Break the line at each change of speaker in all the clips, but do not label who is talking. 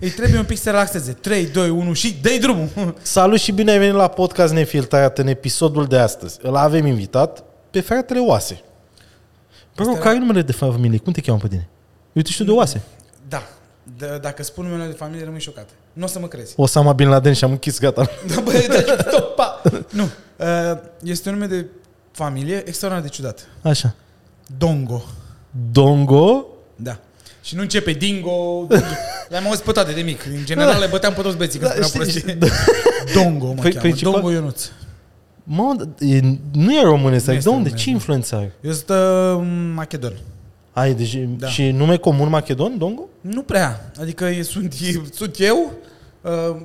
Îi trebuie un pic să relaxeze. 3, 2, 1 și dă drumul.
Salut și bine ai venit la Podcast Nefiltrat în episodul de astăzi. Îl avem invitat pe fratele Oase. Bro, care e numele de familie? Cum te cheamă pe tine? Eu te știu de Oase.
Da. D- dacă spun numele de familie, rămâi șocat. Nu o să mă crezi.
Osama Bin Laden și am închis, gata.
Da, bă, da, stop, pa. Nu. Uh, Este un nume de familie extraordinar de ciudat.
Așa.
Dongo.
Dongo?
Da. Și nu începe dingo. dingo. Le-am auzit pe toate de mic. În general le băteam pe toți băieții că
Da,
spuneau
știi,
prostii. Dongo mă
Păi,
cheamă.
principal-
Dongo Ionuț.
Mă, d- e, nu e românesc,
Nu este
ai de unde?
românesc,
Ce
nu.
influență ai?
Eu sunt uh, macedon.
Ai, deci, da.
Da.
și nume comun macedon, Dongo?
Nu prea. Adică e- sunt, e- sunt eu, uh,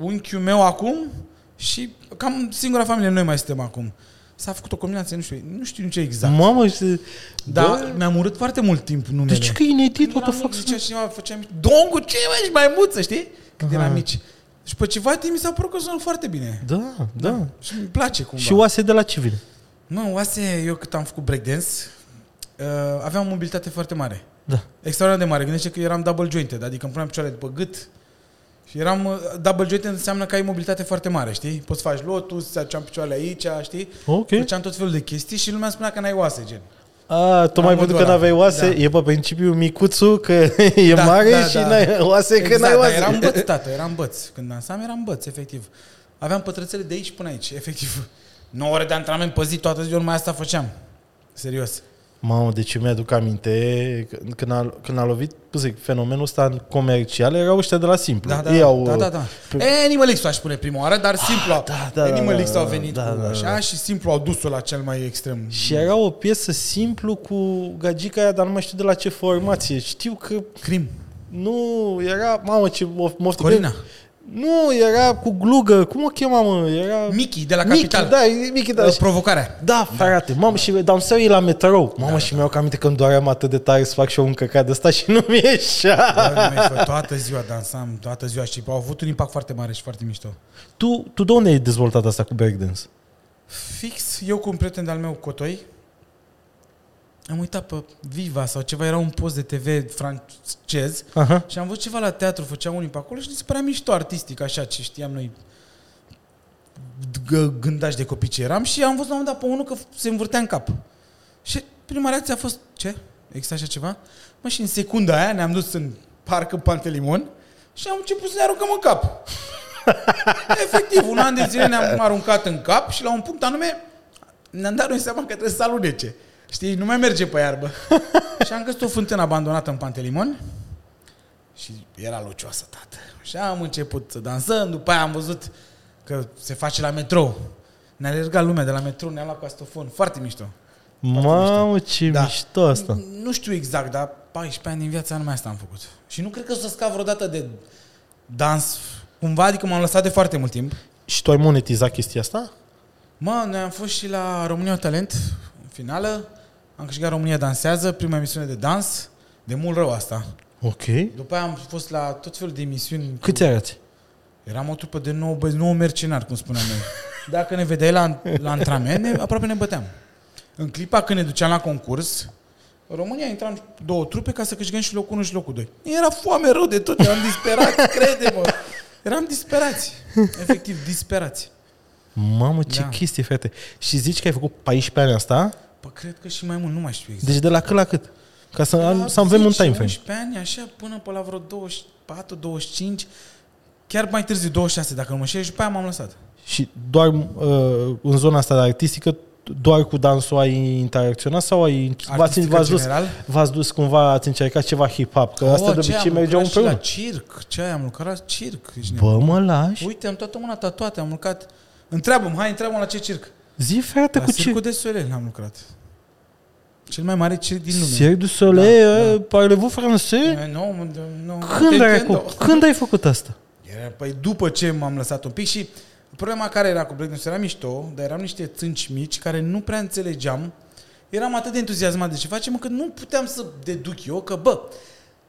unchiul meu acum și cam singura familie noi mai suntem acum. S-a făcut o combinație, nu știu, nu știu ce exact. Da.
Mamă, și...
Dar
Bă,
mi-am urât foarte mult timp numele.
Da. Deci De ce că e inedit,
Nu
what the
eram
fuck?
mic, zicea cineva, făcea mici. Dongu, ce mă, ești mai muță, știi? Când
Aha.
eram mici. Și pe ceva timp mi s-a părut că sună foarte bine.
Da, da.
Și îmi place cumva.
Și oase de la civil.
Mă, oase, eu cât am făcut breakdance, uh, aveam mobilitate foarte mare.
Da.
Extraordinar de mare. Gândește că eram double jointed, adică îmi puneam picioarele după gât. Și eram uh, double jointed înseamnă că ai mobilitate foarte mare, știi? Poți să faci lotus, să aduceam picioarele aici, știi?
Ok.
Făceam tot felul de chestii și lumea spunea că n-ai oase, gen.
A, tocmai
La
pentru că
modul ăla.
n-aveai oase,
Da.
e pe principiu micuțul că e
Da,
mare
da,
și
da.
n-ai oase că n-ai
dar
oase.
eram băț, tată, eram băț. Când dansam, eram băț, efectiv. Aveam pătrățele de aici până aici, efectiv. 9 ore de antrenament pe zi, toată ziua numai asta făceam. Serios.
Mamă, deci eu mi-aduc aminte că- când a, când a lovit, cum zic, fenomenul ăsta în comercial, erau ăștia de la Simplu.
Da, da,
Ei
da,
au,
da, da, da.
Pe,
Animal X-ul aș spune prima oară, dar simplu. Ah,
da, da, da,
Animal
da,
X
da,
au venit
da,
da, cu
da, da.
așa și simplu au dus-o la cel mai extrem.
și era o piesă simplu cu gagica aia, dar nu mai știu de la ce formație. Știu că
Crim.
nu era, mamă, ce of- moftă.
Corina.
Nu, era cu glugă. Cum o chema, mă? Era...
Mickey de la
Michi,
Capital.
da, e Michi, da.
Uh,
și-
Provocarea.
Da, frate, mamă, și dansau ei la metrou. Mamă, și mi-au aminte că îmi doream atât de tare să fac și eu un căcat de ăsta și nu mi ieșea.
Dragul meu, fă, toată ziua dansam, toată ziua și au avut un impact foarte mare și foarte mișto.
Tu, tu de unde ai dezvoltat asta cu breakdance?
Fix, eu cu un prieten de-al meu, Cotoi, am uitat pe Viva sau ceva, era un post de TV francez
Aha.
și am văzut ceva la teatru, făceau unii pe acolo și mi se părea mișto artistic, așa, ce știam noi g- gândași de copii ce eram și am văzut la un moment dat pe unul că se învârtea în cap. Și prima reacție a fost, ce? Există așa ceva? Mă, și în secunda aia ne-am dus în parc în Pantelimon și am început să ne aruncăm în cap. Efectiv, un an de zile ne-am aruncat în cap și la un punct anume ne-am dat noi seama că trebuie să alunece. Știi, nu mai merge pe iarbă. și am găsit o fântână abandonată în Pantelimon și era lucioasă, tată. Și am început să dansăm, după aia am văzut că se face la metrou. Ne-a alergat lumea de la metrou, ne-a luat cu astofon. Foarte mișto.
Mamă, ce da.
Da.
mișto asta.
Nu știu exact, dar 14 ani din viața numai asta am făcut. Și nu cred că o să scap vreodată de dans. Cumva, adică m-am lăsat de foarte mult timp.
Și tu ai monetizat chestia asta?
Mă, noi am fost și la România Talent, în finală. Am câștigat România Dansează, prima emisiune de dans. De mult rău asta.
Ok.
După aia am fost la tot felul de emisiuni. cu-
Câți arăți?
Eram o trupă de 9, băi, 9 mercenari, cum spuneam noi. Dacă ne vedeai la, la antrenament, ne, aproape ne băteam. În clipa când ne duceam la concurs, în România intram două trupe ca să câștigăm și locul 1 și locul 2. Era foame rău de tot, eram disperat, crede-mă. Eram disperați, efectiv, disperați.
Mamă, ce da. Exact.
Da.
chestie, frate. Și zici că ai făcut 14 ani asta?
Pă, Păi cred că și mai mult, nu mai știu exact.
Deci de la cât la cât? Ca să, am,
La
să avem un
10,
time frame.
11 ani, așa, până pe la vreo 24, 25, chiar mai târziu, 26, dacă nu mă șer, și după aia m-am lăsat.
Și doar uh, în zona asta de artistică, doar cu dansul ai interacționat sau ai, v-ați,
Artistică
v-ați, dus,
general?
v-ați dus cumva, ați încercat ceva hip-hop? Că asta
O,
de
Oh, ce,
obicei
am
mergeau
lucrat și
împreună.
la circ, ce ai, am lucrat la circ. ești nebun.
Bă, mă lași?
Uite, am toată mâna tatuată, am lucrat. Întreabă-mă, hai, întreabă la ce circ.
Zi, frate,
La
cu ce?
circul de Soleil am lucrat. Cel mai mare circ din lume.
Cirque du Soleil, da, parlez-vous français?
Eh, Nu, nu, nu.
Când ai,
Nintendo.
acu- când ai făcut asta?
Era, păi după ce m-am lăsat un pic și problema care era cu breakdance era mișto, dar eram niște țânci mici care nu prea înțelegeam. Eram atât de entuziasmat de ce facem încât nu puteam să deduc eu că, bă,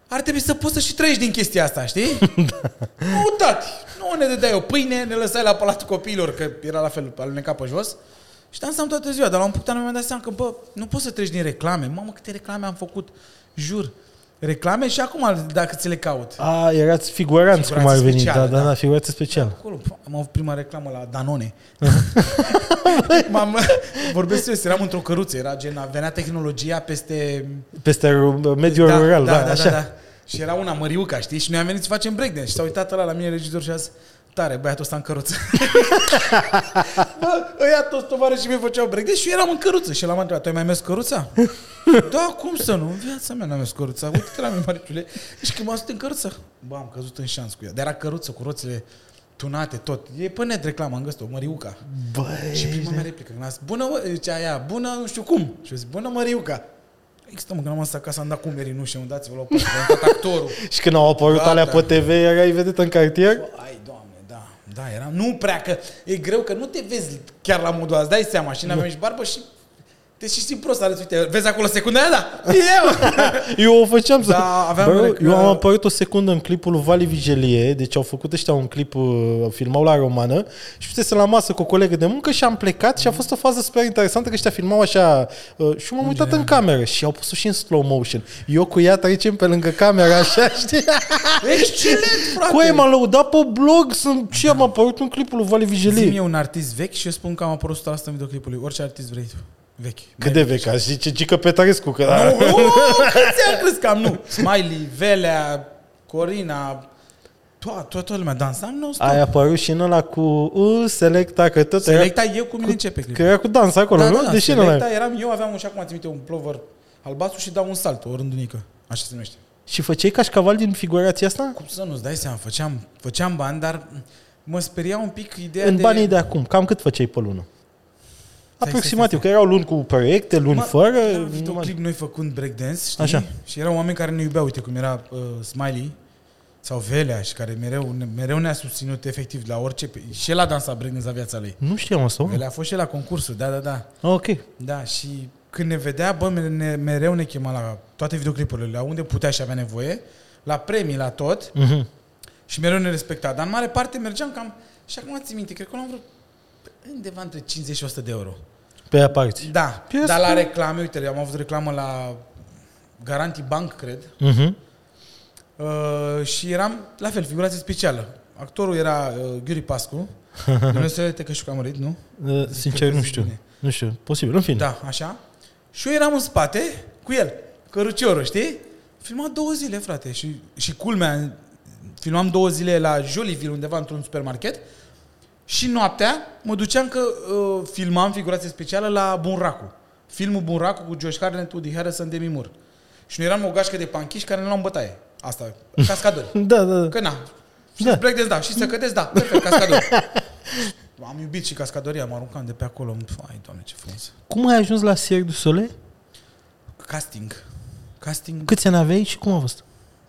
ar trebui să poți să și trăiești din chestia asta, știi? Da. nu, tati, nu ne dădeai o pâine, ne lăsai la Palatul Copiilor, că era la fel, aluneca pe jos. Și dansam toată ziua, dar la un punct anume mi-am dat seama că, bă, nu poți să treci din reclame. Mamă, câte reclame am făcut, jur. reclame și acum dacă ți le caut.
A, erați figuranți,
Figurați
cum ar veni.
special,
Da, da,
da.
da, figurați special.
Acolo, pa, am avut prima reclamă la Danone. M-am, vorbesc serios, eram într-o căruță, era gen, venea tehnologia peste...
Peste ru- mediul rural, da, așa.
Și era una măriuca, știi? Și noi am venit să facem breakdance. Și s-a uitat ăla la mine, regizor, și a zis, tare, băiatul ăsta în căruță. Bă, ăia toți tovară și mei făceau breakdance și eu eram în căruță. Și l-am întrebat, tu ai mai mers căruța? da, cum să nu? În viața mea n-am mers căruța. Uite-te la mine, Mariciule. Și Deci când m-am sut în căruță, bă, am căzut în șans cu ea. Dar era căruță cu roțile tunate, tot. E pe net reclamă, am găsit-o, măriuca. Și
Băi,
prima mea replică, când a zis, bună, mă, zicea aia, bună, nu știu cum. Și eu zic, bună, Măriuca. Există, mă, că n-am asta acasă, am dat cu umerii, nu știu, îmi dați-vă la tot actorul.
și când au apărut
Gata.
alea pe TV, erai vedetă în cartier?
Bă, ai, doamne, da, da, era, nu prea, că e greu, că nu te vezi chiar la modul ăsta, dai seama, și n-aveam și barbă și te și simți prost, arăți, uite, vezi acolo secunda aia, da, eu!
Eu o făceam să...
Da, aveam
Bă,
rec-
eu am apărut o secundă în clipul lui Vali Vigelie, deci au făcut ăștia un clip, uh, filmau la romană și fusese la masă cu o colegă de muncă și am plecat și a fost o fază super interesantă că ăștia filmau așa uh, și m-am
Da.
uitat în cameră și au pus-o și în slow motion. Eu cu ea trecem pe lângă camera așa, știi?
Excelent, frate!
Cu m-am lăudat pe blog, sunt, ce am apărut în clipul lui Vali
Zi-mi
Vigelie.
un artist vechi și eu spun că am apărut 100% în videoclipul lui, orice artist vrei tu. Vechi.
Cât de vechi, aș zice Gică Petarescu, că da.
Nu, câți am Oh, crezut că am, nu. Smiley, Velea, Corina, toată, toată lumea dansam, nu stop.
Ai apărut și în ăla cu uh, Selecta, că tot era,
Selecta eu cu mine începe
că
clipul.
era cu dans acolo,
Da,
nu?
da, da,
Deși nu
selecta eram, eu aveam un, și acum ați minte, un plover albastru și dau un salt, o rândunică. Așa se numește.
Și făceai cașcaval din figurația asta?
Cum să nu-ți dai seama, făceam, făceam bani, dar mă speria un pic ideea
În
de...
banii de acum, cam cât făceai pe lună? Aproximativ, că erau luni cu proiecte, luni
Mă,
fără.
era un
numai-
videoclip noi făcând breakdance, știi?
Așa.
Așa. Și erau oameni care ne iubeau, uite cum era uh, Smiley sau Velea și care mereu, ne- mereu ne-a susținut efectiv la orice... Și el a dansat breakdance la viața lui.
Nu știam asta. mă.
Velea a fost și el la concursul, da, da, da.
Ah, Ok.
Da, și când ne vedea, bă, mere- ne, mereu ne chema la toate videoclipurile, la unde putea și avea nevoie, la premii, la tot,
Mhm.
și mereu ne respecta. Dar în mare parte mergeam cam, și acum ți minte, cred că l-am vrut undeva între 50 și 100 de euro.
Pe aia parți.
Da,
Pe
dar
asta-
la reclame, uite, am avut reclamă la Garanti Bank, cred,
Mhm.
Uh, și eram, la fel, figurație specială. Actorul era uh, Ghiuri Pascu, Dumnezeu te că și că a murit, nu?
Uh, Sincer, nu știu.
bine.
Nu știu. Posibil, în fine.
Da, așa. Și eu eram în spate cu el, căruciorul, știi? Filmat două zile, frate. Și, și culmea, filmam două zile la Jolieville, undeva într-un supermarket. Și noaptea mă duceam că uh, filmam figurație specială la Bunracu. Filmul Bunracu cu Josh Hartnett, Woody Harrelson, Demi Moore. Și noi eram o gașcă de panchiși care ne luam bătaie. Asta, cascadori.
Da, da, da.
Că na. Și
Da.
da. breakdance, da. Și să cădeți, da. Perfect, cascador. am iubit și cascadoria, mă aruncam de pe acolo. Ai, doamne, ce frumos.
Cum ai ajuns la Cirque du Soleil?
Casting. Casting.
Câți ani aveai și cum a fost?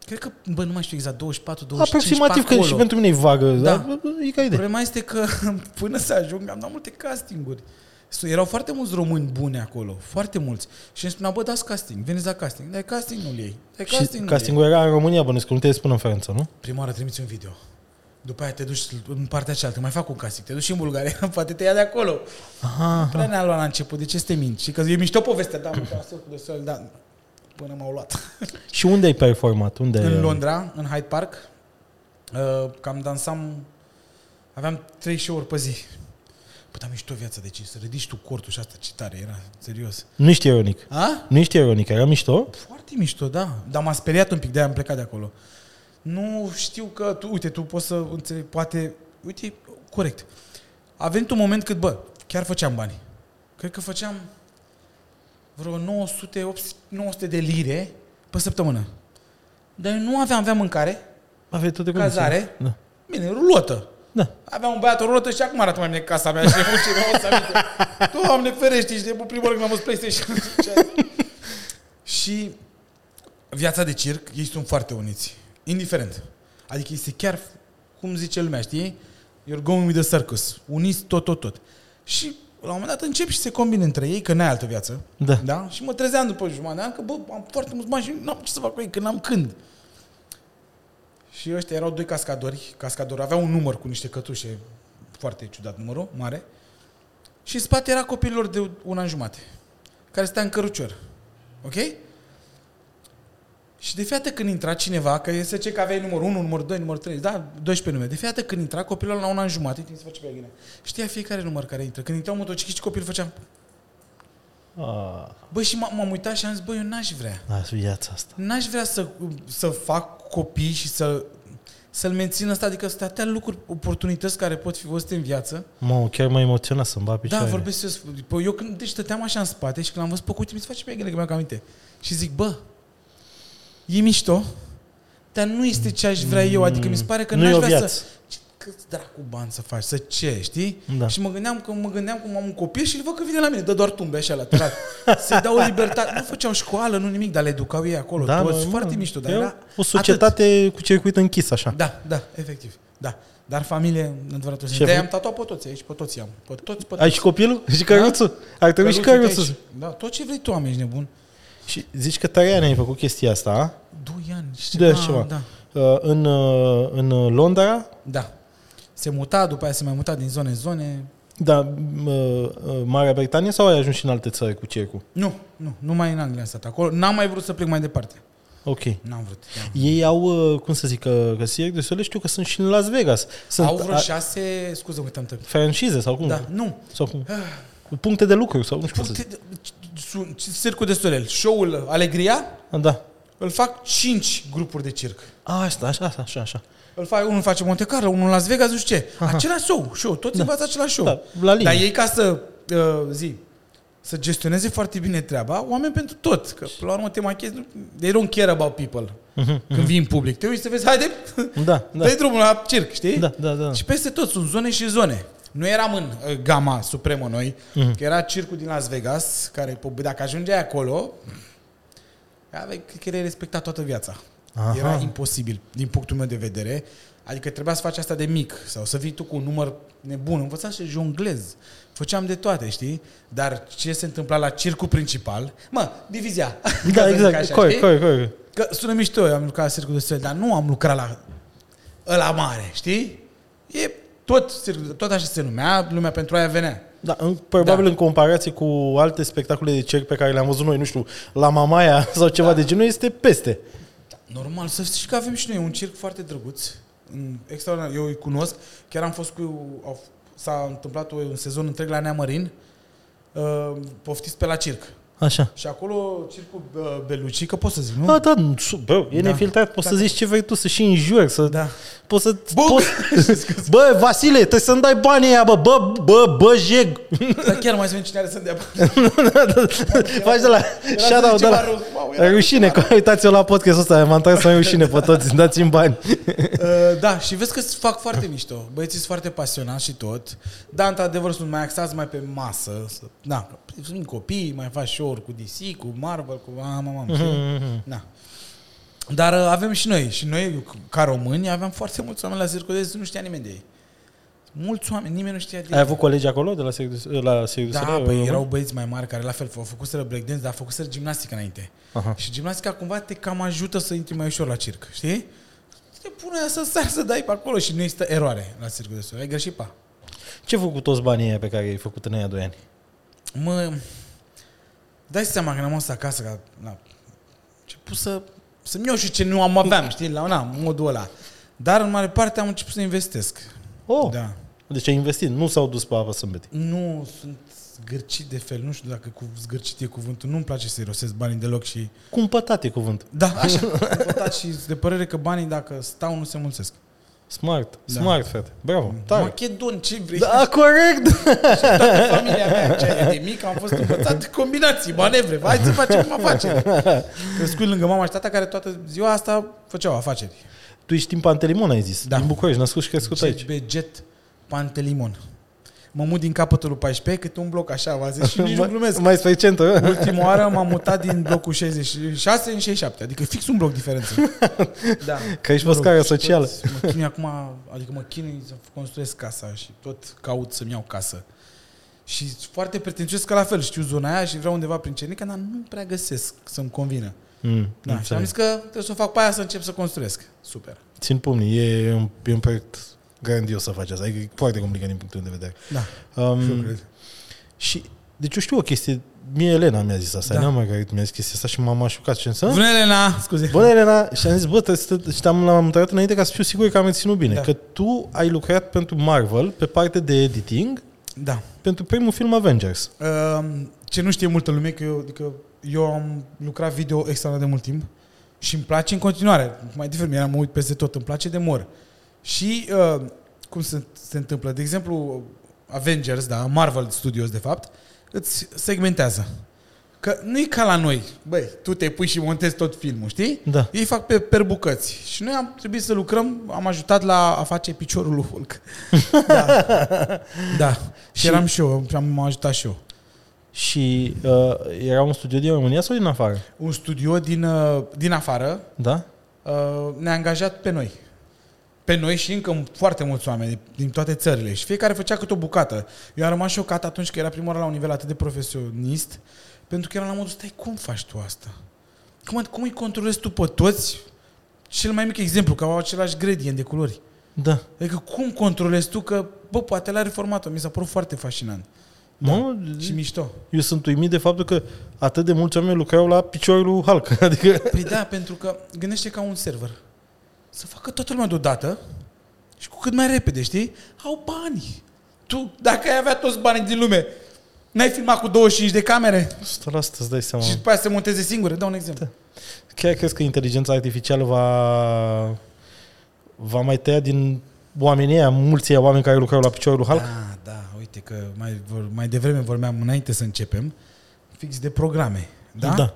Cred că, bă, nu mai știu exact, 24, 25,
Aproximativ,
pe
că
acolo.
și pentru mine e vagă,
Da.
dar bă, e ca idee.
Problema este că până să ajung am dat multe castinguri. S- Erau foarte mulți români buni acolo, foarte mulți. Și îmi spuneau, bă, dați casting, veniți la casting. Dar casting nu-l iei. Dai
Și
casting, nu casting.
castingul era în România, bănuiesc că nu te spun în Franța, nu?
Prima oară trimiți un video. După aia te duci în partea cealaltă, mai fac un casting, te duci și în Bulgaria, poate te ia de acolo.
Aha.
Prea ne-a luat la început, de ce să te minți? Și că e mișto povestea, da, mă, că am cu de sol, da, până m-au luat.
Și unde ai performat? Unde ai-
În Londra, în Hyde Park, uh, cam dansam, aveam trei show-uri pe zi. Păi, dar mișto viața, deci să ridici tu cortul și asta, ce tare era, serios.
Nu ești ironic.
A?
Nu ești ironic, era mișto?
Foarte mișto, da, dar m-a speriat un pic, de-aia am plecat de acolo. Nu știu că, tu, uite, tu poți să înțelegi, poate, uite, corect. A venit un moment cât, bă, chiar făceam bani. Cred că făceam vreo 900, 800, 900 de lire pe săptămână. Dar eu nu aveam, aveam mâncare,
Aveai tot de
Cazare.
Da.
Bine, rulotă.
da.
Aveam un băiat o rulotă și acum arată mai bine casa mea și nebucii mea, o să aminte. Doamne ferește, și de prima oară când am văzut PlayStation. și viața de circ, ei sunt foarte uniți. Indiferent. Adică este chiar, cum zice lumea, știi? You're going with the circus. Uniți tot, tot, tot. Și la un moment dat încep și se combine între ei, că n-ai altă viață.
Da.
da? Și mă trezeam după jumătate de an că, bă, am foarte mulți bani și n-am ce să fac cu ei, că n-am când. Și ăștia erau doi cascadori, cascadori, aveau un număr cu niște cătușe, foarte ciudat numărul, mare. Și în spate era copilor de un an jumate, care stătea în cărucior. Ok? Și de fiată când intra cineva, că este ce că aveai numărul 1, numărul 2, numărul 3, da, 12 nume. De fiată când intra copilul la un an jumate, timp să face pe gine. Știa fiecare număr care intră. Când intrau motocicliști, copilul făceam...
Ah,
Bă, și m- m-am uitat și am zis, bă, eu n-aș vrea.
asta e viața asta.
N-aș vrea să, să fac copii și să, să-l mențin asta, adică sunt atâtea lucruri, oportunități care pot fi văzute în viață.
Mă, chiar mă emoționat să-mi bat
Da,
picioarele.
vorbesc serios. Păi eu când deci stăteam așa în spate și când am văzut pe cutie, mi se face pe gândire că mi-am aminte. Și zic, bă, e mișto, dar nu este ce aș vrea eu, adică mi se pare că
Nu
n-aș
e o
vrea
viață.
să... Ce- Câți dracu bani să faci, să ce, știi?
Da.
Și mă gândeam că mă gândeam cum am un copil și îl văd că vine la mine, dă doar tumbe așa la terat. Se dau o libertate, nu făceau școală, nu nimic, dar le educau ei acolo, da, toți,
mă,
foarte
mă,
mișto, dar
e
era
O societate cu circuit închis, așa.
Atât. Da, da, efectiv, da. Dar familie, în adevăratul sens.
Ce
De-aia am
vrei?
tatuat pe toți aici, pe toți am. Pe toți, pe toți.
Ai și copilul? Și căruțul? Ar trebui și
Da, Căruțul de
căruțul.
aici. Da, tot ce vrei tu, am ești nebun.
Și zici că tare ani ai făcut chestia asta, a?
Doi ani. și
De
ceva,
așa ceva.
Da.
Uh, În, uh, în uh, Londra,
da. Se muta, după aia se mai muta din zone în zone.
da, m- uh, uh, Marea Britanie sau ai ajuns și în alte țări cu circul?
Nu, nu, numai în Anglia am stat acolo. N-am mai vrut să plec mai departe.
Ok.
N-am vrut. n-am.
Ei au, uh, cum să zic, uh, că Cirque de Soleil știu că sunt și în Las Vegas. Sunt
Au vreo
a- Mm.
șase... Scuze, uitam tău.
franchize sau cum?
Da, nu.
Sau cum? Cu puncte de lucru sau nu știu cum să
Puncte de, sunt- Circul de Soleil, show-ul Alegria,
zic. Ah, Da.
îl fac cinci grupuri de circ.
A, asta, așa, așa, așa, așa.
Îl fac, unul face Monte Carlo, unul Las Vegas, nu știu ce.
Aha.
Același show, show, toți da. învață același show.
Da, la linie.
Dar ei ca să, uh, zi, să gestioneze foarte bine treaba, oameni pentru tot. Că, până la urmă, te machezi, nu- they don't care about people. Când vii în public, te uiți să vezi, haide,
Mhm, Da, da.
dai drumul la circ, știi?
Da, da, da.
Păi, Și peste tot sunt zone și zone. Nu eram în uh, gama supremă noi,
Mhm.
mm-hmm. că era circul din Las Vegas, care po- dacă ajungeai acolo, aveai, cred că erai respectat toată viața.
Aha.
Aha. Era imposibil, din punctul meu de vedere. Adică trebuia să faci asta de mic sau să vii tu cu un număr nebun. Învăța să jonglez. Făceam de toate, știi? Dar ce se întâmpla la circul principal? Mă, divizia. Ca să
Da,
zic
exact. Corect,
știi?
corect, corect.
Că sună mișto, eu am lucrat la Circul de Soleil, dar nu am lucrat la ăla mare, știi? E tot, Circul- tot așa se numea, lumea pentru aia venea.
Da, în, probabil
Da.
în comparație cu alte spectacole de circ pe care le-am văzut noi, nu știu, la Mamaia sau ceva da. de genul, este peste.
Normal, să știi că avem și noi un circ foarte drăguț, în- extraordinar, eu îi cunosc, chiar am fost cu, au, s-a întâmplat o- un sezon întreg la Neamărin, uh, poftiți pe la circ.
Așa.
Și acolo circul uh, Beluci, că pot să zic, nu?
Da, da, nu, su- bă, e da.
Da.
nefiltrat, poți
Da.
să zici ce vrei tu, să și înjuri, să...
Da.
Poți să...
Bă,
Poți... bă, Vasile, trebuie să-mi dai banii aia, bă, bă, bă, bă, jeg.
Dar chiar mai sunt cine are să dea bani.
Faci de la... Shout-out de
ceva
la...
rău. Wow, era
rușine, că uitați-vă la podcastul ăsta, m-am tras să am rușine pe toți, dați-mi bani.
Uh, da, și vezi că se fac foarte mișto. Băieții sunt foarte pasionați și tot. Da, într-adevăr, sunt mai axați mai pe masă. Să- Da, sunt copii, mai faci show cu DC, cu Marvel, cu mamă, mamă.
Mhm,
știi? Da. Dar uh, avem și noi. Și noi, ca români, aveam foarte mulți oameni la circul de nu știa nimeni de ei. Mulți oameni, nimeni nu știa de
Ai
ei.
avut colegi acolo de la Sirius? La Sirius
Da, păi erau băieți mai mari care la fel au făcut să breakdance, dar au făcut să gimnastică înainte.
Aha.
Și gimnastica cumva te cam ajută să intri mai ușor la circ, știi? Te pune aia să sari, să dai pe acolo și nu există eroare la circul de sol. Ai greșit, pa.
Ce făcut toți banii aia pe care i-ai făcut în aia 2 ani?
Mă, dai seama că am ajuns acasă, că na, început să, să-mi iau și ce nu am aveam, știi, la na, modul ăla. Dar în mare parte am început să investesc.
Oh, da.
Da.
deci ai investit, nu s-au dus pe apă sâmbete.
Nu sunt zgârcit de fel, nu știu dacă cu zgârcit e cuvântul, nu-mi place să irosesc banii deloc și...
Cumpătat e cuvânt.
Da, așa, am votat și sunt de părere că banii dacă stau nu se mulțesc.
Smart, da. Mm.
Da.
smart, frate. Bravo, tare.
Macedon, ce vrei?
Da, corect!
toată familia mea, cea de mic, am fost învățat combinații, manevre. Hai să facem afaceri. Crescut lângă mama și tata care toată ziua asta făceau afaceri.
Tu ești din Pantelimon, ai zis. Da.
Da.
Din București, născut și crescut aici.
Beget Pantelimon. Mă mut din capătul lui 14, cât un bloc așa, v-a zis, și nici nu
Mai-
glumesc.
Mai spre centru. mă?
Ultima oară m-am mutat din blocul 66 în 67, adică fix un bloc diferență. Da.
Că ești
Mă
pe
rog,
scară
și tot
socială.
Mă chinui acum, adică mă chinui să construiesc casa și tot caut să-mi iau casă. Și sunt foarte pretențios că la fel știu zona aia și vreau undeva prin Cernica, dar nu prea găsesc să-mi convină.
Mm,
Da, și am
înțeleg.
zis că trebuie să o fac pe aia să încep să construiesc. Super.
Țin pumnii, e un, e un proiect Da. grandios să faci asta. Adică E foarte complicat din punctul meu de vedere.
Da.
Um,
Eu cred.
și Deci eu știu o chestie, mie Elena mi-a zis asta,
Da.
da. n-am mai care mi-a zis chestia asta și m-am așucat și am zis, "Hă?
Bună, Elena! Scuze.
Bună, Elena! Și am zis, bă, trebuie să te- și am l-am întrebat înainte ca să fiu sigur că am reținut bine,
Da.
da. că tu ai lucrat pentru Marvel pe parte de editing
Da.
pentru primul film Avengers.
Um, ce nu știe multă lume, că eu, adică eu am lucrat video extraordinar de mult timp și îmi place în continuare. Mai diferit, mie mă uit peste tot, îmi place de mor. Și uh, cum se, se întâmplă? De exemplu, Avengers, da, Marvel Studios, de fapt, îți segmentează. Că nu e ca la noi. Băi, tu te pui și montezi tot filmul, știi?
Da.
Ei fac pe, per bucăți. Și noi am trebuit să lucrăm, am ajutat la a face piciorul lui Hulk. da. da. Și,
Și-
eram și eu, am ajutat și eu.
Și uh, era un studio din România sau din afară?
un studio din, uh, din afară
Da?
uh, ne-a angajat pe noi. Pe noi și încă foarte mulți oameni din toate țările și fiecare făcea câte o bucată. Eu am rămas șocat atunci că era prima oară la un nivel atât de profesionist, pentru că era la modul, stai, cum faci tu asta? Cum, cum îi controlezi tu pe toți? Cel mai mic exemplu, că au același gradient de culori.
Da.
Adică cum controlezi tu că, bă, poate l-a reformat Mi s-a părut foarte fascinant
Mă,
și mișto.
eu sunt uimit de faptul că atât de mulți oameni lucrau la piciorul lui Hulk. Adică,
Păi da, pentru că gândește ca un server. Să facă toată lumea deodată și cu cât mai repede, știi? Au bani. Tu, dacă ai avea toți banii din lume, n-ai filmat cu 25 de camere
stă la asta, îți dai seama.
și după aia se monteze singure. Dau un exemplu.
Chiar crezi că inteligența artificială va, va mai tăia din oamenii ăia, mulți ăia oameni care lucrau la piciorul lui Hulk?
Da, da, uite că mai, vor- mai devreme vorbeam, înainte să începem, fix de programe. Da?
da.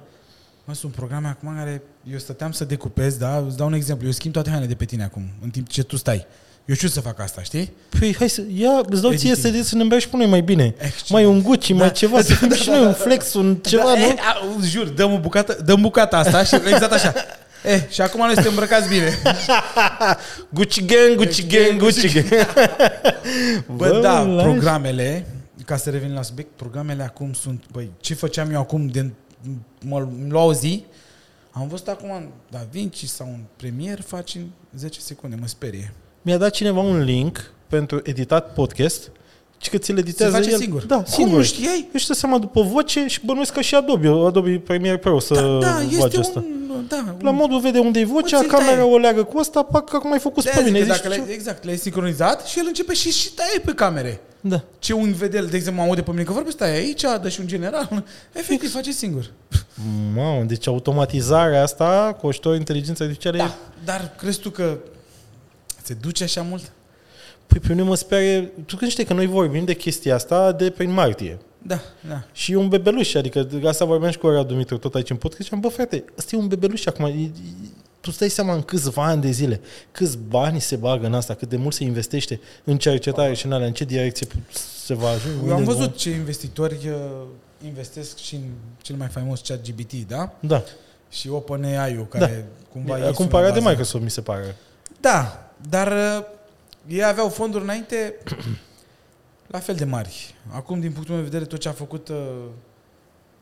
Mă, sunt programe acum care eu stăteam să decupez, da? Îți dau un exemplu. Eu schimb toate hainele de pe tine acum, în timp ce tu stai. Eu știu să fac asta, știi?
Păi hai să, ia, îți dau ție
Editing.
să să ne îmbraci și pe noi mai bine.
Excelent.
Mai un Gucci,
Da.
mai ceva, să fim și noi un flex, un ceva,
da,
nu?
E, a, jur, dăm, o bucată, dăm bucata asta și exact așa. E, și acum noi suntem îmbrăcați bine.
Gucci gang, Gucci gang, Gucci gang.
Bă, da,
la-
programele, ca să revin la subiect, programele acum sunt, băi, ce făceam eu acum de mă îmi lua o zi, am văzut acum în Da Vinci sau un premier faci în 10 secunde, mă sperie.
Mi-a dat cineva un link pentru editat podcast și că ți-l editează
face
el.
singur.
Da,
Cum,
singur.
nu știai?
Își dă seama după voce și bănuiesc că și Adobe, Adobe Premiere Pro să
Da, da este
bage
un...
asta.
Da,
uh, La modul vede unde e vocea,
Puțin
camera
taie.
o leagă cu asta, pac, acum ai făcut
de
pe mine.
dacă le,
Zici,
exact, le-ai sincronizat și el începe și, și taie pe camere.
da.
Ce un vedel, de exemplu, aude pe mine că vorbește stai aici, dă și un general. Efectiv, face singur.
Mamă, deci automatizarea asta cu ajutorul inteligenței artificiale
Da, dar crezi tu că se duce așa mult?
Păi pe mine mă sperie, tu când știi că noi vorbim de chestia asta de prin martie.
Da, da.
Și e un bebeluș, adică de asta vorbeam și cu Radu Dumitru tot aici în podcast și am, bă frate, ăsta e un bebeluș acum, e- e- tu stai seama în câțiva ani de zile, câți bani se bagă în asta, cât de mult se investește în cercetare și în alea, în ce direcție pu- se va ajunge.
Eu am
unde
văzut ce investitori uh, investesc și în cel mai faimos chat GBT, da?
Va... Da.
Și OpenAI-ul, care da. cumva ei
A
sunt
cumpărat
la
de
baza.
Microsoft, mi se pare.
Da, dar uh, ei aveau fonduri înainte la fel de mari. Acum, din punctul meu de vedere, tot ce a făcut uh,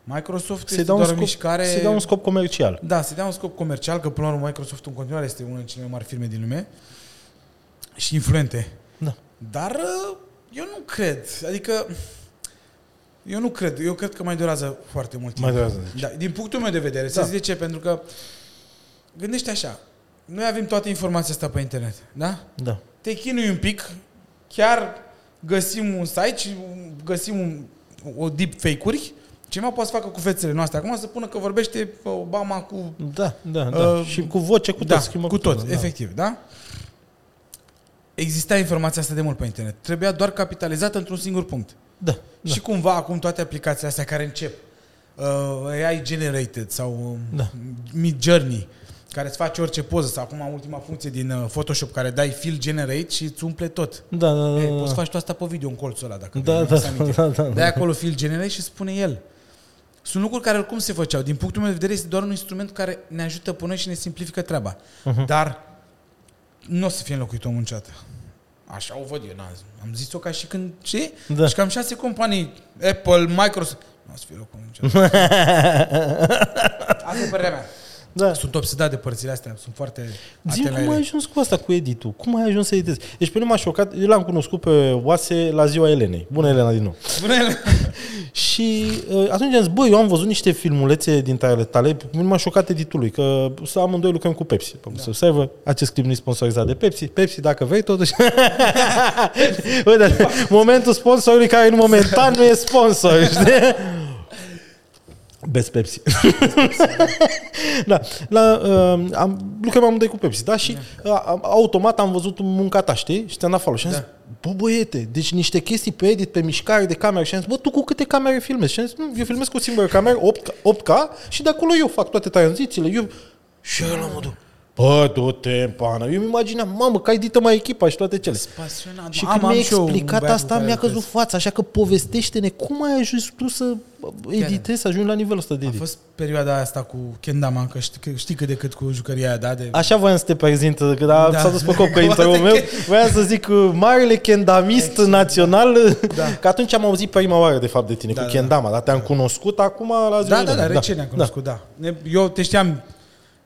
Microsoft
Se
este
dă un,
doar
scop,
o mișcare...
se dă un scop comercial.
Da, se dea un scop comercial, că până la urmă Microsoft în continuare este una din cele mai mari firme din lume și influente.
Da.
Dar uh, eu nu cred. Adică eu nu cred. Eu cred că mai durează foarte mult timp.
Mai durează, deci.
Da, din punctul meu de vedere. Să
Da.
zic de ce, pentru că gândește așa. Noi avem toată informația asta pe internet, da?
Da.
Te chinui un pic, chiar găsim un site și găsim un, o deepfake-uri. Cineva poate să facă cu fețele noastre. Acum să pună că vorbește Obama cu
Da, da, da.
Uh,
și cu voce, cu
da,
tot. schimbă
cu tot,
totul,
efectiv, da? Exista informația asta de mult pe internet. Trebuia doar capitalizată într-un singur punct.
Da. da, da.
Da. Și cumva acum toate aplicațiile astea care încep, uh, AI Generated sau uh,
Da.
Mid Journey, care îți face orice poză, sau acum ultima funcție din uh, Photoshop, care dai Fill Generate și îți umple tot.
Da, da, da.
Ei,
da.
poți să faci tu asta pe video în colțul ăla, dacă
Da,
vrei,
da,
nu-ți aminte.
da, da, da.
Dai acolo fil generate și spune el. Sunt lucruri care oricum se făceau. Din punctul meu de vedere este doar un instrument care ne ajută până și ne simplifică treaba.
Mhm.
Dar nu o să fie înlocuit omul niciodată. Așa o văd eu. n-am- Am zis-o ca și când, ce?
Da.
Și cam șase companii, Apple, Microsoft, nu o să fie locul niciodată. Asta e părerea mea.
Da.
Sunt obsedat de părțile astea, sunt foarte
Zim
atent la
cum ai
ele.
ajuns cu asta, cu editul. Cum ai ajuns să editezi? Deci pe mine m-a șocat, eu l-am cunoscut pe Oase la ziua Elenei. Bună Elena din nou.
Bună, ele.
Și uh, atunci am zis, bă, eu am văzut niște filmulețe din tale, tale pe mine m-a șocat editului, că să amândoi lucrăm cu Pepsi. Da. Să observă, acest clip nu e sponsorizat de Pepsi. Pepsi, dacă vrei, totuși... Uite, momentul sponsorului care momentan nu e sponsor, știi? Best Pepsi. da, la, uh, am, lucrăm amândoi cu Pepsi, da? Și uh, am- automat am văzut munca ta, știi? Și te-am dat follow.
Da.
Și am zis, bă, băiete, deci niște chestii pe edit, pe mișcare de cameră. Și am zis, bă, tu cu câte camere filmezi? Și am zis, nu, eu filmez cu o singură cameră, 8, 8K, și de acolo eu fac toate tranzițiile. Eu... Și eu la modul, bă, du-te în pană. Eu îmi imagineam, mamă, că ai dită mai echipa și toate cele.
Pasionat.
Și
mă,
când
am-
mi-ai
am și eu un
explicat
băiat
asta,
cu care
mi-a
lucrez.
căzut fața, așa că povestește-ne cum ai ajuns tu să editezi, să ajungi la nivelul ăsta de
A
edit.
fost perioada asta cu Kendama, că știi, că știi cât de cât cu jucăria aia, da? De...
Așa voiam să te prezint, că da,
Da.
s-a dus pe cop că intro meu. Voiam să zic uh, marele kendamist
Exact.
național, da. că atunci am auzit prima oară de fapt de tine, da,
Da,
cu
da,
kendama, dar te-am cunoscut acum la ziua
da, da,
lui.
da, rece ne-am cunoscut, da. Ne- Eu te știam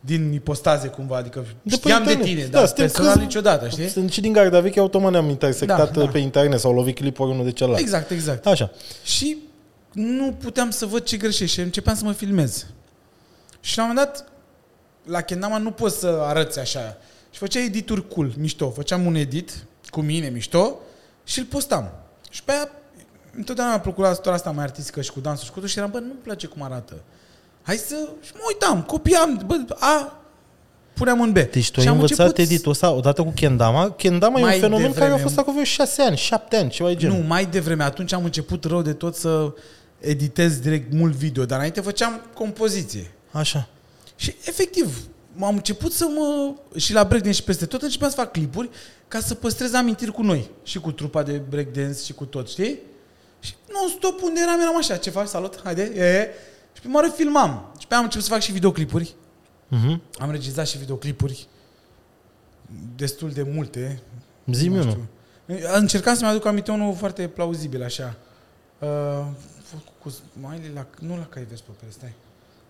din ipostaze cumva, adică
pe
știam de
internet.
tine,
Da,
da, dar
suntem
personal
câți-
niciodată, știi?
Sunt și din Garda Veche, automat ne-am intersectat uh,
Da, da.
pe internet sau lovit clipuri unul de celălalt.
Exact, exact.
Așa.
Și nu puteam să văd ce greșești și începeam să mă filmez. Și la un moment dat, la Kendama nu poți să arăți așa. Și făceai edituri cool, mișto. Făceam un edit cu mine, mișto, și îl postam. Și pe aia, întotdeauna mi-a plăcut la asta mai artistică și cu dansul și cu tot și eram, bă, nu-mi place cum arată. Hai să... Și mă uitam, copiam, bă, A, puneam în B.
Deci tu
Și
ai
am
învățat
început-
editul ăsta odată cu kendama. Kendama e
Mai
un fenomen care a
devreme-
fost acum vreo șase ani, șapte ani, ceva de genul.
Nu, mai devreme. Atunci am început rău de tot să editez direct mult video, dar înainte făceam compoziție.
Așa.
Și efectiv, am început să mă... Și la breakdance și peste tot începeam să fac clipuri ca să păstrez amintiri cu noi. Și cu trupa de breakdance și cu tot, știi? Și non-stop unde eram, eram așa. Ce faci? Salut? Haide? E, e. Și pe mare filmam. Și pe aia am început să fac și videoclipuri.
Mhm.
Am regizat și videoclipuri. Destul de multe.
Zi-mi
Nu
unul.
știu. Încercam să-mi aduc aminte unul foarte plauzibil, așa. Uh, cu smiley la... Nu la care vezi pe pere, stai.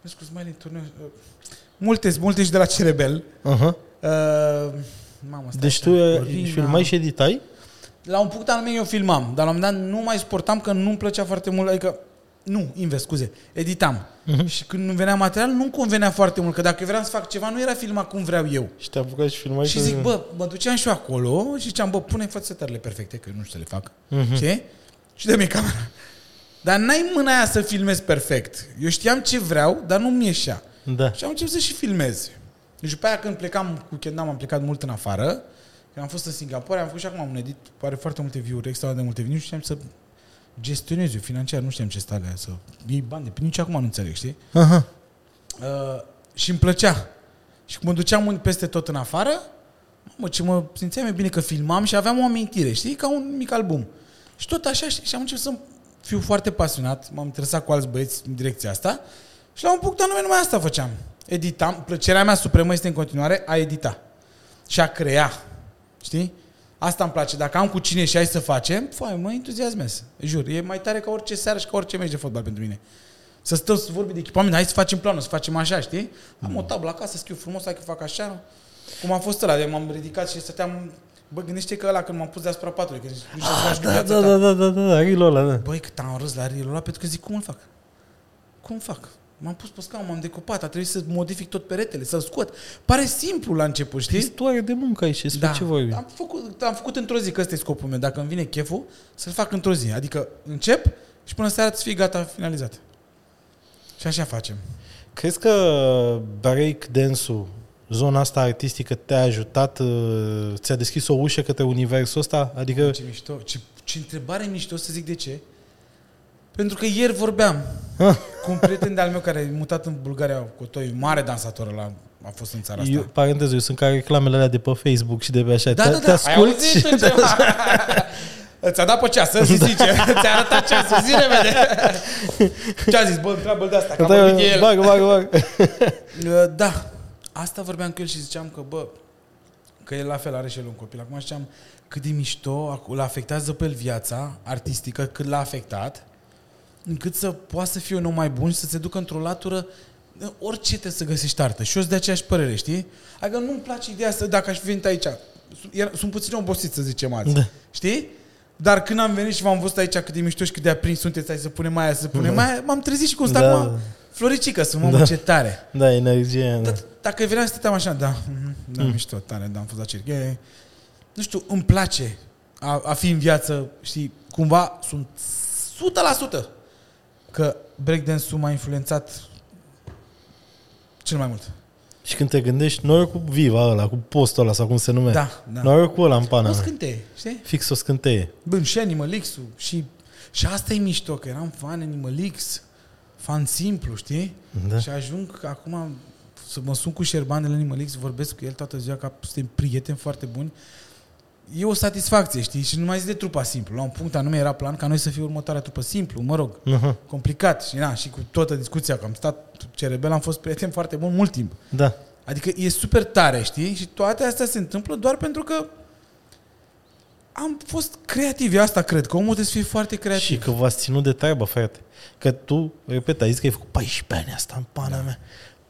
Vezi cu smiley turneu... Uh, multe, multe și de la Cerebel.
Aha.
Uh, mamă, stai
Deci
așa,
tu uh,
Corina.
filmai și editai?
La un punct anume eu filmam, dar la un moment dat nu mai suportam că nu-mi plăcea foarte mult, adică nu, invers, scuze, editam.
Mhm.
Uh-huh. Și când nu venea material, nu-mi convenea foarte mult, că dacă eu vreau să fac ceva, nu era filmat cum vreau eu.
Și te apucat și filmai
Și zic, bă, mă duceam și eu acolo și ziceam, bă, pune fațetările perfecte, că eu nu știu să le fac.
Mhm.
Mm-hmm. Știi? Și dă-mi camera. Dar n-ai mâna aia să filmezi perfect. Eu știam ce vreau, dar nu-mi ieșea.
Da.
Și am început să și filmez. Deci după aia când plecam cu Kendam, am plecat mult în afară. Când am fost în Singapore, am făcut și acum un edit, are foarte multe view-uri, extraordinar de multe view-uri și știam să gestionez eu financiar, nu știam ce stare aia, să iei bani de pe nici acum nu înțeleg, știi?
Aha.
Uh, și îmi plăcea. Și când mă duceam în- peste tot în afară, mă, ce mă simțeam e bine că filmam și aveam o amintire, știi? Ca un mic album. Și tot așa, știi? și am început să fiu foarte pasionat, m-am interesat cu alți băieți în direcția asta și la un punct anume numai asta făceam. Editam, plăcerea mea supremă este în continuare a edita și a crea, știi? Asta îmi place. Dacă am cu cine și hai să facem, foai, mă entuziasmez. Jur, e mai tare ca orice seară și ca orice meci de fotbal pentru mine. Să stăm să vorbim de echipament, hai să facem planul, să facem așa, știi? Am o tablă acasă, scriu frumos, hai că fac așa. Cum a fost ăla, de m-am ridicat și stăteam... Bă, gândește că ăla când m-am pus deasupra patului, că zici, nu știu să faci cu
Da,
viața
da,
ta.
da, da, da, da, da, rilul ăla, da.
Băi, cât am râs la reel ăla, pentru că zic, cum îl fac? Cum fac? M-am pus pe scaun, m-am decupat, a trebuit să modific tot peretele, să-l scot. Pare simplu la început, știi?
Istorie de muncă aici, despre ce vorbim?
Da. Am făcut, am făcut într-o zi, că ăsta e scopul meu. Dacă îmi vine cheful, să-l fac într-o zi. Adică încep și până seara să fie gata, finalizat. Și așa facem.
Crezi că break dance-ul, zona asta artistică te-a ajutat, uh, ți-a deschis o ușă către universul ăsta? Adică,
Ce mișto, ce, ce întrebare mișto să zic de ce. Pentru că ieri vorbeam cu un prieten de-al meu care e mutat în Bulgaria cu toi, mare dansator la a fost în țara asta.
eu, paranteză, eu sunt ca reclamele alea de pe Facebook și de pe așa,
Da,
te,
da, da.
te asculti
Ai auzit tu ceva? Ți-a dat pe ceas, să zice.
Da.
Ți-a arătat ceasul, zi repede. Ce-a zis? Bă, întreabă de asta, că
Da,
am vorbit de el.
bagă, bagă, bagă.
Uh, Da, asta vorbeam cu el și ziceam că, bă, că el la fel are și el un copil. Acum ziceam cât de mișto, îl afectează pe el viața artistică, cât l-a afectat, încât să poată să fie un om mai bun și să se ducă într-o latură orice trebuie să găsești artă. Și eu sunt de aceeași părere, știi? Adică nu-mi place ideea să, dacă aș fi venit aici, sunt- era- sunt puțin obosit, să zicem azi,
Da.
știi? Dar când am venit și v-am văzut aici cât de mișto și cât de aprins sunteți, hai să punem aia, să punem aia, m-am trezit și constat,
Da.
da. mă, floricică, să mă, da. ce tare.
Da, energie. aia, Da.
Da- Dacă veneam, stăteam așa, da, mhm, da, mm. mișto, tare, da, am fost la circ. E, nu știu, îmi place a, a fi în viață, știi, cumva sunt 100% că breakdance-ul m-a influențat cel mai mult.
Și când te gândești, noroc cu viva ăla, cu postul ăla sau cum se numește.
Da, da.
Noroc cu ăla în pana
Nu
mea.
scânteie, știi?
Fix o scânteie.
Bun, și Animal X-ul și, și asta e mișto, că eram fan Animal X, fan simplu, știi?
Da.
Și ajung acum să mă sun cu șerbanele Animal X, vorbesc cu el toată ziua, ca suntem prieteni foarte buni. E o satisfacție, știi? Și nu mai zic de trupa simplu. La un punct anume era plan ca noi să fie următoarea trupă simplu, mă rog.
Aha.
Complicat. Și, na, și cu toată discuția, că am stat cerebel, am fost prieteni foarte bun mult timp.
Da.
Adică e super tare, știi? Și toate astea se întâmplă doar pentru că am fost creativ. Eu asta cred, că omul trebuie să fie foarte creativ.
Și că v-ați ținut de treabă, frate. Că tu, repet, ai zis că ai făcut 14 ani asta în pana
Da.
mea.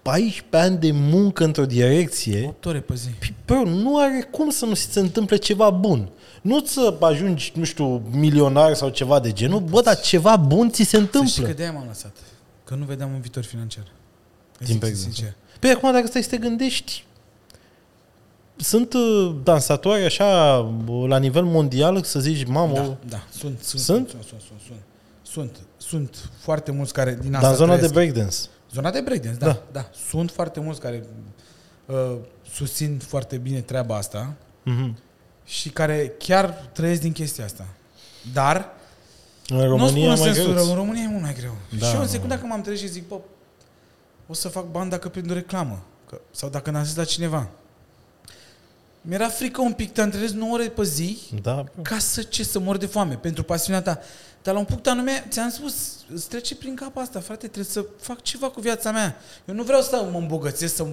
14 ani de muncă într-o direcție.
8 ore pe zi.
Bă, nu are cum să nu ți se întâmple ceva bun. Nu să ajungi, nu știu, milionar sau ceva de genul. Bă, dar ceva bun ți se
Și că
întâmplă.
de-aia m-am lăsat. Că nu vedeam un viitor financiar. Îți
Din
zic
păcate.
sincer.
Păi acum, dacă stai să te gândești, sunt uh, dansatoare așa, uh, la nivel mondial, să zici, mamă,
Da, da, sunt, sunt,
Sunt?
sunt, sunt, sunt, sunt, sunt. Sunt, sunt foarte mulți care din asta
dar în zona de
trăiesc.
breakdance.
Zona de breakdance, da,
Da.
da. da. Sunt foarte mulți care uh, susțin foarte bine treaba asta.
Mhm.
și care chiar trăiesc din chestia asta. Dar
În România
nu
mai
spun în
greu.
sensul rău, în România e mult mai greu.
Da,
Da, și eu
da,
în secunda când m-am trezit și zic, bă, o să fac bani dacă prind o reclamă că, sau dacă dansez la cineva. Mi-era frică un pic, te antrenezi 9 ore pe zi
Da, bă.
ca să ce, să mor de foame pentru pasiunea ta. Dar la un punct anume, ți-am spus, îți trece prin cap asta, frate, trebuie să fac ceva cu viața mea. Eu nu vreau să mă îmbogățesc, să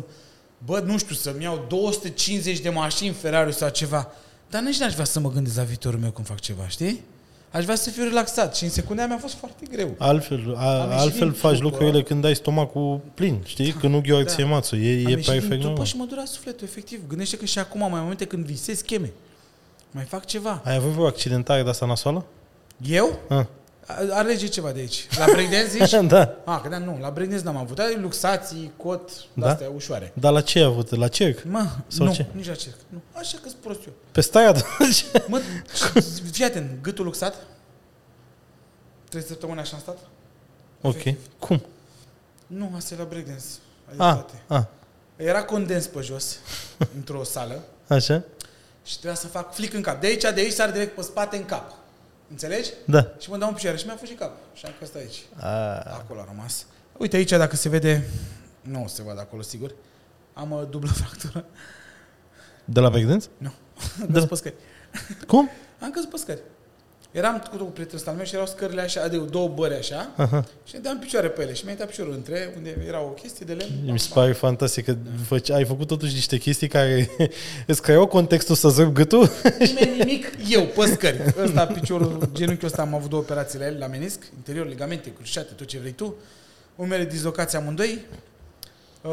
bă, nu știu, să-mi iau 250 de mașini Ferrari sau ceva. Dar nici n-aș vrea să mă gândesc la viitorul meu când fac ceva, știi? Aș vrea să fiu relaxat și în secunda aia mi-a fost foarte greu.
Altfel,
Am
a,
ieșit
altfel
din
faci
trupă.
lucrurile când ai stomacul plin, știi? Când nu ghiu da. mațu, e,
Am
e
ieșit din
perfect
trupă
normal.
și mă dura sufletul, efectiv. Gândește că și acum mai am momente când visez cheme. Mai fac ceva.
Ai avut vreo accidentare de asta nasoală?
Eu?
Ah.
A- Alege ceva de aici. La breakdance zici?
da.
A, că da, nu, la breakdance n-am avut. Dar luxații, cot,
Da?
da? astea ușoare.
Dar la ce ai avut? La cerc?
Mă,
Sau
nu,
ce?
nici la cerc. Nu. Așa că-s prost eu.
Pe stradă?
Mă, ce- fii atent, gâtul luxat. Trei săptămâni așa am stat?
ok. Cum? Ah,
Nu, asta e la breakdance. Ai
A,
dreptate.
a,
Era condens pe jos, într-o sală,
așa?
și trebuia să fac flic în cap. De aici, de aici, sar direct pe spate în cap. Înțelegi?
Da.
Și mă dau în picioare și mi-a fost și cap. Și am căstat aici.
A,
Acolo a rămas. Uite aici, dacă se vede, nu o să se vadă acolo, sigur. Am o dublă fractură.
de la breakdance?
Nu.
Da.
Am căzut pe scări.
Cum?
Am căzut pe scări. Eram cu un prieten ăsta al meu și erau scările așa, adică două bări așa,
Aha.
și ne deam picioare pe ele și mi-a dat piciorul între, unde era o chestie de lemn.
Mi se pare fantastic că făce, ai făcut totuși niște chestii care îți creau contextul să zărb gâtul.
Nimeni nimic, eu pe scări. Ăsta, piciorul, genunchiul ăsta, am avut două operații la el, la menisc, interior, ligamente, cruciate, tot ce vrei tu. Umere dislocați amândoi. Uh,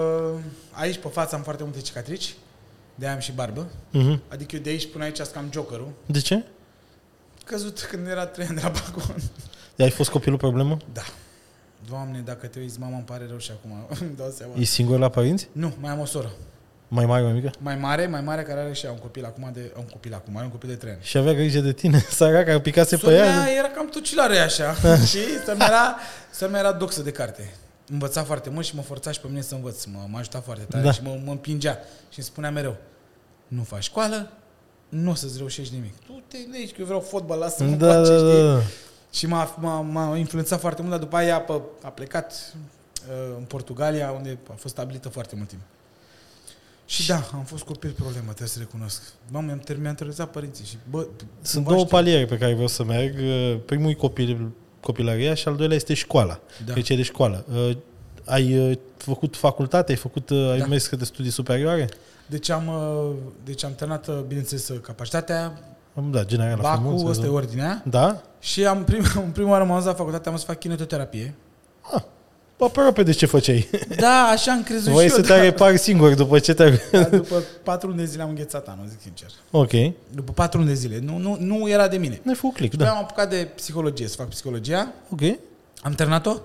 Aici, pe față, am foarte multe cicatrici. De am și barbă.
Mhm.
Adică eu de aici până aici sunt cam jokerul.
De ce?
Căzut când era trei ani de la balcon.
Ai fost copilul problemă?
Da. Doamne, dacă te uiți, mama îmi pare rău și acum îmi dau seama.
E singur la părinți?
Nu, mai am o soră.
Mai mare, mai mică?
Mai mare, mai mare, care are și ea un copil acum de... Un copil acum, are un copil de trei ani.
Și avea grijă de tine, săraca, picase pe
Sora
ea.
mea era cam tucilare așa și să mea era, să mea era doxă de carte. Învăța foarte mult și mă forța și pe mine să învăț. Mă, mă ajuta foarte tare
Da.
da. și mă, mă împingea și îmi spunea mereu nu faci școală, nu o să-ți reușești nimic. Tu te legi că eu vreau fotbal, lasă-mă da,
Da, da,
știi?
da.
Și m-a, m-a, m-a influențat foarte mult, dar după aia pă, a plecat uh, în Portugalia, unde a fost stabilită foarte mult timp. Și da, am fost copil problemă, trebuie să recunosc. Bă, mi-am terminat terrorizat părinții și bă,
Sunt
cumva
două
știu-
paliere pe care vreau să merg. Primul e copil, copilăria și al doilea este școala. Da.
Da.
Deci e de școală. Ai uh, făcut facultate, ai făcut, uh, ai
Da.
mers către studii superioare?
Deci am, uh, deci am terminat, uh, bineînțeles, uh, capacitatea,
Da, general la
Bacu,
frumos.
ăsta e ordinea.
Da?
Și am prim, în prima oară m-am dus la facultate, am să fac kinetoterapie.
Ah, Bă, pe repede ce făceai.
Da, așa am crezut
Voi
și eu.
să te
da.
repari singur după ce te...
Dar după patru luni de zile am înghețat anul, zic sincer.
ok.
După patru luni de zile. Nu, nu, nu era de mine.
Ne făcut click,
Da.
da.
am apucat de psihologie, să fac psihologia.
Ok.
Am terminat-o.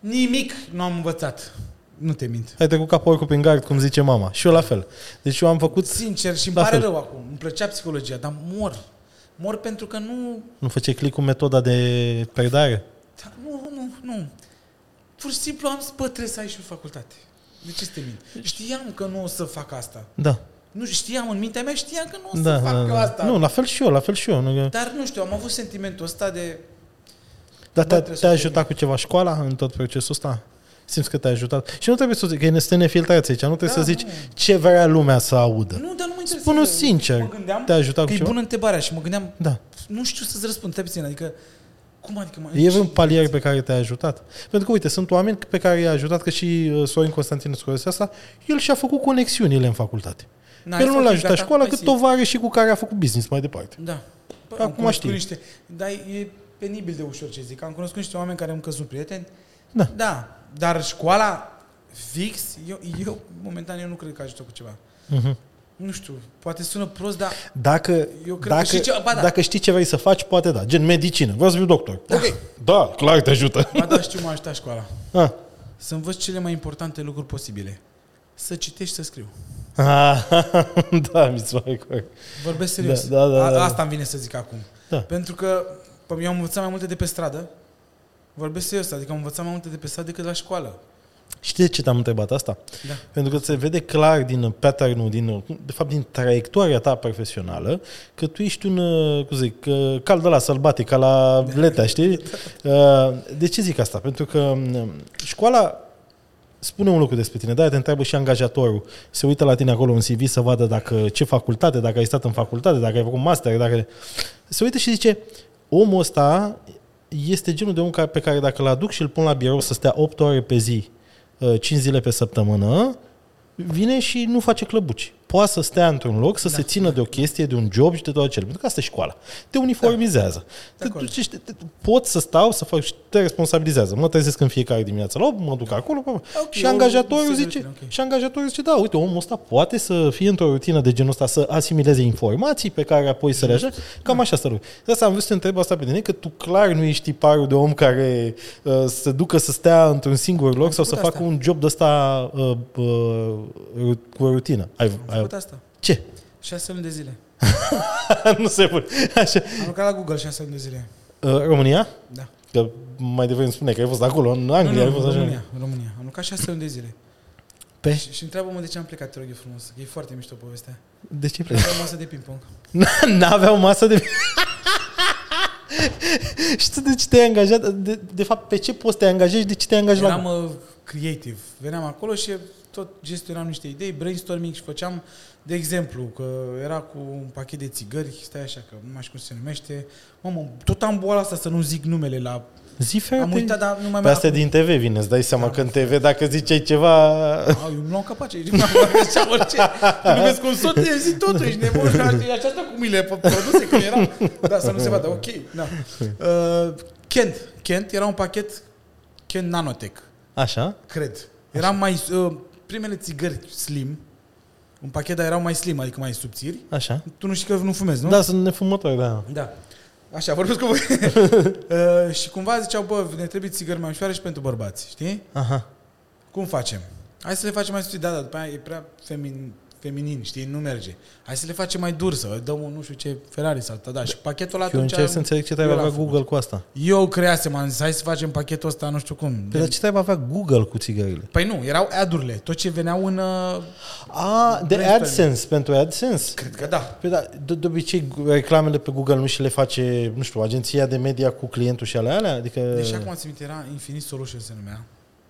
Nimic nu am învățat. Nu te mint.
Ai trecut ca porcul prin gard, cum zice mama. Și eu la fel. Deci eu am făcut...
Sincer, și îmi
La
pare
fel.
rău acum. Îmi plăcea psihologia, dar mor. Mor pentru că nu...
Nu făceai click cu metoda de predare?
da, Nu, nu, nu. Pur și simplu am zis, bă, trebuie să ai și o facultate. De ce să te mint? Știam că nu o să fac asta.
Da.
Nu știam, în mintea mea știam că nu o să
da,
fac
da,
eu
da.
asta.
Nu, la fel și eu, la fel și eu. Nu,
Dar nu știu, am avut sentimentul ăsta de...
Dar te-a,
trebuie să
te-a
fie
ajutat cu ceva școala în tot procesul ăsta? Simți că te-a ajutat? Și nu trebuie să zici, că este nefiltrați aici, nu trebuie
Da,
să zici
nu.
ce vrea lumea să audă.
Nu, dar nu mă interesează.
Da. Spune-o sincer.
Mă gândeam
Te-a
că
ajutat cu
e
ceva?
bună întrebarea și mă gândeam,
Da.
nu știu să-ți răspund, te puțin, adică... Cum adică? Mă,
E un palier pe care te-a ajutat. Pentru că, uite, sunt oameni pe care i-a ajutat, că și uh, Sorin Constantinescu ăsta, asta, el și-a făcut conexiunile în facultate.
N-ai
el nu
Da, făcut,
l-a ajutat
gata, Păi
școala,
hai
cât
să
tovare și cu care a făcut business mai departe.
Da. Bă,
Acum
am cunoscut
știi.
Niște, dar e penibil de ușor ce zic. Am cunoscut niște oameni care îmi căzut prieteni.
Da.
Da, dar școala fix, eu, eu momentan eu nu cred că ajută cu ceva.
Mhm.
Nu știu, poate sună prost, dar
Dacă,
Eu cred că
dacă,
și ce- ba da.
dacă știi ce vrei să faci, poate da. Gen medicină. Vreau să fiu doctor.
Da.
Ok. Da, clar te ajută.
ba, da, știu, m-a ajutat școala.
Ah.
Să învăț cele mai importante lucruri posibile. Să citești, să scriu.
Ah, da, mi se pare corect.
Vorbesc serios.
Da, da, da,
A-
da.
Asta îmi vine să zic acum.
Da.
Pentru că pă, eu am învățat mai multe de pe stradă. Vorbesc serios, adică am învățat mai multe de pe stradă decât la școală.
Știi de ce te-am întrebat asta?
Da.
Pentru că se vede clar din pattern din, de fapt, din traiectoria ta profesională, că tu ești un, uh, cum zic, uh, cal de la sălbatic, ca la letea, știi? Uh, De ce zic asta? Pentru că um, școala spune un lucru despre tine, de-aia te întreabă și angajatorul. Se uită la tine acolo în CV să vadă dacă ce facultate, dacă ai stat în facultate, dacă ai făcut master, dacă... Se uită și zice, omul ăsta este genul de om ca- pe care dacă îl aduc și îl pun la birou să stea 8 ore pe zi, 5 zile pe săptămână, vine și nu face clăbuci. Poate să stea într-un loc, să da. se țină de o chestie, de un job și de toate cele. Pentru că asta e școala. Te uniformizează.
Da. De
Te
acord.
duci și te, te, pot să stau, să fac și te responsabilizează. Mă trezesc în fiecare dimineață la 8, mă duc acolo. Okay, și
eu-
angajatorul
sigur,
zice,
ok.
și angajatorul zice, da, uite, omul ăsta poate să fie într-o rutină de genul ăsta, să asimileze informații pe care apoi să le ajute.
Exact.
Cam așa să De asta am vrut să te întreb asta pe tine, că tu clar nu ești tiparul de om care uh, să ducă să stea într-un singur loc sau să
făcut
facă un job de ăsta uh, uh, ru- cu o rutină. Ai,
Am
ai,
făcut asta.
ce?
Șase luni de zile.
nu se pune. Așa.
Am lucrat la Google șase luni de zile.
Uh, România?
Da.
Că mai devreme îmi spune că ai fost acolo, în Anglia, ai
nu, nu,
fost
în
așa.
România, în România. Am lucrat șase luni de zile.
Pe?
Și, și întreabă-mă de ce am plecat, te rog eu frumos. E foarte mișto povestea.
De ce pleci?
Era o masă de ping-pong.
N-aveau masă de... și tu de ce te-ai angajat? De, de fapt, pe ce poți să te angajezi? De ce te-ai angajat
Eram
la...
uh, creative. Veneam acolo și tot gestionam niște idei, brainstorming și făceam, de exemplu, că era cu un pachet de țigări, stai așa, că nu mai știu cum se numește. Mamă, tot am boala asta să nu zic numele la...
Zi, frate.
Am uitat, dar Da. nu mai
Pe
mai...
astea din TV vine, îți dai seama că în TV, dacă ziceai ceva...
Au, eu îmi luam capace, nu așa orice. Te numesc cum sot, eu zic totul, ești nebun, e aceasta cu mile pe produse, când era. Da, să nu se vadă, ok. Da. Uh, Kent, Kent era un pachet Kent Nanotech,
Așa?
cred. Era mai, uh, primele țigări slim, un pachet, dar erau mai slim, adică mai subțiri.
Așa?
Tu nu știi că nu fumezi, nu?
Da, sunt nefumători, da.
Da. Așa, vorbesc cu voi. uh, și cumva ziceau, bă, ne trebuie țigări mai ușoare și pentru bărbați, știi?
Aha.
Cum facem? Hai să le facem mai subțiri, da, dar după aia e prea femin, feminin, știi, nu merge. Hai să le facem mai dur, să dăm un nu știu ce Ferrari sau da, da. Și pachetul ăla
Eu
atunci...
încerc să înțeleg ce
eu
trebuie
l-am
avea
făcut.
Google cu asta.
Eu creasem, am zis, hai să facem pachetul ăsta, nu știu cum.
Păi, dar ce trebuie avea Google cu țigările?
Păi nu, erau ad-urile, tot ce veneau în... uh,
A, de
Brainstorming.
AdSense, pentru AdSense?
Cred că da.
Păi da, de, de obicei reclamele pe Google nu și le face, nu știu, agenția de media cu clientul și ale alea? Adică...
Deci acum ți minte, era Infinite Solution se numea.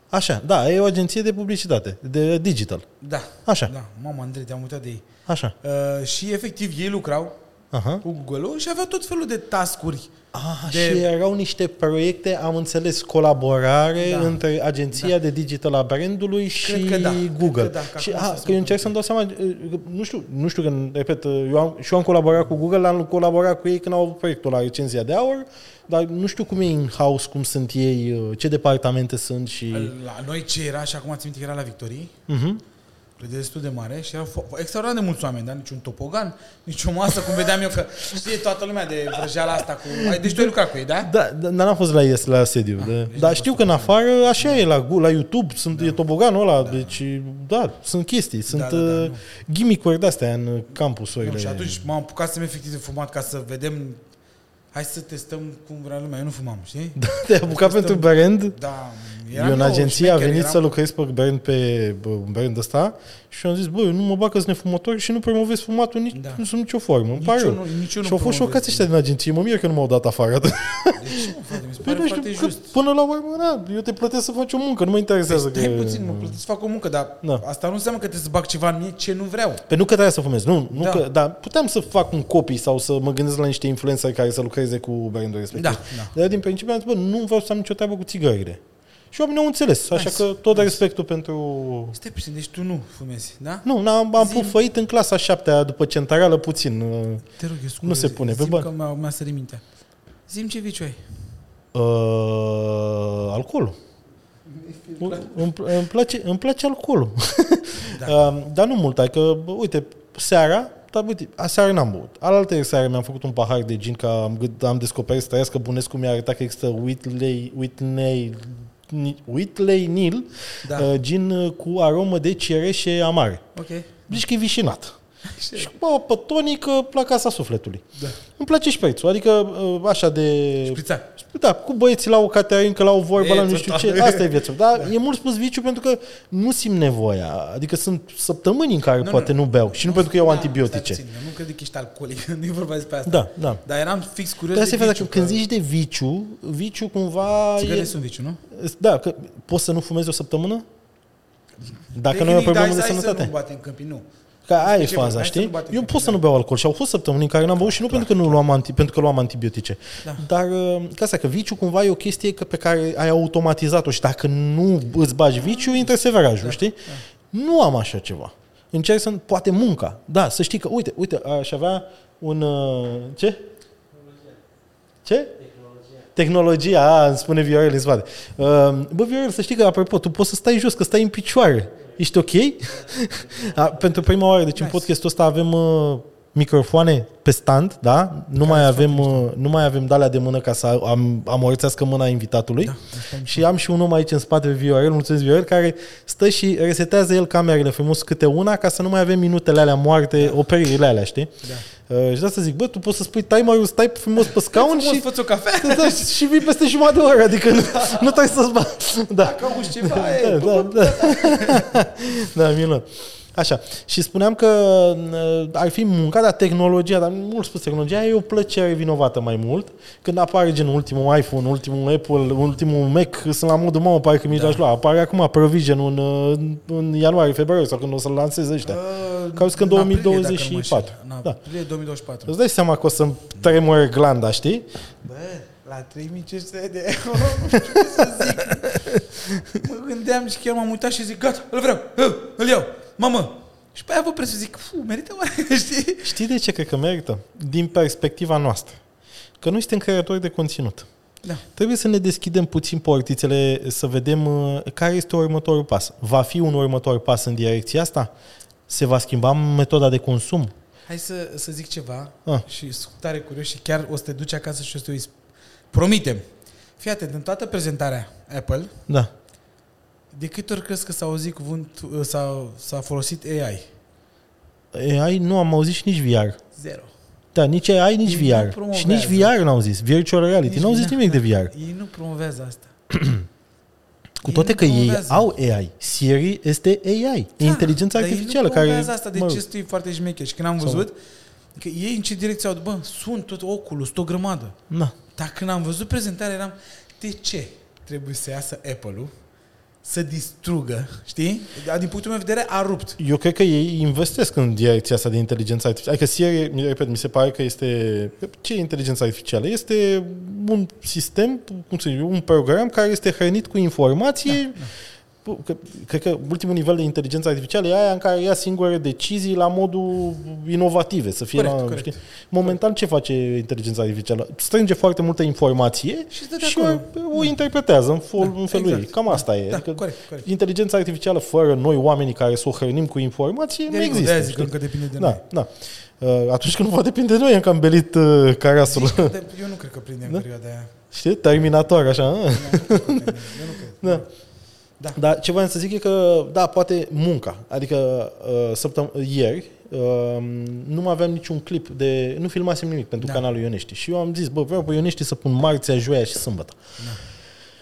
Așa, da, e o agenție de publicitate, de digital.
Da.
Așa.
Da, mama Andrei, te-am uitat de ei.
Așa.
Uh, și efectiv ei lucrau
Aha.
cu Google-ul și avea tot felul de tascuri.
Ah,
De-
de... și erau niște proiecte, am înțeles, colaborare
Da.
da. între agenția da. de digital a brandului și
că da.
Google.
Cred că da, că
și,
acum
a,
se
că eu încerc să-mi dau seama, eh, că nu știu, nu știu când, repet, eh, eu am, și eu am colaborat cu Google, am colaborat cu ei când au avut proiectul la recenzia de aur, dar nu știu cum e in-house, cum sunt ei, eh, ce departamente sunt și...
La noi ce era, și acum țin minte că era la Victorii,
Uh-huh.
Clădire destul de mare și erau fo- extraordinar de mulți oameni, dar niciun topogan, nici o masă, cum vedeam eu că știe toată lumea de vrăjeala asta cu... Ai- Deci tu ai lucrat cu ei, da?
Da, dar n-am fost la IES, la sediu. Da,
Ah,
dar știu că în afară așa e, la, Gu- la YouTube, sunt, e toboganul ăla, deci, da, sunt chestii, sunt
da, da,
uh,
nu.
gimmick-uri de-astea în uh, campusurile.
Nu, și atunci m-am apucat să-mi efectiv de fumat ca să vedem... Hai să testăm cum vrea lumea, eu nu fumam, știi? Da,
Te-ai apucat pentru brand?
eram
eu în
nou,
agenție a
șmecher,
venit
eram-
să lucrez pe brand, pe bă, un brand ăsta și am zis, băi, nu mă bag că sunt nefumător și nu promovez fumatul nici,
Da.
nu sunt nicio formă, îmi pare
eu
rău.
nu- nici eu nu
Și au fost
promovez.
șocați ăștia din agenție, mă mir că nu m-au dat afară. atunci.
Deci, nu, frate, mi se
Păi
pare
nu
foarte
știu, că
just. Păi
până la urmă, na, eu te plătesc să faci o muncă, nu mă interesează
Stai
că...
puțin, mă plătesc să fac o muncă, dar
Da. Deci-
asta nu înseamnă că trebuie să bag ceva în mine ce nu vreau.
Pe nu că trebuia să fumez, nu, nu
Da.
da. că, dar puteam să fac un copy sau să mă gândesc la niște influențări care să lucreze cu brandul respectiv.
Da, da.
Dar din principiu am zis, bă, nu vreau să am nicio treabă cu țigările. Și oamenii au înțeles, așa că tot respectul pentru...
Stai puțin, deci tu nu fumezi, da?
Nu, n-am, am pufăit în clasa șaptea după centarală puțin. Uh,
Te rog, eu sunt
Nu se
curios.
pune pe
Zim
bani.
că mi-a, mi-a sărit mintea. Zim ce viciu ai.
uh, alcoolul. Îmi, îmi, place, îmi place alcoolul.
Da.
Da. uh, dar nu mult, adică, bă, uite, seara, dar uite, aseară n-am băut. Alaltă seară mi-am făcut un pahar de gin, că am, gât- am descoperit să trăiesc, că Bunescu mi-a arătat că există Whitley, Whitney, Ni- Whitley Nil,
Da.
da. uh, gin uh, cu aromă de cireșe amare.
Ok.
Zici că e vișinat. Și bă, pe tonică la casa sufletului.
Da.
Îmi place și prețul, adică uh, așa de...
Șprița.
Da, cu băieții la o caterincă, la o vorbă, la nu
Viețul
știu
tău.
ce. Asta e viața. Dar da. e mult spus viciu pentru că nu simt nevoia. Adică sunt săptămâni în care
nu.
nu, poate nu, beau și nu, pentru că iau
Da,
antibiotice.
stai puțin, eu Nu cred că ești alcoolic, nu e vorba despre asta.
Da, da.
Dar eram fix curios
Dar asta e faza, că
viciu,
când zici de viciu, viciu cumva
Țigările
e...
sunt viciu, nu?
Da, că poți să nu fumezi o săptămână? Dacă nu e o
Tehnic,
problemă de
dar Păi hai Să nu
sănătate.
batem câmpii, nu.
Ca aia e
ce vorbim,
faza,
hai să nu
știi?
batem
Eu
capul, da.
pot să nu beau alcool și au fost săptămâni în care n-am băut și nu pentru că nu luam anti, pentru că luam antibiotice.
Da.
Dar uh, ca asta că viciu cumva e o chestie că, pe care ai automatizat-o și dacă nu îți bagi viciu, intră severajul,
Da,
știi? Nu am așa ceva. Încerc să poate munca. Da, să știi că uite, uite, aș avea un uh, ce? Ce? Tehnologia, a, îmi spune Viorel, îmi spate. Uh, Bă, Viorel, să știi că, apropo, tu poți să stai jos, că stai în picioare. Ești ok? a, pentru prima oară, deci nice. în
Nice.
podcastul ăsta avem uh, microfoane pe stand, da? Nu mai, avem, uh, nu mai avem dalea de mână ca să am, amorțească mâna invitatului.
Da,
Da.
asta e mișto.
Și am și un om aici în spate, Viorel, mulțumesc Viorel, care stă și resetează el camerele frumos câte una ca să nu mai avem minutele alea moarte, operirile alea, știi? Da. Uh, și de asta zic, bă, tu poți să spui timerul, stai frumos pe scaun
Frumos,
și
fă-ți o cafea.
da, da, și vii peste jumătate de oră, adică nu, nu trebuie să-ți bagi. Da.
Cauți ceva, e,
Da,
bă,
da, da. da, minunat. Așa. Și spuneam că uh, ar fi munca, dar tehnologia, dar mult spus, tehnologia e o plăcere vinovată mai mult. Când apare gen ultimul iPhone, ultimul Apple, ultimul Mac, sunt la modul, mamă, pare că mi-l da. aș lua. Apare acum Provision în, uh, în ianuarie, februarie sau când o să-l lanseze ăștia.
Uh,
Că au zis că în
aprilie, dacă mă înșel.
2024.
În
Da.
aprilie 2024.
Îți dai seama că o să-mi tremure glanda, știi?
Bă, la 3500 de euro, nu știu ce să zic. Mă gândeam și chiar m-am uitat și zic, gata, îl vreau, eu, îl iau, mamă. Și pe aia vă prețul zic, fu, merită oare, știi?
Știi de ce cred că merită? Din perspectiva noastră. Că noi suntem creatori de conținut.
Da.
Trebuie să ne deschidem puțin portițele, să vedem uh, care este următorul pas. Va fi un următor pas în direcția asta? Se va schimba metoda de consum?
Hai să, să zic ceva
Ah.
și sunt tare curios și chiar o să te duci acasă și o să te uiți. Promitem. Fii atent, în toată prezentarea Apple,
Da.
de câte ori crezi că s-a auzit cuvântul, s-a, s-a folosit AI?
AI nu am auzit și nici VR.
Zero.
Da, nici AI, nici
Ei nu
VR.
promovează.
Și nici VR n-au zis. Virtual reality.
Nici
n-au zis
bine.
nimic de VR.
Ei nu promovează asta.
Cu toate
nu
că ei
promovează.
au AI. Siri este AI. Da, inteligența
dar ei
artificială
nu
care...
promovează asta, de
mă
ce
rog.
este foarte șmecher. Și când am
Sau-
văzut, că ei în ce direcție au bă, sunt tot Oculus, tot o grămadă.
Na.
Dar când am văzut prezentarea eram, de ce trebuie să iasă Apple-ul să distrugă, știi? Dar din punctul meu de vedere a rupt.
Eu cred că ei investesc în direcția asta de inteligență artificială. Adică Siri, mi- repet, mi se pare că este... Ce e inteligența artificială? Este un sistem, cum să zic, un program care este hrănit cu
Da,
informație Bă, că- Cred că ultimul nivel de inteligență artificială e aia în care ia singure decizii la modul inovative, să fie
Corect,
la,
corect.
Știi? Momentan ce face inteligența artificială? Strânge foarte multă informație
Și stă de
și
acolo.
o, o interpretează în, fol,
Da,
în felul
exact.
ei. Cam asta e. Adică
Da, corect, corect.
Inteligența artificială fără noi, oamenii care să o hrănim cu informație, nu
De-aia zic, de-aia
există.
zic că
știi?
încă depinde de noi.
Da, da. Uh, Atunci când nu va depinde de noi, am cam belit uh, carasul.
Zici că te- Eu nu cred că prindem
Da?
perioada aia.
Știi? Terminator, așa. ah.
Nu, nu cred că prindem. Eu nu cred.
Da.
Da.
Dar ce voiam să zic e că, da, poate munca. Adică uh, săptăm- ieri uh, nu mai aveam niciun clip de... Nu filmasem nimic pentru
Da.
da. canalul Ionești. Și eu am zis, bă, vreau pe Ionești să pun marțea, joia și sâmbătă. Da.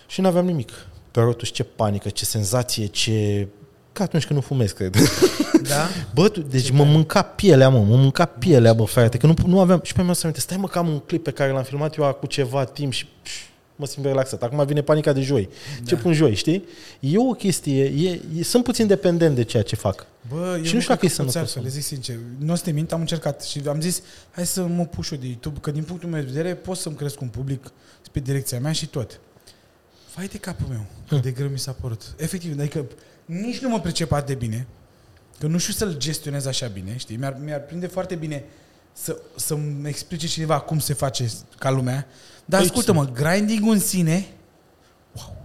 Și nu aveam nimic. Dar totuși ce panică, ce senzație, ce... Ca atunci când nu fumez, cred.
Da?
Bă, tu, deci mă mânca pielea, mă, mă mânca pielea, bă, frate, că nu, nu aveam... Și pe mine să aminte, stai mă că am un clip pe care l-am filmat eu acum ceva timp și pș, mă simt relaxat. Acum vine panica de joi. Da. Ce pun joi, știi? E o chestie, e, e, sunt puțin dependent de ceea ce fac.
Bă, eu
nu
nu
știu dacă e
cred că pot
sănătos.
să le zic sincer. Nu o să te mint, am încercat și am zis, hai să mă puș eu de YouTube, că din punctul meu de vedere pot să-mi cresc un public pe direcția mea și tot. Fai de capul meu, cât de greu mi s-a părut. Efectiv, adică nici nu mă pricepa de bine, că nu știu să-l gestionez așa bine, știi? Mi-ar, mi-ar prinde foarte bine să, să-mi explice cineva cum se face ca lumea. Dar
Aici
ascultă-mă, grinding în sine, wow,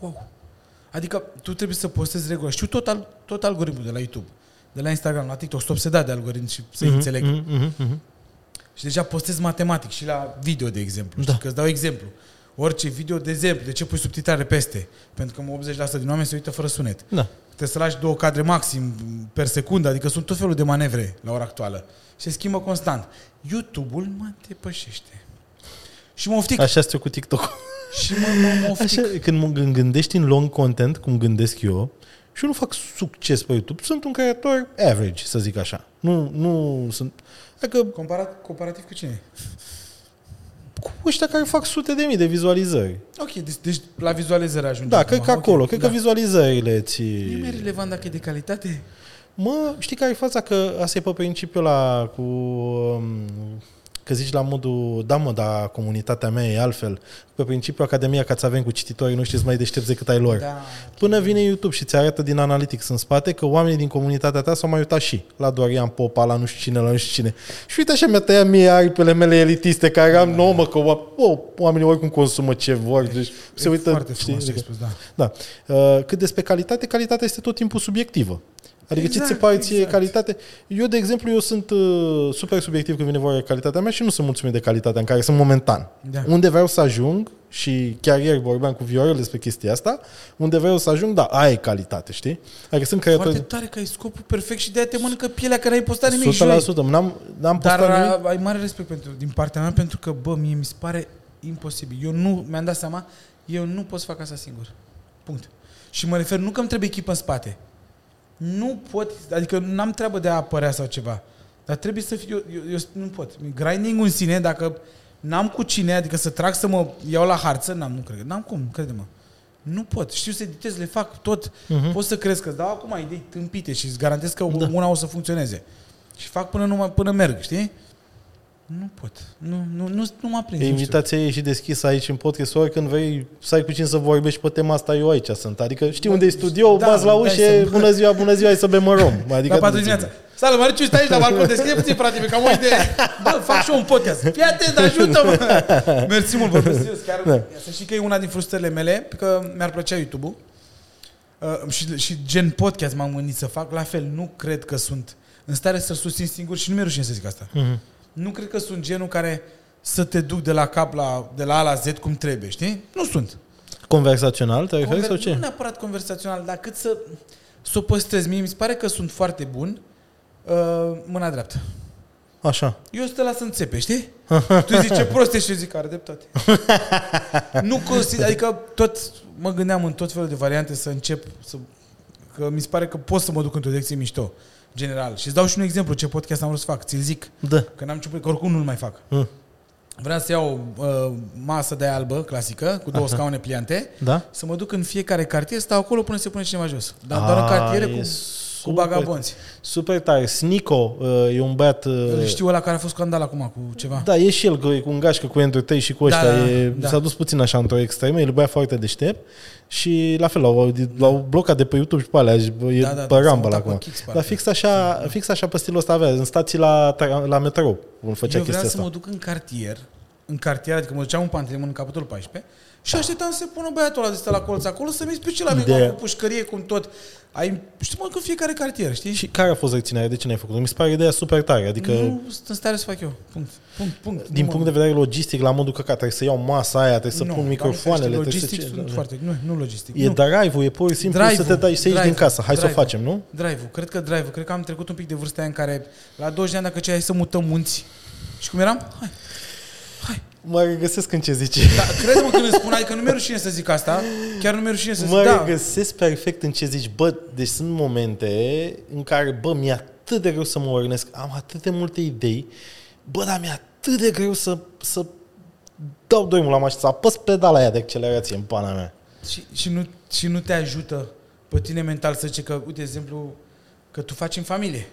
wow. Adică tu trebuie să postezi regulă. Știu tot, al, tot algoritmul de la YouTube, de la Instagram, la TikTok, sunt obsedat de algoritm și să-i înțeleg.
Mm-hmm, mm-hmm.
Și deja postez matematic și la video, de exemplu.
Da.
Da. Că îți dau exemplu. Orice video, de exemplu, de ce pui subtitrare peste? Pentru că 80% din oameni se uită fără sunet.
Da.
Trebuie să lași două cadre maxim per secundă, adică sunt tot felul de manevre la ora actuală. Se schimbă constant. YouTube-ul mă depășește. Și mă oftic.
Așa este eu cu TikTok.
Și mă, mă, mă oftic.
Așa, când mă gând- gândești în long content, cum gândesc eu, și eu nu fac succes pe YouTube, sunt un creator average, să zic așa. Nu, nu sunt... Adică
Comparat, comparativ cu cine?
cu ăștia care fac sute de mii de vizualizări.
Ok, deci, deci la vizualizare ajunge.
Da,
acum.
cred că
Ok,
acolo. Cred
da.
că vizualizările ți...
E mai relevant dacă e de calitate?
Mă, știi care e fața? Că asta e pe principiul la cu... um, Că zici la modul, da mă, dar comunitatea mea e altfel. Pe principiul Academia ca avem cu cititorii noștri sunt mai deștepți decât ai lor.
Da.
Până vine YouTube și ți arată din Analytics în spate că oamenii din comunitatea ta s-au mai uitat și la Dorian Popa, la nu știu cine, la nu știu cine. Și uite așa mi-a tăiat mie aripile mele elitiste care am nouă, mă, că o, o, oamenii oricum consumă ce vor. Deci
Da.
se
E
uită,
foarte frumos ce
adică-
ai spus, da.
da. Uh, Cât despre calitate, calitatea este tot timpul subiectivă. Adică exact,
Exact,
ce ți se pare ție
exact.
calitate? Eu, de exemplu, eu sunt uh, super subiectiv când vine vorba de calitatea mea și nu sunt mulțumit de calitatea în care sunt momentan.
Da.
Unde vreau să ajung, și chiar ieri vorbeam cu Viorel despre chestia asta, unde vreau să ajung, da, aia e calitate, știi? Adică sunt
Foarte
creator...
tare că ai scopul perfect și de-aia te mănâncă pielea care ai postat nimic
100%,
joi.
n-am, n-am
Dar uh,
postat nimic.
a, ai mare respect pentru, din partea mea pentru că, bă, mie mi se pare imposibil. Eu nu, mi-am dat seama, eu nu pot să fac asta singur. Punct. Și mă refer, nu că îmi trebuie echipă în spate. Nu pot, adică n-am treabă de a apărea sau ceva. Dar trebuie să fiu, eu, eu, eu nu pot. Grinding în sine, dacă n-am cu cine, adică să trag să mă iau la harță, n-am, nu cred. N-am cum, crede-mă. Nu pot. Știu să editez, le fac tot. Uh-huh. Pot să crezi că dau acum idei tâmpite și îți garantez că da. una o să funcționeze. Și fac până, numai, până merg, știi? Nu pot. Nu, nu, nu, nu mă prins.
E
nu știu.
invitația e și deschisă aici în podcast, oricând vrei să ai cu cine să vorbești pe tema asta, eu aici sunt. Adică știi unde e studio,
Da,
da, bați la
dai
ușă,
să-
bună ziua, bună ziua, hai să bem mă rom. Adică
la 4 dimineața. Salut, Mariciu, stai aici la balcon, deschide puțin, frate, mi-e cam o idee. Bă, fac și eu un podcast. Fii atent, ajută-mă! Mersi mult, vorbesc serios, chiar.
Da.
Să știi că e una din frustrările mele, că mi-ar plăcea YouTube-ul. Uh, și, și gen podcast m-am gândit să fac. La fel, nu cred că sunt în stare să-l susțin singur și nu mi-e rușine să zic asta.
Mhm.
Nu cred că sunt genul care să te duc de la cap la, de la A la Z cum trebuie, știi? Nu sunt.
Conversațional, te referi
Conver-
sau ce?
Nu neapărat conversațional, dar cât să, să o păstrez. Mie mi se pare că sunt foarte bun uh, mâna dreaptă.
Așa.
Eu să te las să înțepe, știi? tu zici ce prost ești și eu zic că are dreptate. nu consider, adică tot mă gândeam în tot felul de variante să încep să, că mi se pare că pot să mă duc într-o direcție mișto general. Și îți dau și un exemplu ce podcast am vrut să fac, ți-l zic.
Da.
Că n-am început, că oricum nu-l mai fac.
Mm.
Vreau să iau uh, masă de albă, clasică, cu două Aha. scaune pliante,
Da?
să mă duc în fiecare cartier, stau acolo până se pune cineva jos. Dar Da, doar
Ah,
în cartiere
e
cu, cu
super.
bagabonți.
Super tare. Snico uh, e un băiat... uh,
Îl știu ăla care a fost scandal acum cu ceva.
Da, e și el că e cu un gașcă cu Andrew Tate și cu
Da,
ăștia.
da,
e,
da.
S-a dus puțin așa într-o extremă, el băia foarte deștept și la fel l-au, audit- l-au blocat de pe YouTube și pe alea, și, bă, e
Da,
da,
da,
da,
da,
pe
s-a
rambă
mutat
acum.
pe Kix,
Dar
parcă.
fix așa,
Da.
fix așa pe stilul ăsta avea, în stații la, tra- la metrou, cum făcea
Eu
chestia
vreau să mă
asta.
duc în cartier, în cartier, adică mă duceam în pantelimon în capitolul 14
Da.
și așteptam să se pună băiatul ăla de stă la colț acolo să-mi explice la mine
Ideea-
cu pușcărie, cum tot. Ai, știi mă, că fiecare cartier, știi?
Și care a fost reținerea? De ce n-ai făcut-o? Mi se pare ideea super tare. Adică,
nu sunt în stare să fac eu. Punct. Punct. punct.
din
Nu
punct
mă-
de vedere logistic, la modul că trebuie să iau masa aia, trebuie să
Nu,
pun
Doamne
microfoanele.
ferește,
trebuie să
Logistic
ce-
sunt
da, da.
foarte... Nu, nu logistic.
E
nu.
drive-ul, e pur și simplu să te dai să ieși din casă. Hai să o
drive-ul,
facem, nu?
Drive-ul, cred că drive-ul. Cred că am trecut un pic de vârsta aia în care la 20 de ani dacă ce ai să mutăm munți. Și cum eram? Hai.
Mă regăsesc în ce zici.
Da, crede-mă când îmi spun, adică nu mi-e rușine să zic asta, chiar nu mi-e rușine să zic,
Mă
da,
regăsesc perfect în ce zici. Bă, deci sunt momente în care, bă, mi-e atât de greu să mă ornesc, am atât de multe idei, bă, dar mi-e atât de greu să, să dau doi la mașină, să apăs pedala aia de accelerație în pana mea.
Și, și, nu, și nu te ajută pe tine mental să zici că, uite, de exemplu, că tu faci în familie.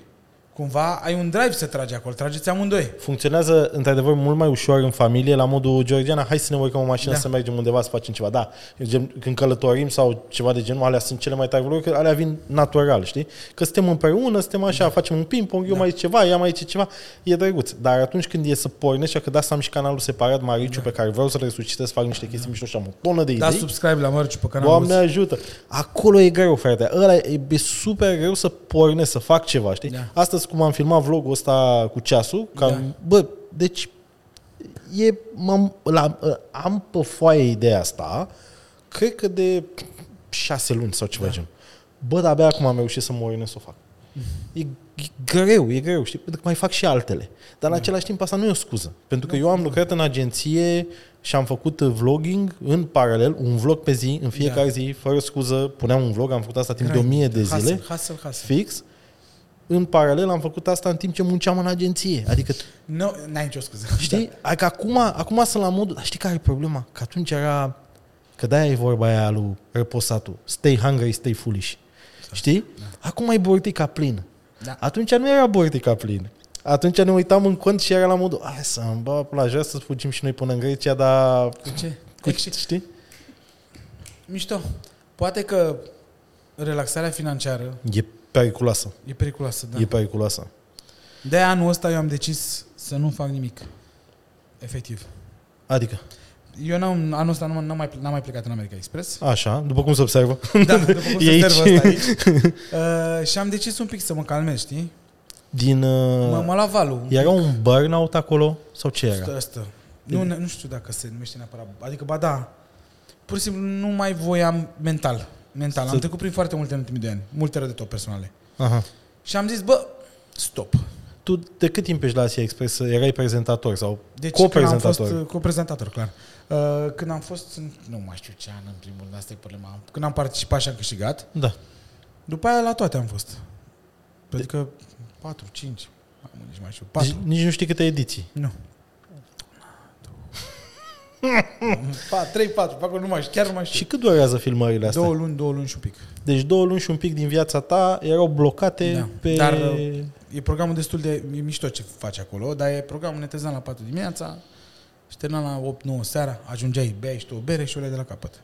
Cumva ai un drive să tragi acolo, trageți amândoi.
Funcționează, într-adevor, mult mai ușor în familie, la modul Georgiana, hai să ne urcăm o mașină
Da.
da. să mergem undeva să facem ceva. Da, gen, când călătorim sau ceva de genul, alea sunt cele mai tare valori, că alea vin natural, știi? Că suntem împreună, suntem așa, da. facem un ping-pong, eu da. mai zic ceva, ea mai zice ceva, e drăguț. Dar atunci când e să pornești, așa că da, să am și canalul separat, Mariciu, da. pe care vreau să-l resuscitez, fac niște chestii da. mișto și am o tonă de idei.
Da, subscribe la Mărciu pe canalul
Doamne
nostru.
ajută! Acolo e greu, frate. Ăla e, e super greu să pornesc, să fac ceva, știi?
Da.
Astăzi, cum am filmat vlogul ăsta cu ceasul,
Da.
că am, bă, deci e, m-am, la, am pe foaie ideea asta, cred că de șase luni sau ceva da. gen. Bă, dar abia acum am reușit să mă orinesc să o fac. E, e greu, e greu, știi? Pentru că mai fac și altele. Dar în același timp asta Da. nu e o scuză. Pentru că eu am lucrat în agenție și am făcut uh, vlogging în paralel, un vlog pe zi, în fiecare
Da.
zi, fără scuză, puneam un vlog, am făcut asta timp de o
Grind,
mie de
hustle,
zile,
Hustle, hustle.
fix. În paralel am făcut asta în timp ce munceam în agenție. Adică
Nu, n-ai nicio scuză.
Știi? Da. Adică acum, acum sunt la modul... Dar știi care e problema? Că atunci era... Că de-aia e vorba aia lui Reposatul. Stay hungry, stay foolish. Știi? Da. Acum e bortica plin.
Da.
Atunci nu era bortica plin. Atunci ne uitam în cont și era la modul Hai să îmi bă, la jos să fugim și noi până în Grecia, dar...
Cu ce?
Cu,
ce?
știi?
Mișto. Poate că relaxarea financiară
E periculoasă.
e periculoasă, da.
Da. E periculoasă.
De anul ăsta eu am decis să nu fac nimic. Efectiv.
Adică,
Eu n-am, anul ăsta nu- n-am mai, n-am mai plecat în America Express.
așa, după cum se observă.
Da, după cum se
E
aici.
aici.
Asta aici. Uh, și am decis un pic să mă calmez, știi?
Din... Uh,
Mă, mă la valul.
Era un burnout acolo? Sau ce era?
Stă, stă. Nu, nu știu dacă se numește neapărat. Adică, ba da, pur și simplu nu mai voiam mental. Mental. Am
Să-
trecut prin foarte multe în ultimii doi ani. Multe rău de tot personale.
Aha.
Și am zis, bă, stop.
Tu de cât timp ești la Asia Express? Erai prezentator sau
Deci
coprezentator?
Când am fost, uh, coprezentator, clar. Uh, când am fost, în, nu mai știu ce an, în primul rând, asta e problema. Când am participat și am câștigat,
Da.
după aia la toate am fost. Adică 4, 5, mai mult, nici mai știu, 4.
Deci, nici nu știi câte ediții.
Nu. 3, 4, pe acolo nu mai știu, chiar nu mai știu.
Și cât durează filmările astea?
Două
Două.
luni, două luni și un pic.
Deci două luni și un pic din viața ta erau blocate
Da.
da. pe...
Dar, uh, E programul destul de e mișto ce faci acolo, dar e programul netezan la 4 dimineața, și terminam la 8-9 seara, ajungeai, beai și tu o bere și o luai de la capăt.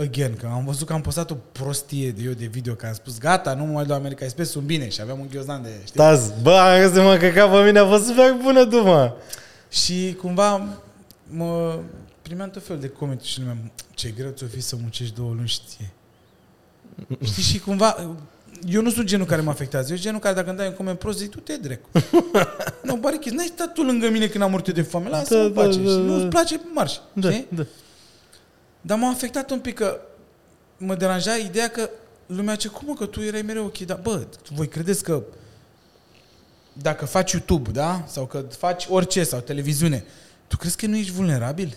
Again, că am văzut că am postat o prostie de eu de video, că am spus, gata, nu mă mai dau America Express, sunt bine și aveam un ghiozdan de, știi?
Taz, bă, am râs de mă căca pe mine, a fost super bună tu, mă.
Și cumva mă primeam tot felul de comentarii și numeam ce greu ți-o fi să muncești două luni și ție. Știi, și cumva, eu nu sunt genul care mă afectează, eu sunt genul care dacă îmi dai un coment prost, zic, tu te drecu. nu, pare că n-ai stat tu lângă mine când am murit eu de foame, lasă-mă
Da,
da, pace.
da, da,
și
da.
nu-ți place, marș.
Da,
Știi?
da.
Dar m-a afectat un pic că mă deranja ideea că lumea ce cum mă, că tu erai mereu ok, dar bă, voi credeți că dacă faci YouTube, da? Sau că faci orice, sau televiziune, tu crezi că nu ești vulnerabil?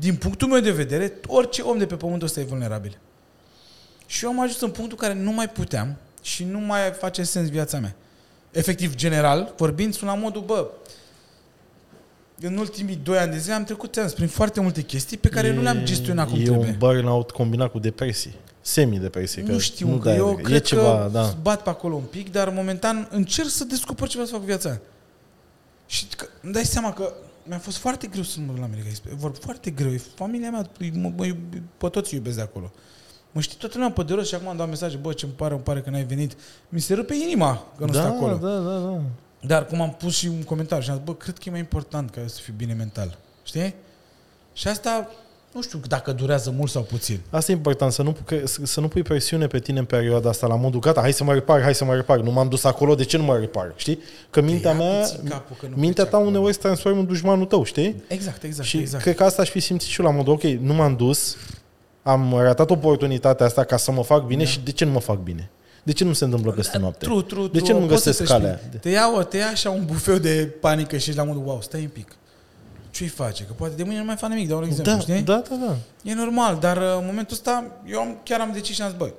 Din punctul meu de vedere, orice om de pe pământul ăsta e vulnerabil. Și eu am ajuns în punctul în care nu mai puteam și nu mai face sens viața mea. Efectiv, general, vorbind, sunt la modul, bă, în ultimii doi ani de zile am trecut, ți-am spus, prin foarte multe chestii pe care nu le-am gestionat cum
e
trebuie.
un burnout combinat cu depresie. Semi-depresie.
Nu știu încă,
dai
eu
adică.
cred
e ceva,
că
da.
bat pe acolo un pic, dar momentan încerc să descoper ceva să fac cu viața aia. Și că, îmi dai seama că mi-a fost foarte greu să mă duc la America. E Vorb foarte greu. E familia mea, e- mă, mă, iub- pe toți îi iubesc de acolo. Mă știi toată lumea pe de rost și acum îmi dau mesaje, bă, ce îmi pare, îmi pare că n-ai venit. Mi se rupe inima că nu
da,
sunt acolo.
Da, da, da.
Dar cum am pus și un comentariu și am zis, bă, cred că e mai important ca eu să fiu bine mental. Știi? Și asta, nu știu dacă durează mult sau puțin.
Asta e important, să nu, că- să- să nu pui presiune pe tine în perioada asta, la modul gata, hai să mă repar, hai să mă repar, nu m-am dus acolo, de ce nu mă repar, știi? Că mintea
ia
mea,
puțin capul că nu
mintea
pleci
ta
acolo.
uneori se transformă în dușmanul tău, știi?
Exact, exact,
Și
exact.
cred că asta aș fi simțit și eu la modul, ok, nu m-am dus, am ratat oportunitatea asta ca să mă fac bine da. și de ce nu mă fac bine? De ce nu se
Da,
întâmplă peste noapte?
Tru, tru,
de ce nu-mi
poți să
găsesc
te spui.
calea?
Te iau, te ia așa un bufeu de panică și ești la modul, wow, stai un pic. Ce-i face? Că poate de mâine nu mai fac nimic, dau un exemplu,
Da,
știi?
da, da, da.
E normal, dar uh, în momentul ăsta eu am, chiar am decis și am zis, băi,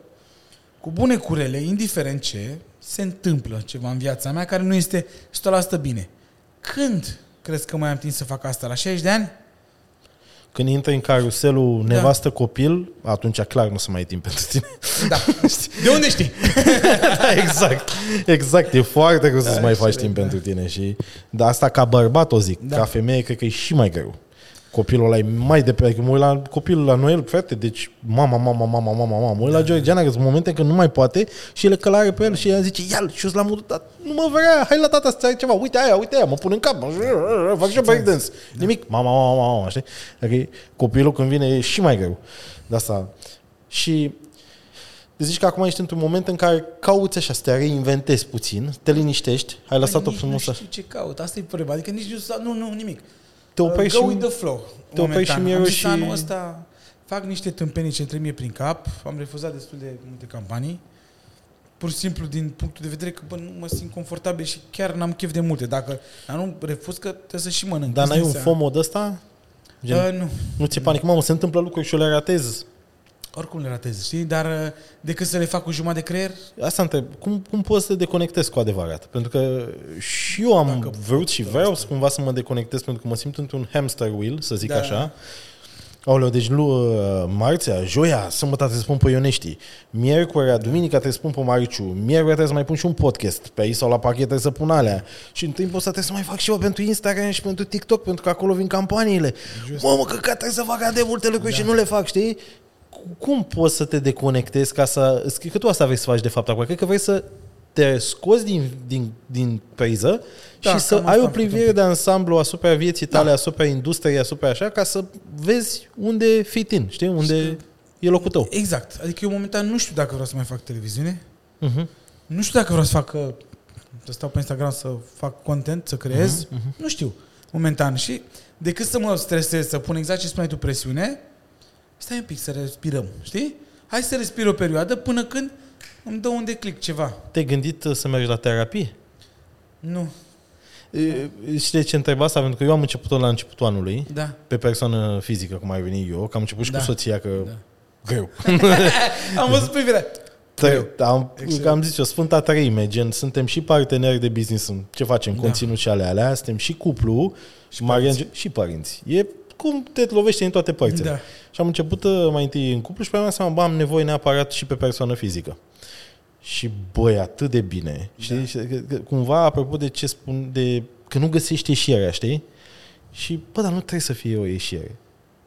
cu bune cu rele, indiferent ce, se întâmplă ceva în viața mea care nu este 100% bine. Când crezi că mai am timp să fac asta? La 60 de ani?
Când intri în caruselul nevastă-copil, atunci clar nu o să mai ai timp pentru tine.
Da. De unde știi?
da, exact. Exact, e foarte greu să-ți mai faci timp pentru tine și de asta ca bărbat o zic, da. ca femeie cred că e și mai greu. Copilul ăla e mai de pe adică mă uit la copilul la Noel, frate, deci mama, mama, mama, mama, mama, mă uit la Georgiana, că sunt momente când nu mai poate și el călare pe el și ea zice, ia-l și eu la modul, "Dar nu mă vrea, hai la tata să ceva, uite aia, uite aia, mă pun în cap, mă, fac și eu breakdance, nimic, mama, mama, mama, mama, știi? Adică e- copilul când vine e și mai greu. De asta. Și deci zici că acum ești într-un moment în care cauți așa să te reinventezi puțin, te liniștești, ai lăsat-o
Păi nici nu
frumos așa.
știu ce caut, asta e problema. Adică nici nu, s- nu, nu, nimic.
Te oprești
Go
și-
with the flow.
te
momentan.
oprești și mereu
Am zis
și-
anul ăsta fac niște tâmpenii ce îmi trec mie prin cap, am refuzat destul de multe campanii, pur și simplu din punctul de vedere că bă, nu mă simt confortabil și chiar n-am chef de multe. Dacă dar nu refuz că trebuie să și mănânc.
Dar
Îți
n-ai
dai
un
seama.
FOMO de ăsta? Gen,
Uh, nu.
nu ți-e panică, mamă, se întâmplă lucruri și eu le ratez.
Oricum le ratez, știi? Dar uh, decât să le fac cu jumătate de creier,
Asta întreb, cum, cum poți să te deconectezi cu adevărat? Pentru că și eu am Dacă vrut și vreau să cumva să mă deconectez pentru că mă simt într-un hamster wheel, să zic
Da.
da. așa. Aoleu, deci lu, marțea, joia, sâmbătă trebuie să pun pe Ionești, miercurea, duminica trebuie să pun pe Mariciu, miercurea trebuie să mai pun și un podcast pe aici sau la pachet trebuie să pun alea. Și în timpul ăsta trebuie să mai fac și eu pentru Instagram și pentru TikTok, pentru că acolo vin campaniile. Mamă, că, că trebuie să fac atât de multe lucruri da. și nu le fac, știi? Cu- Cum poți să te deconectezi ca să... îți- Cred că tu asta vrei să faci de fapt acum. Cred că vrei să te scoți din, din, din priză
Da,
și
cam
să
asta
ai
am
o
făcut un
privire de ansamblu asupra vieții tale, da. asupra industriei, asupra așa, ca să vezi unde fit in, știi? Unde e locul tău.
exact. Adică eu momentan nu știu dacă vreau să mai fac televiziune,
Uh-huh.
Nu știu dacă vreau să fac, uh, să stau pe Instagram să fac content, să creez,
Mhm,
uh-huh. nu știu, momentan. Și decât să mă stresez, să pun exact ce spuneai tu, presiune, stai un pic să respirăm, știi? Hai să respir o perioadă până când îmi dă un declic ceva.
Te-ai gândit uh, să mergi la terapie?
Nu,
E, Știi de ce întreb asta? Pentru că eu am început la începutul anului,
da.
pe persoană fizică, cum ai venit eu, că am început și
Da.
cu soția, că
Da.
da. greu.
Am văzut privirea.
Trei. Am,
Excelent.
am zis eu, Sfânta Treime, gen, suntem și parteneri de business în ce facem, da. conținut și ale alea, suntem și cuplu, și părinți. și părinți. E cum te lovește în toate părțile.
Da.
Și am început uh, mai întâi în cuplu și pe mine seama, bă, am nevoie neapărat și pe persoană fizică. Și băi, atât de bine.
Da.
Știi? Și, că- că- Cumva, apropo de ce spun, de că nu găsești ieșirea, știi? Și, bă, dar nu trebuie să fie o ieșire.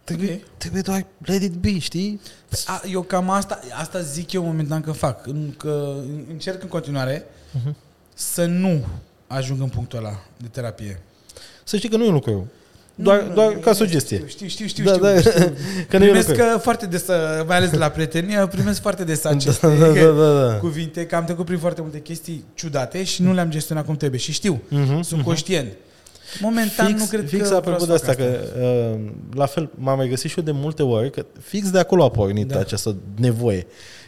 Trebuie,
Ok.
trebuie doar let it be, știi?
A, eu cam asta, asta zic eu momentan că fac. În, că încerc în continuare
Mhm.
uh-huh. să nu ajung în punctul ăla de terapie.
Să știi că nu e un lucru rău. Doar, doar ca sugestie.
Știu, știu, știu, știu.
da,
știu,
da,
știu.
că nu e un
primesc
lucru
că foarte des, uh, mai ales de la prieteni, uh, primesc foarte des aceste
Da, da, da, da, da.
cuvinte, că am trecut prin foarte multe chestii ciudate și nu le-am gestionat cum trebuie. Și știu,
Mhm,
sunt conștient. Momentan
fix,
nu cred
fix
că vreau
apropo
să
de
fac
asta, că uh, la fel m-am mai găsit și eu de multe ori că fix de acolo a pornit
Da.
da. această nevoie.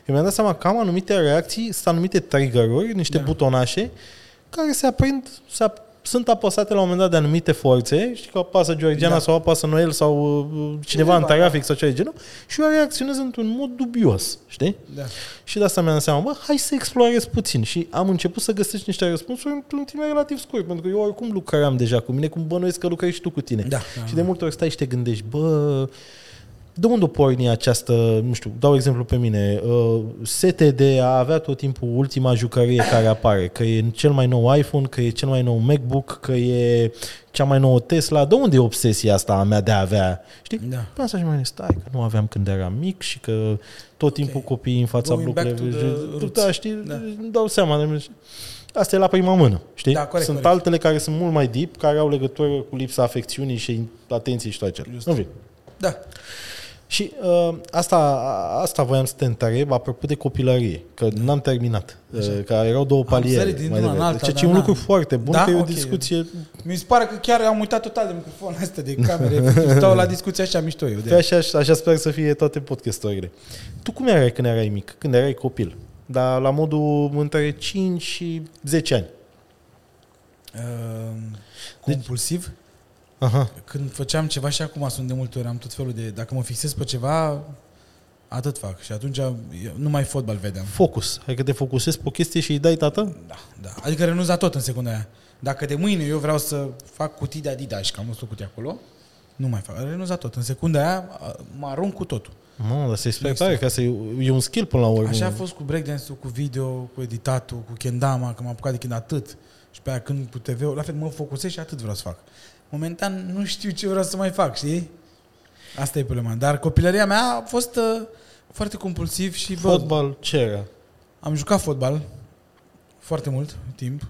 Eu mi-am dat seama că am anumite reacții, sunt anumite trigger-uri, niște
Da.
da. butonașe care se aprind, se ap- sunt apăsate la un moment dat de anumite forțe, știi că apasă Georgiana da.
Da.
sau apasă Noel sau uh, cineva, cineva în
Cineva, da.
trafic sau ceva de genul și eu reacționez într-un mod dubios, știi?
Da.
Și de asta mi-am dat seama, bă, hai să explorez puțin. Și am început să găsesc niște răspunsuri într-un timp relativ scurt, pentru că eu oricum lucram deja cu mine, cum bănuiesc că lucrezi și tu cu tine.
Da.
Și de multe ori stai și te gândești, bă, de unde o porni această, nu știu, dau exemplu pe mine, uh, sete de a avea tot timpul ultima jucărie care apare, că e cel mai nou iPhone, că e cel mai nou MacBook, că e cea mai nouă Tesla, de unde e obsesia asta a mea de a avea, știi? Păi
Da.
Până așa și mai stai, că nu aveam când eram mic și că tot timpul okay.
Ok.
copiii în fața
Going back
blocului,
to the
tu,
roots.
da, știi,
Da.
da. îmi dau seama, de- asta e la prima mână, știi?
Da, corect,
sunt
corect.
altele care sunt mult mai deep, care au legătură cu lipsa afecțiunii și atenției și toate cele.
Just.
În fine.
Da.
Și uh, asta, asta voiam să te întreb apropo de copilărie, că n-am terminat, uh, că erau două paliere.
Da. sărit dintr-una
mai devreme.
în alta,
Deci
dar
e un
n-am.
lucru foarte bun,
Da?
că e o
Ok.
discuție
Mi se pare că chiar am uitat total de microfonul ăsta de camere. efectiv, Stau la discuția așa mișto eu.
Pe
De
așa, așa sper să fie toate podcasturile. Tu cum erai când erai mic, când erai copil? Dar la modul între 5 și 10 ani.
uh,
Deci-
compulsiv.
Aha.
Când făceam ceva și acum sunt de multe ori, am tot felul de... Dacă mă fixez pe ceva, atât fac. Și atunci eu nu mai fotbal vedeam.
Focus. Adică te focusezi pe o chestie și îi dai tată?
Da, da. Adică renunț la tot în secunda aia. Dacă de mâine eu vreau să fac cutii de Adidas și că am văzut cutii acolo, nu mai fac. Renunț la tot. În secunda aia a, mă arunc cu totul.
Mă, dar se spune
Extra.
tare, că asta e, e un skill până la urmă.
Așa a fost cu breakdance-ul, cu video, cu editatul, cu kendama, că m-am apucat de kend atât. Și pe aia când cu tv la fel mă focusez și atât vreau să fac. Momentan nu știu ce vreau să mai fac, știi? Asta e problema. Dar copilăria mea a fost uh, foarte compulsiv și bă,
Fotbal, ce era?
am jucat fotbal foarte mult timp.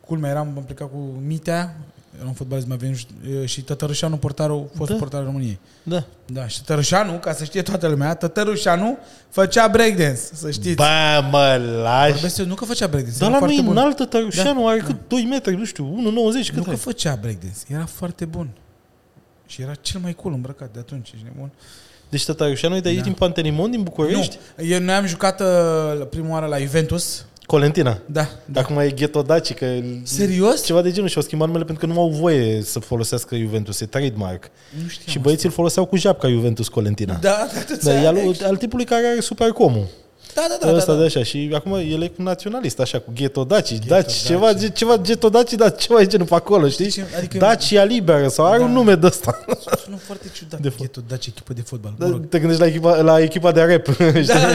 Culmea eram, am plecat cu Mitea, era un fotbalist mai venit și Tătărășanu, portarul, fost
Da.
da. portarul României.
Da.
Da, și Tătărășanu, ca să știe toată lumea, Tătărășanu făcea breakdance, să știți.
Ba, mă, lași!
Vorbesc eu, nu că făcea breakdance,
Dar
era
la noi
foarte bun. Da.
înaltă, Tărușanu are cât 2 metri, nu știu, 1,90, cât
Nu că
are?
făcea breakdance, era foarte bun. Și era cel mai cool îmbrăcat de atunci, ești nebun.
Deci Tărușanu e de aici
Da.
din Pantelimon, din București?
Nu, eu, noi am jucat uh, prima oară la Juventus.
Colentina.
Da, da.
Acum e Ghetto Daci, că...
Serios?
Ceva de genul și-au schimbat numele pentru că nu au voie să folosească Juventus, e trademark.
Nu știam.
și băieții îl foloseau cu japca Juventus Colentina.
Da, da, da,
Dar e al,
da,
al tipului care are supercomul.
da, da, da,
ăsta
da,
de
da.
așa. Și acum el e cu naționalist, așa, cu Ghetto Daci, Daci,
Daci.
ceva, ge- ceva Ghetto Daci, dar ceva de genul pe acolo, știi?
Știi ce? Adică-
Dacia Liberă sau are
Da.
un nume de ăsta.
Sună foarte ciudat. De
De fapt.
fapt. Ghetul Daci, echipă de fotbal.
Da,
Mă rog.
Te gândești la echipa, la echipa de rap. știi?
Da, da,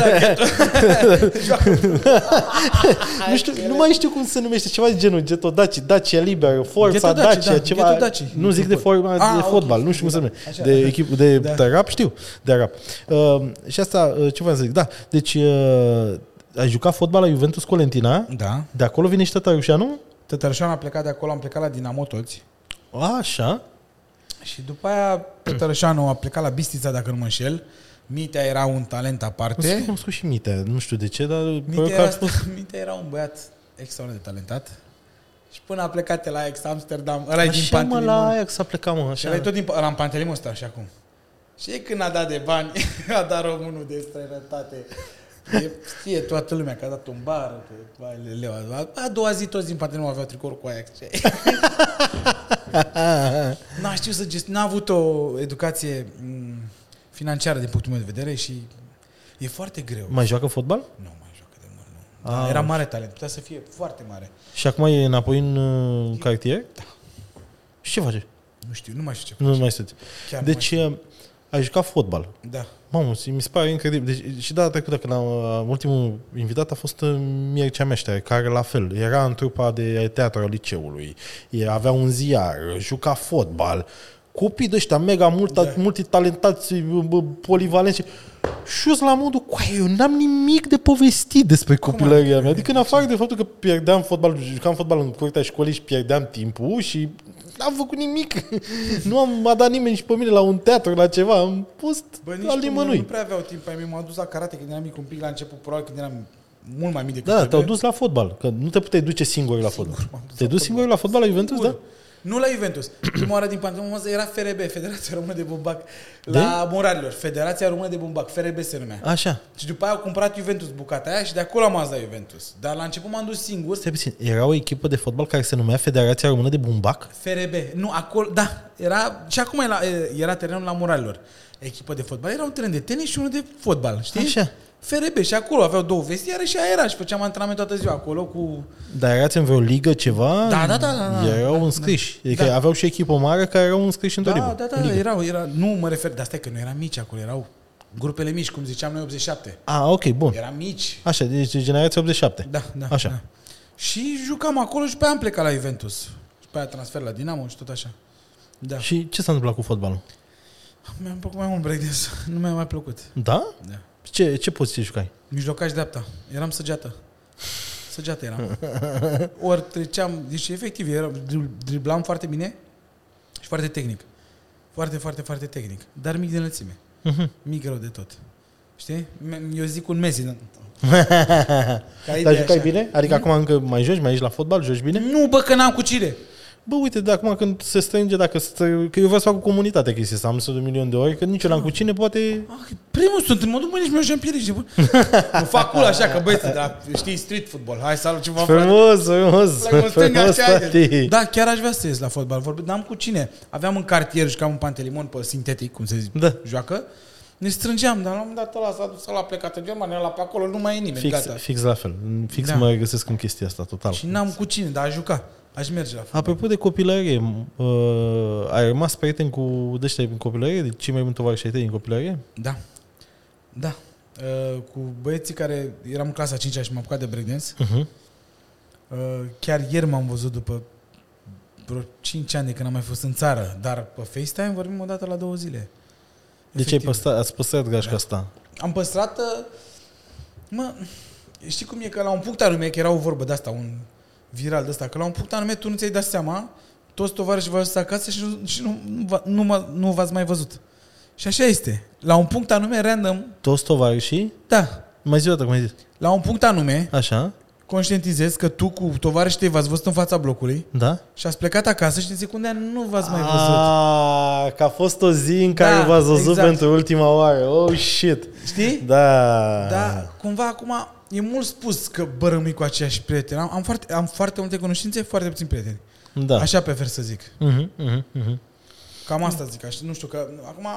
da, Ghetul.
nu, știu, nu mai știu cum se numește, ceva de genul Ghetto Daci, Dacia Liberă, Forța
Ghetto Daci,
Dacia,
da,
ceva.
Ghetto Daci.
Nu zic de, forma,
Ah,
de
ok.
fotbal, nu știu cum se numește.
Așa.
De echipă de,
Da.
de rap, știu, de rap. Uh, și asta, uh, ce vreau să zic, da, deci uh, ai jucat fotbal la Juventus Colentina,
Da.
de acolo vine și Tătărușanu?
Tătărșan a plecat de acolo, am plecat la Dinamo toți.
Așa.
Și după aia Tătărșanu a plecat la Bistița, dacă nu mă înșel. Mitea era un talent aparte.
Am scos și Mitea, nu știu de ce, dar...
Mitea
pare că
era,
a fost-
Mitea era un băiat extraordinar de talentat. Și până a plecat el la ex Amsterdam, ăla e din
Așa, mă,
Pantelimon.
la Ajax a plecat, mă,
Și
așa.
ăla e tot din ăla în Pantelimon ăsta și acum. Și când a dat de bani, a dat românul de străinătate. E, știe toată lumea că a dat un bar, că, vai, leleu, a, a doua zi toți din Pantelimon aveau tricouri cu Ajax. Ce- N-a știut să gest... N-a avut o educație m, financiară din punctul meu de vedere și e foarte greu.
Mai joacă fotbal?
Nu mai joacă de mult, nu.
Ah.
Dar era mare talent, putea să fie foarte mare.
Și acum e înapoi în uh, cartier? Da. Și ce face?
Nu știu, nu mai știu ce.
Nu mai sunteți.
Chiar nu
Deci uh, ai jucat fotbal.
Da.
Mamă, mi se pare incredibil. Deci, și data trecută, când am, uh, ultimul invitat a fost uh, Mircea Meștere, care la fel, era în trupa de teatru al liceului, e- avea un ziar, juca fotbal, copii de ăștia mega multa, da.
Da.
multitalentați, bă, bă, polivalenți. Și eu sunt la modul, coaie, eu n-am nimic de povestit despre copilăria mea. Adică în afară de faptul că pierdeam fotbal, jucam fotbal în curtea școlii și pierdeam timpul și n-am făcut nimic. nu am m-a dat nimeni și pe mine la un teatru, la ceva. Am fost
Bă, nici
al
pe mine
nimănui.
nu prea aveau timp. Ai mei m-au dus la karate când eram mic un pic la început, probabil când eram mult mai mic decât
Da,
trebuie.
te-au dus la fotbal, că nu te puteai duce singur la fotbal.
m-am dus
Te-ai
la
dus
fotbal.
singur la fotbal la Juventus, da?
Sigur. Nu la Juventus. Prima oară din pantalon era FRB, Federația Română de Bumbac. La Murarilor, Federația Română de Bumbac, FRB se numea.
Așa.
Și după aia au cumpărat Juventus bucata aia și de acolo am ajuns la Juventus. Dar la început m-am dus singur.
Stai puțin, era o echipă de fotbal care se numea Federația Română de Bumbac?
FRB. Nu, acolo, da, era, și acum era, era terenul la Murarilor. Echipă de fotbal, era un teren de tenis și unul de fotbal, știi?
Așa.
FRB și acolo aveau două vestiare și aia era și făceam antrenament toată ziua acolo cu...
Dar erați în vreo ligă ceva?
Da, da, da, da, da.
Erau înscriși. Adică
Da.
aveau și echipă mare care erau înscriși într-o
Da,
ligă.
da, da,
În ligă.
erau, era, nu mă refer, dar stai că nu eram mici acolo, erau grupele mici, cum ziceam noi 87.
A, ok, bun.
Eram mici.
Așa, deci de generația 87.
Da, da.
Așa.
Da. Și jucam acolo și pe aia am plecat la Juventus. Și pe aia transfer la Dinamo și tot așa. Da. Și...
Și ce s-a întâmplat cu fotbalul?
Mi-am plăcut mai mult breakdance. Nu mi-a mai plăcut.
Da?
Da.
Ce, ce poziție jucai?
Mijlocaș dreapta. Eram săgeată. Săgeată eram. Ori treceam, deci efectiv, eram, drib- driblam foarte bine și foarte tehnic. Foarte, foarte, foarte tehnic. Dar mic de înălțime.
Mhm.
Mic rău de tot. Știi? M- Eu zic un Messi. dar- Ca idee
Dar jucai
așa.
bine? Adică acum încă mai joci, mai ești la fotbal, joci bine?
Nu, bă, că n-am cu cine.
Bă, uite, de acum când se strânge, dacă se, că eu vreau să fac o comunitate chestia asta, am zis de un milion de ori, că nici eu n-am cu cine, poate...
Ah, primul sunt, mă duc mâine și mi-o și împiedici de bun. Îmi fac cul așa, că băi, de la, știi, street football. Hai să alu ceva. frate.
Frumos, frumos,
Plec în stânga,
frumos,
așa, haide.
tati.
Da, chiar aș vrea să ies la fotbal. Vorbe, n-am cu cine. Aveam în cartier, jucam un pantelimon pe sintetic, cum se zice,
Da.
joacă. Ne strângeam, dar la un moment dat ăla s-a dus, ăla a plecat în Germania, ăla pe acolo, nu mai e nimeni,
Fix,
gata.
fix la fel. Fix
Da.
mă regăsesc în chestia asta, total.
Și n-am cu cine, dar aș juca. Aș merge la fotbal.
Apropo de copilărie, m- uh, ai rămas prieten cu dăștia din copilărie? De cei mai mulți tovarăși ai tăi din copilărie?
Da. Da. Uh, cu băieții care eram în clasa 5 și m-am apucat de breakdance.
Uh-huh.
Uh, chiar ieri m-am văzut după vreo 5 ani de când am mai fost în țară, dar pe FaceTime vorbim o dată la două zile.
Deci ai
Efectiv.
păstrat, ați păstrat gașca asta.
Am păstrat... uh, Mă, știi cum e? Că la un punct anume, că era o vorbă de asta, un viral de asta, că la un punct anume tu nu ți-ai dat seama, toți tovarășii vă sunt acasă și, nu, și nu, nu, va- nu, mă- nu v-ați mai văzut. Și așa este. La un punct anume, random,
Toți tovarășii?
da,
Mai zi o dată, cum ai zis.
la un punct anume,
Așa,
conștientizezi că tu cu tovarășii tăi v-ați văzut în fața blocului
da?
și ați plecat acasă și din secundea nu v-ați mai văzut.
Ah. A, că a fost o zi în care
Da,
v-ați văzut
exact.
pentru ultima oară. Oh, shit.
Știi? Da.
Da.
Dar cumva acum e mult spus că bă, rămâi cu aceiași prieteni. Am, am, foarte, am foarte multe cunoștințe, foarte puțini prieteni.
Da.
Da. Așa prefer să zic.
Mhm, mhm, mhm.
Cam asta zic. Așa, nu știu că acum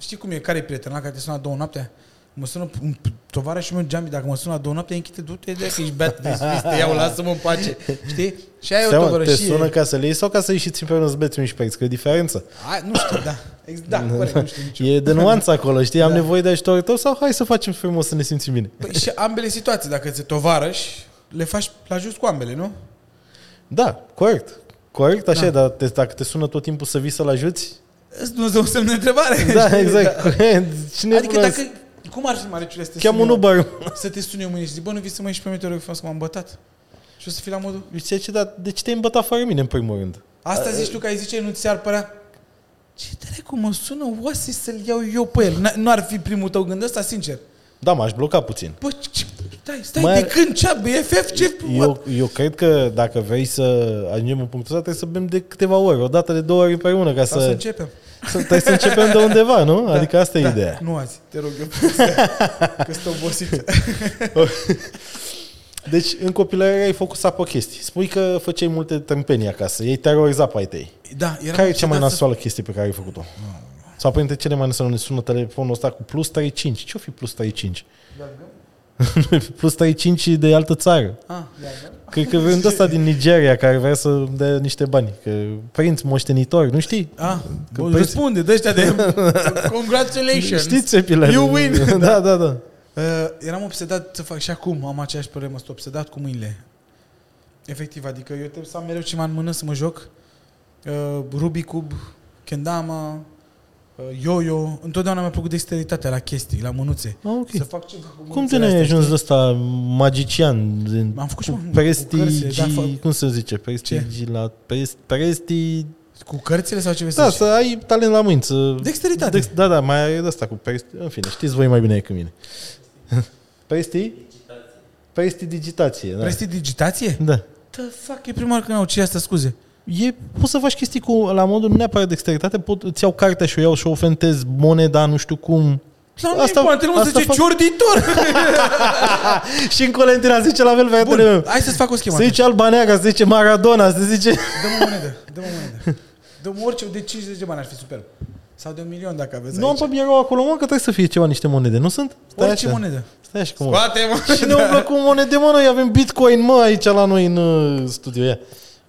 știi cum e, care e prieten? La care te sună la două noaptea? Mă sună un tovarășul meu Jambi, dacă mă sună la două noapte, închide, du-te de că ești beat, de te iau, lasă-mă în pace. Știi? Și aia e o
Seama, te
tovarășie.
sună ca să le iei sau ca să ieșiți împreună să beți mici pex, că e diferență.
A, nu știu, da. Exact, da, corect, nu știu nicio.
E de nuanță acolo, știi? Am
Da.
nevoie de ajutorul tău sau hai să facem frumos să ne simțim bine.
Păi și ambele situații, dacă ți tovarăși, le faci la jos cu ambele, nu?
Da, corect. Corect, așa,
Da.
da. dar te, dacă te sună tot timpul să vii să-l ajuți?
Îți nu-ți dă un semn de întrebare.
Da,
știi?
exact. Corect. Cine
Adică
vrea
dacă...
să-
Cum ar fi mare ciulea să te
Cheamă
sun
un
eu-
Uber.
Să te sun eu mâine și zic, bă, nu vii să mă ieși pe meteoră, că frumos, că m-am bătat. Și o să fii la modul...
Zice, ce, dar de ce te-ai îmbătat fără mine, în primul rând?
Asta zici tu că ai zice, nu ți ar părea... Ce dracu mă sună oase să-l iau eu pe el. N- Nu ar fi primul tău gând ăsta, sincer.
Da, m-aș bloca puțin.
Bă, ce... Stai, stai,
Mă-
de când cea BFF? Ce... Eu...
Eu, eu cred că dacă vrei să ajungem în punctul ăsta, trebuie să bem de câteva ori, o dată de două ori împreună, ca
Sau să
să,
începem.
să, trebuie să începem de undeva, nu? Da, adică asta e
Da,
da. ideea.
Nu azi, te rog eu, că sunt obosit.
Deci, în copilărie ai focusat pe chestii. Spui că făceai multe tâmpenii acasă, ei terorizat pe ai tăi.
Da, era
Care e cea mai
obsedat să-
nasoală chestie pe care ai făcut-o? Sau printre cele mai nasoale ne sună telefonul ăsta cu plus 35. Ce-o fi plus 35? plus 35 e de altă țară.
Ah, iargă.
Cred că vreun de ăsta din Nigeria care vrea să dea niște bani. Că prinț moștenitor, nu știi?
Ah,
Că
bă,
păi-
răspunde de ăștia de congratulations.
Știi țepile.
You win.
da, da, da.
Uh, eram obsedat să fac și acum, am aceeași problemă, sunt obsedat cu mâinile. Efectiv, adică eu trebuie să am mereu ceva în mână să mă joc. Uh, Rubik Cub, Kendama, uh, Yo-Yo, întotdeauna mi-a plăcut dexteritatea la chestii, la mânuțe.
Ah, ok.
Să fac ceva cu
Cum de
mânuțele
ne-ai
astea,
ajuns de ăsta magician? Din,
M-am făcut și
cu
mă- cu
prestigi,
cărțile, da, fac-
cum se zice? Prestigi la... Prest, presti...
știi? Cu cărțile sau ce vrei
Da,
zici?
să ai talent la mâini. Să...
Dexteritate.
Dex- da, da, mai ai de asta cu presti... În fine, știți voi mai bine decât mine. Presti? Prestidigitație. Da.
Prestidigitație?
da.
Da, fac, e prima oară când au ce asta, scuze.
E, poți să faci chestii cu, la modul nu neapărat dexteritate, pot, îți iau cartea și o iau și o ofentez moneda, nu știu cum.
Dar nu asta, e poate, nu
asta
se zice
fac-
ciorditor.
și în Colentina zice la fel, băiatul
Bun,
meu.
hai să-ți fac o schemă.
Se zice Albaneaga, se zice Maradona, se zice...
Dă-mă o monedă, dă-mă o monedă. Dă-mă orice, de 50 de bani ar fi superb. Sau de un milion dacă aveți
Nu am
aici.
pe birou acolo, mă, că trebuie să fie ceva, niște monede, nu sunt? Stai
Orice
așa.
monedă.
Stai așa cum
Scoate-mă!
Și ne umblă cu monede, mă, noi avem bitcoin, mă, aici la noi în uh, studio. Ia.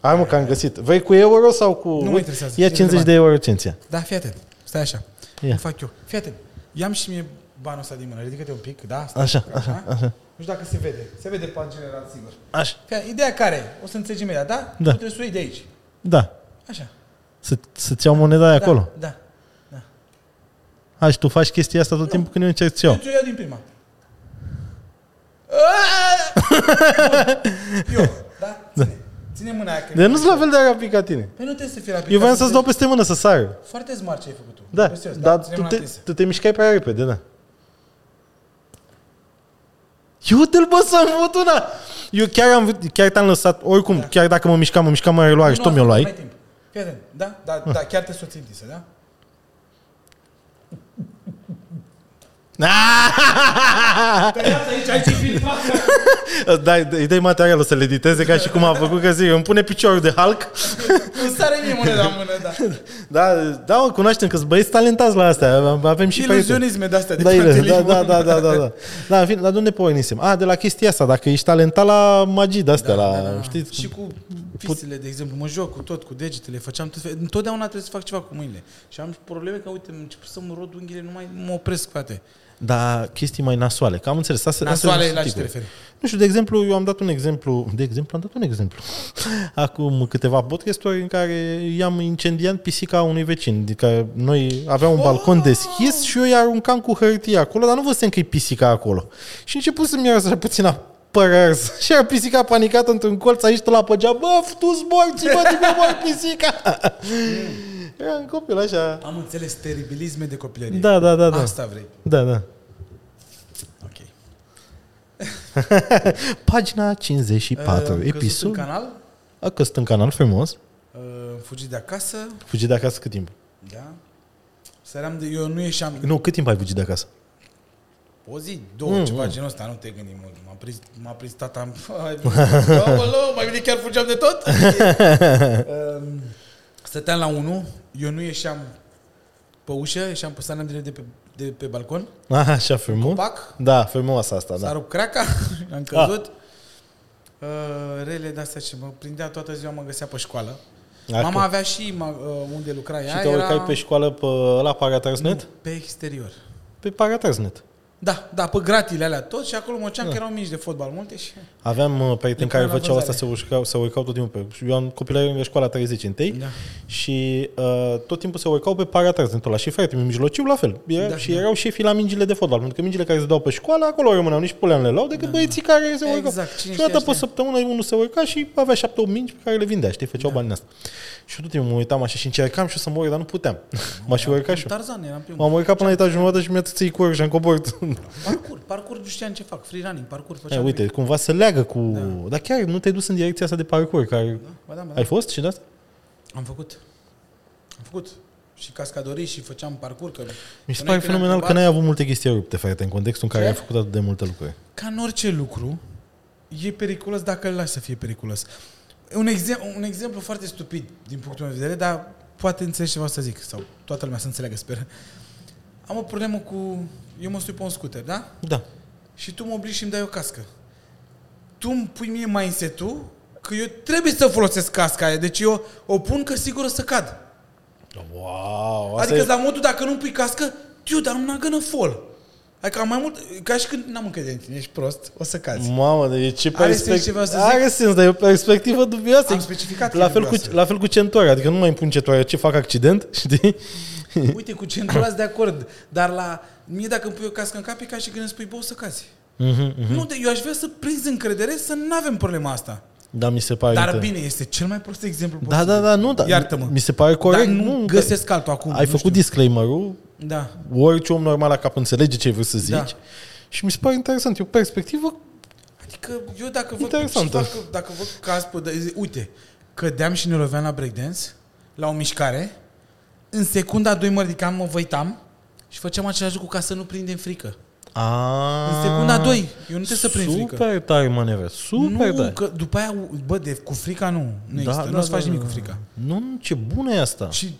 Hai mă, că am găsit. Vei cu euro sau cu...
mă interesează.
Ia 50 de euro cenția.
Da, fii atent. Stai așa.
Ia.
Ia. Fac eu. Fii atent. Ia-mi și mie banul ăsta din mână. Ridică-te un pic, da? Stai
Așa,
un pic,
așa, așa.
Nu știu dacă se vede. Se vede pe general, sigur.
Așa.
Fii atent. Ideea care e? O să înțelegi imediat, da? Tu trebuie să o iei de aici.
Da.
Așa.
Să, să-ți iau moneda aia
Da,
acolo.
Da. da.
Hai, și tu faci chestia asta tot timpul când eu încerc să
Eu
iau.
ți-o iau din prima. Aaa! Bun. Eu, da? Ține. Ține mâna aia. că-
De nu-ți la fel de rapid ca tine.
Păi nu trebuie să fii rapid.
Eu
ca
voiam să-ți
înțelegi.
dau peste mână să sară.
Foarte smart ce ai făcut tu.
Da,
Pe serios,
dar
ține
tu
mâna
te,
atinsă.
tu te mișcai prea repede, da. Eu uite-l bă să-mi văd una! Eu chiar, am, chiar te-am lăsat, oricum, da. chiar dacă mă mișcam, mă mișcam mai reluare și
Nu,
tot mi-o
asta,
luai.
mai timp. Fii atent. Da? Da, da, chiar te soții disă, da? Tăiați Da, aici, aici e filmat.
Da, îi dai materialul să le editeze ca și cum a făcut, că zic, îmi pune piciorul de Hulk.
Îmi sare mie mâna la mână, da.
Da, da, mă, cunoaștem că băieți talentați la astea, avem și pe YouTube.
Iluzionisme de astea de
Da, ele, da,
pantelism.
da, da, da, da, da. Da, în fine, dar de unde pornisem? A, de la chestia asta, dacă ești talentat la magii de astea, la,
Da, da.
știți?
Și cu pistele, de exemplu, mă joc cu tot, cu degetele, făceam tot fel- Întotdeauna trebuie să fac ceva cu mâinile. Și am probleme că, uite, încep să-mi rod unghiile, nu mai mă opresc, frate.
Dar chestii mai nasoale, că am înțeles. Astea, astea
Nasoale,
sunt
la ce te
tipuri.
referi?
Nu știu, de exemplu, eu am dat un exemplu, de exemplu, am dat un exemplu. Acum câteva podcasturi în care i-am incendiat pisica unui vecin. Adică noi aveam
Oh!
un balcon deschis și eu i aruncam cu hârtie acolo, dar nu văzusem că e pisica acolo. Și început să-mi ia așa puțin a părărs. Și era pisica panicată într-un colț, aici la păgea, bă, tu zbori, ți bă, tu mori pisica. Era un copil așa.
Am înțeles teribilisme de copilărie.
Da, da, da, da.
Asta vrei.
Da, da.
Ok.
Pagina 54,
Am căzut
episod.
în canal,
A căzut în canal frumos.
am fugit de acasă,
Fugi de acasă cât timp?
da. Săream de, eu nu ieșeam
Nu, cât timp ai fugit de acasă?
O zi, două,
Mm,
mm, ceva
mm.
genul ăsta, nu te gândi mult. M-a prins, m-a prins tata, am- ai venit. Aoleu, mai bine chiar fugeam de tot. Um, Stăteam la 1, eu nu ieșeam pe ușă, ieșeam pe sană direct de pe, de pe balcon,
Ah, așa frumos.
pac,
Da, frumoasă asta,
s-a
da. Ah.
rupt craca, am căzut. Uh, rele de-astea ce mă prindea toată ziua, mă găsea pe școală.
Acum.
Mama avea și ma- uh, unde lucra ea,
Și te urcai pe școală pe la Paratransnet?
pe exterior.
Pe Paratransnet.
Da, da, pe gratile alea tot și acolo mă
Da.
ceam că erau mici de fotbal multe și...
Aveam uh, prieteni
până
care
la
făceau asta,
vânzare.
se urcau, se urcau tot timpul pe... Eu am copilărie în școala 30 întâi
Da.
și uh, tot timpul se urcau pe Paratransnetul ăla. Și fratele meu mijlociu la fel. Era, da,
Da,
și
da.
erau șefii la mingile de fotbal, pentru că mingile care se dau pe școală, acolo rămâneau, nici pulea nu le luau, decât da, băieții care se urcau.
Exact, cine
și o dată
știa,
pe săptămână unul se urca și avea șapte opt mingi pe care le vindea, știi, făceau da. bani din asta. Și tot timpul mă uitam așa și încercam și o să mor, dar nu puteam. M-aș urca și eu.
Tarzan eram primul.
M-am urcat până la etajul jumătate și mi-a țățit cu și am coborât.
Parcurs, parcurs nu știam ce fac, free running, parcurs
Hai,
făceam.
uite, cumva să leagă cu... Da. Dar chiar nu te-ai dus în direcția asta de parcurs, care...
Da, ba da, ba da.
Ai fost și de asta?
Am făcut. Am făcut. Și cascadorii și făceam parcurs. Că
Mi se
spuneai că
pare
ne-am
fenomenal că
întrebat.
n-ai avut multe chestii rupte, frate, în contextul în care
Ce?
ai făcut atât de multe lucruri.
Ca în orice lucru, e periculos dacă îl lași să fie periculos. Un, exem- un exemplu foarte stupid din punctul meu de vedere, dar poate înțelegi ce vreau să zic. Sau toată lumea să înțeleagă, sper. Am o problemă cu... Eu mă stui pe un scooter, da?
Da.
Și tu mă obligi și îmi dai o cască. Tu îmi pui mie mindset-ul că eu trebuie să folosesc casca aia. Deci eu o pun că sigur o să cad.
Wow! Asta
Adică
adică e...
la modul dacă nu pui cască, dude, I'm not gonna fall. Adică am mai mult, ca și când n-am încredere în tine, ești prost, o să cazi.
Mamă, dar e ce
Are sens ce
perspectivă...
vreau să zic?
Are sens, dar e o perspectivă dubioasă.
Am specificat
la
că e
fel, cu,
dubioasă.
la fel cu centoarea, adică nu mai îmi pun centoarea, ce fac accident, știi? Mm.
Uite, cu ce de acord, dar la mie dacă îmi pui o cască în cap, e ca și când îmi spui, bă, o să cazi.
Mhm, mhm.
Nu, de, eu aș vrea să prins încredere să nu avem problema asta.
da, mi se pare...
Dar
inter-
bine, este cel mai prost exemplu
Da,
posibil.
da, da, nu, da.
Iartă-mă.
Mi se pare corect.
Dar nu,
că-
găsesc altul acum.
Ai
nu
făcut
știu.
disclaimer-ul,
Da.
orice om normal la cap înțelege ce vrei să zici.
Da.
Și mi se pare interesant, e o perspectivă
Adică eu dacă văd
Interesantă.
Interesant. Dacă, dacă văd caz pe... de- Uite, cădeam și ne loveam la breakdance, la o mișcare, în secunda 2 mă ridicam, mă văitam și făceam același lucru ca să nu prindem frică.
A,
În secunda 2, eu nu trebuie să prind frică.
Ah, Super tare manevră, super
nu,
tare.
că după aia, bă, de, cu frica nu, nu da, există, da, nu-ți faci nimic cu frica.
Nu, nu, ce bună e asta.
Și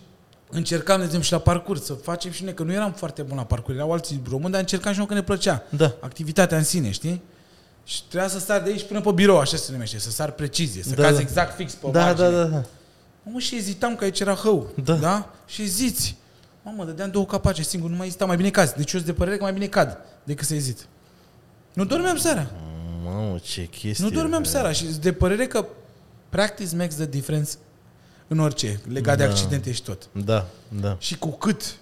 încercam, de exemplu, și la parcurs, să facem și noi, că nu eram foarte bun la parcurs, erau alții români, dar încercam și noi că ne plăcea.
Da.
Activitatea în sine, știi? Și trebuia să sar de aici până pe birou, așa se numește, să sar precizie, să
Da,
da, cazi
da.
exact fix pe
Da,
margine.
da, da, da.
Mă, și ezitam că aici era hău,
Da.
da? da? Și ziți, mamă, dădeam două capace singur, nu mai ezita, mai bine caz. Deci eu sunt de părere că mai bine cad decât să ezit. Nu dormeam seara.
Mamă, ce chestie.
Nu dormeam
bă.
seara și sunt de părere că practice makes the difference în orice, legat de
Da.
accidente și tot.
Da, da.
Și cu cât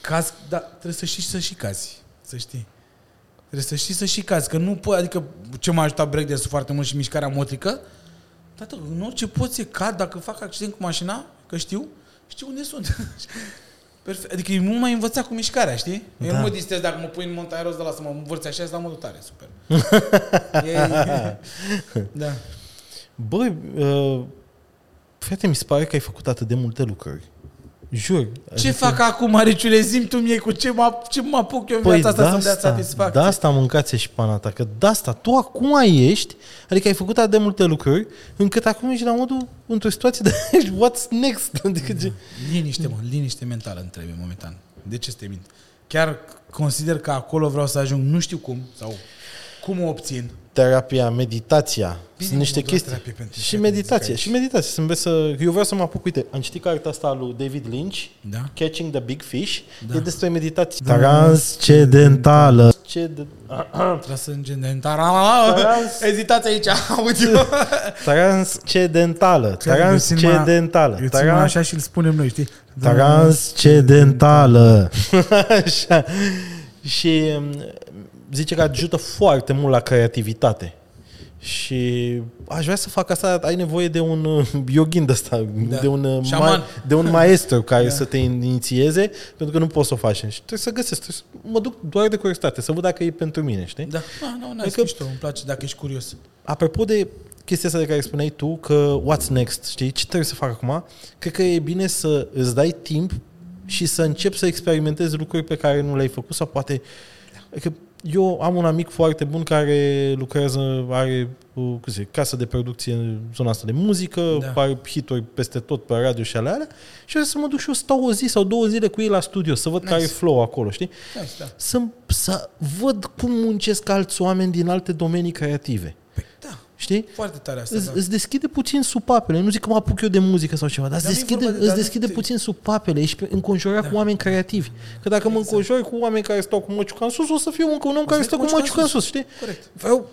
cazi, dar trebuie să știi să și cazi, să știi. Trebuie să știi să și cazi, că nu poți, adică ce m-a ajutat breakdance foarte mult și mișcarea motrică, tată, în orice poziție cad, dacă fac accident cu mașina, că știu, știu unde sunt. Perfect. Adică e mult mai învățat cu mișcarea, știi? Eu
Da.
nu mă distrez dacă mă pui în montaia roz de la să mă învârți așa, să dau mă tare, super. e, da.
Băi, uh, frate, mi se pare că ai făcut atât de multe lucruri. Jur. Adică,
Ce fac acum, Mariciule? Zim tu mie cu ce mă, ce mă apuc eu în viața asta să-mi dea satisfacție.
Păi de asta da. mâncați și pana ta, că de asta tu acum ești, adică ai făcut atât de multe lucruri, încât acum ești la modul, într-o situație de ești, what's next? Adică ce...
Liniște, mă, liniște mentală îmi trebuie momentan. De ce să te mint? Chiar consider că acolo vreau să ajung, nu știu cum, sau cum o obțin.
Terapia, meditația,
Bine,
sunt niște
mă, doar
chestii.
terapie pentru
Și
prieteni, zic
meditație,
aici.
și meditație. Să înveți să... Eu vreau să mă apuc, uite, am citit cartea asta a lui David Lynch,
Da?
Catching the Big Fish, da.
Da.
e despre meditație. Transcendentală. Ce de...
Transcendental. Ah,
Trans-
Ezitați aici, audio.
Transcendentală. Transcendentală.
Eu țin așa și îl spunem noi, știi?
Transcendentală. Așa. Și m, zice că ajută foarte mult la creativitate. Și aș vrea să fac asta, ai nevoie de un uh, yogin de ăsta,
Da.
de, un, uh,
Șaman.
de un maestru care da. să te inițieze, pentru că nu poți să o faci. Și trebuie să găsesc, trebuie să mă duc doar de curiozitate, să văd dacă e pentru mine, știi?
Da, nu, nu, n-ai
Adică-
mișto, îmi place dacă ești curios.
Apropo de chestia asta de care spuneai tu, că what's next, știi, ce trebuie să fac acum, cred că e bine să îți dai timp și să începi să experimentezi lucruri pe care nu le-ai făcut sau poate... Că eu am un amic foarte bun care lucrează, are o, cum să zic, casă de producție în zona asta de muzică, da.
Da.
are hituri peste tot pe radio și ale alea și o să mă duc și eu stau o zi sau două zile cu ei la studio să văd nice.
Nice.
care e flow acolo, știi?
Da, da.
Să, să văd cum muncesc alți oameni din alte domenii creative.
Păi, da,
Știi?
foarte tare asta.
Îți,
da.
îți deschide puțin supapele. Nu zic că mă apuc eu de muzică sau ceva, dar îți
Dar nu e
deschide,
vorba de-
îți
dar nu
deschide
te-
puțin supapele. Ești pe- înconjurat da. Exact. cu oameni creativi. Că dacă mă înconjori cu oameni care stau cu măciuca în sus, o să fiu încă un om care
fii
stă
cu
cu
măciuca în
măciuca în sus, știi?
Corect.
Vreau,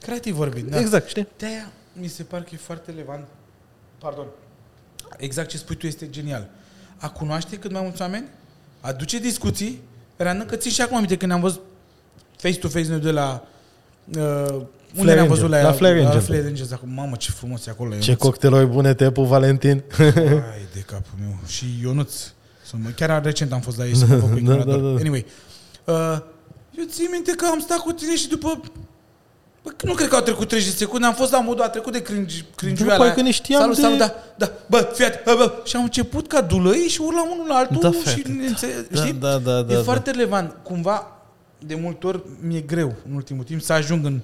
Creativ vorbind, da.
exact, știi?
De-aia mi se pare că e foarte relevant. Pardon. Exact ce spui tu este genial. A cunoaște cât mai mulți oameni, aduce discuții, reană că țin și acum aminte când am văzut face-to-face noi de la... Uh, unde
Flare
ne-am văzut
Angel.
la,
La Flare Angel.
La Flare Angels. Acum, mamă, ce frumos e acolo.
Ce cocktailuri bune te pu, Valentin.
Ai de capul meu. Și Ionuț. Sunt- Chiar recent am fost la ei să mă fac cu ignorator.
da, da.
Anyway. Uh, eu țin minte că am stat cu tine și după... Bă, nu cred că au trecut 30 de secunde, am fost la modul, a trecut de cringe, cringe
După că ne știam
salut,
de-
Salut, da, da, bă, fiat, bă, bă. Și am început ca dulăi și urlam unul la altul
Da,
și
frate,
ne
da.
înțe-
Da,
știi?
da, da,
E
da, da.
foarte relevant. Cumva, de multe ori, mi-e greu în ultimul timp să ajung în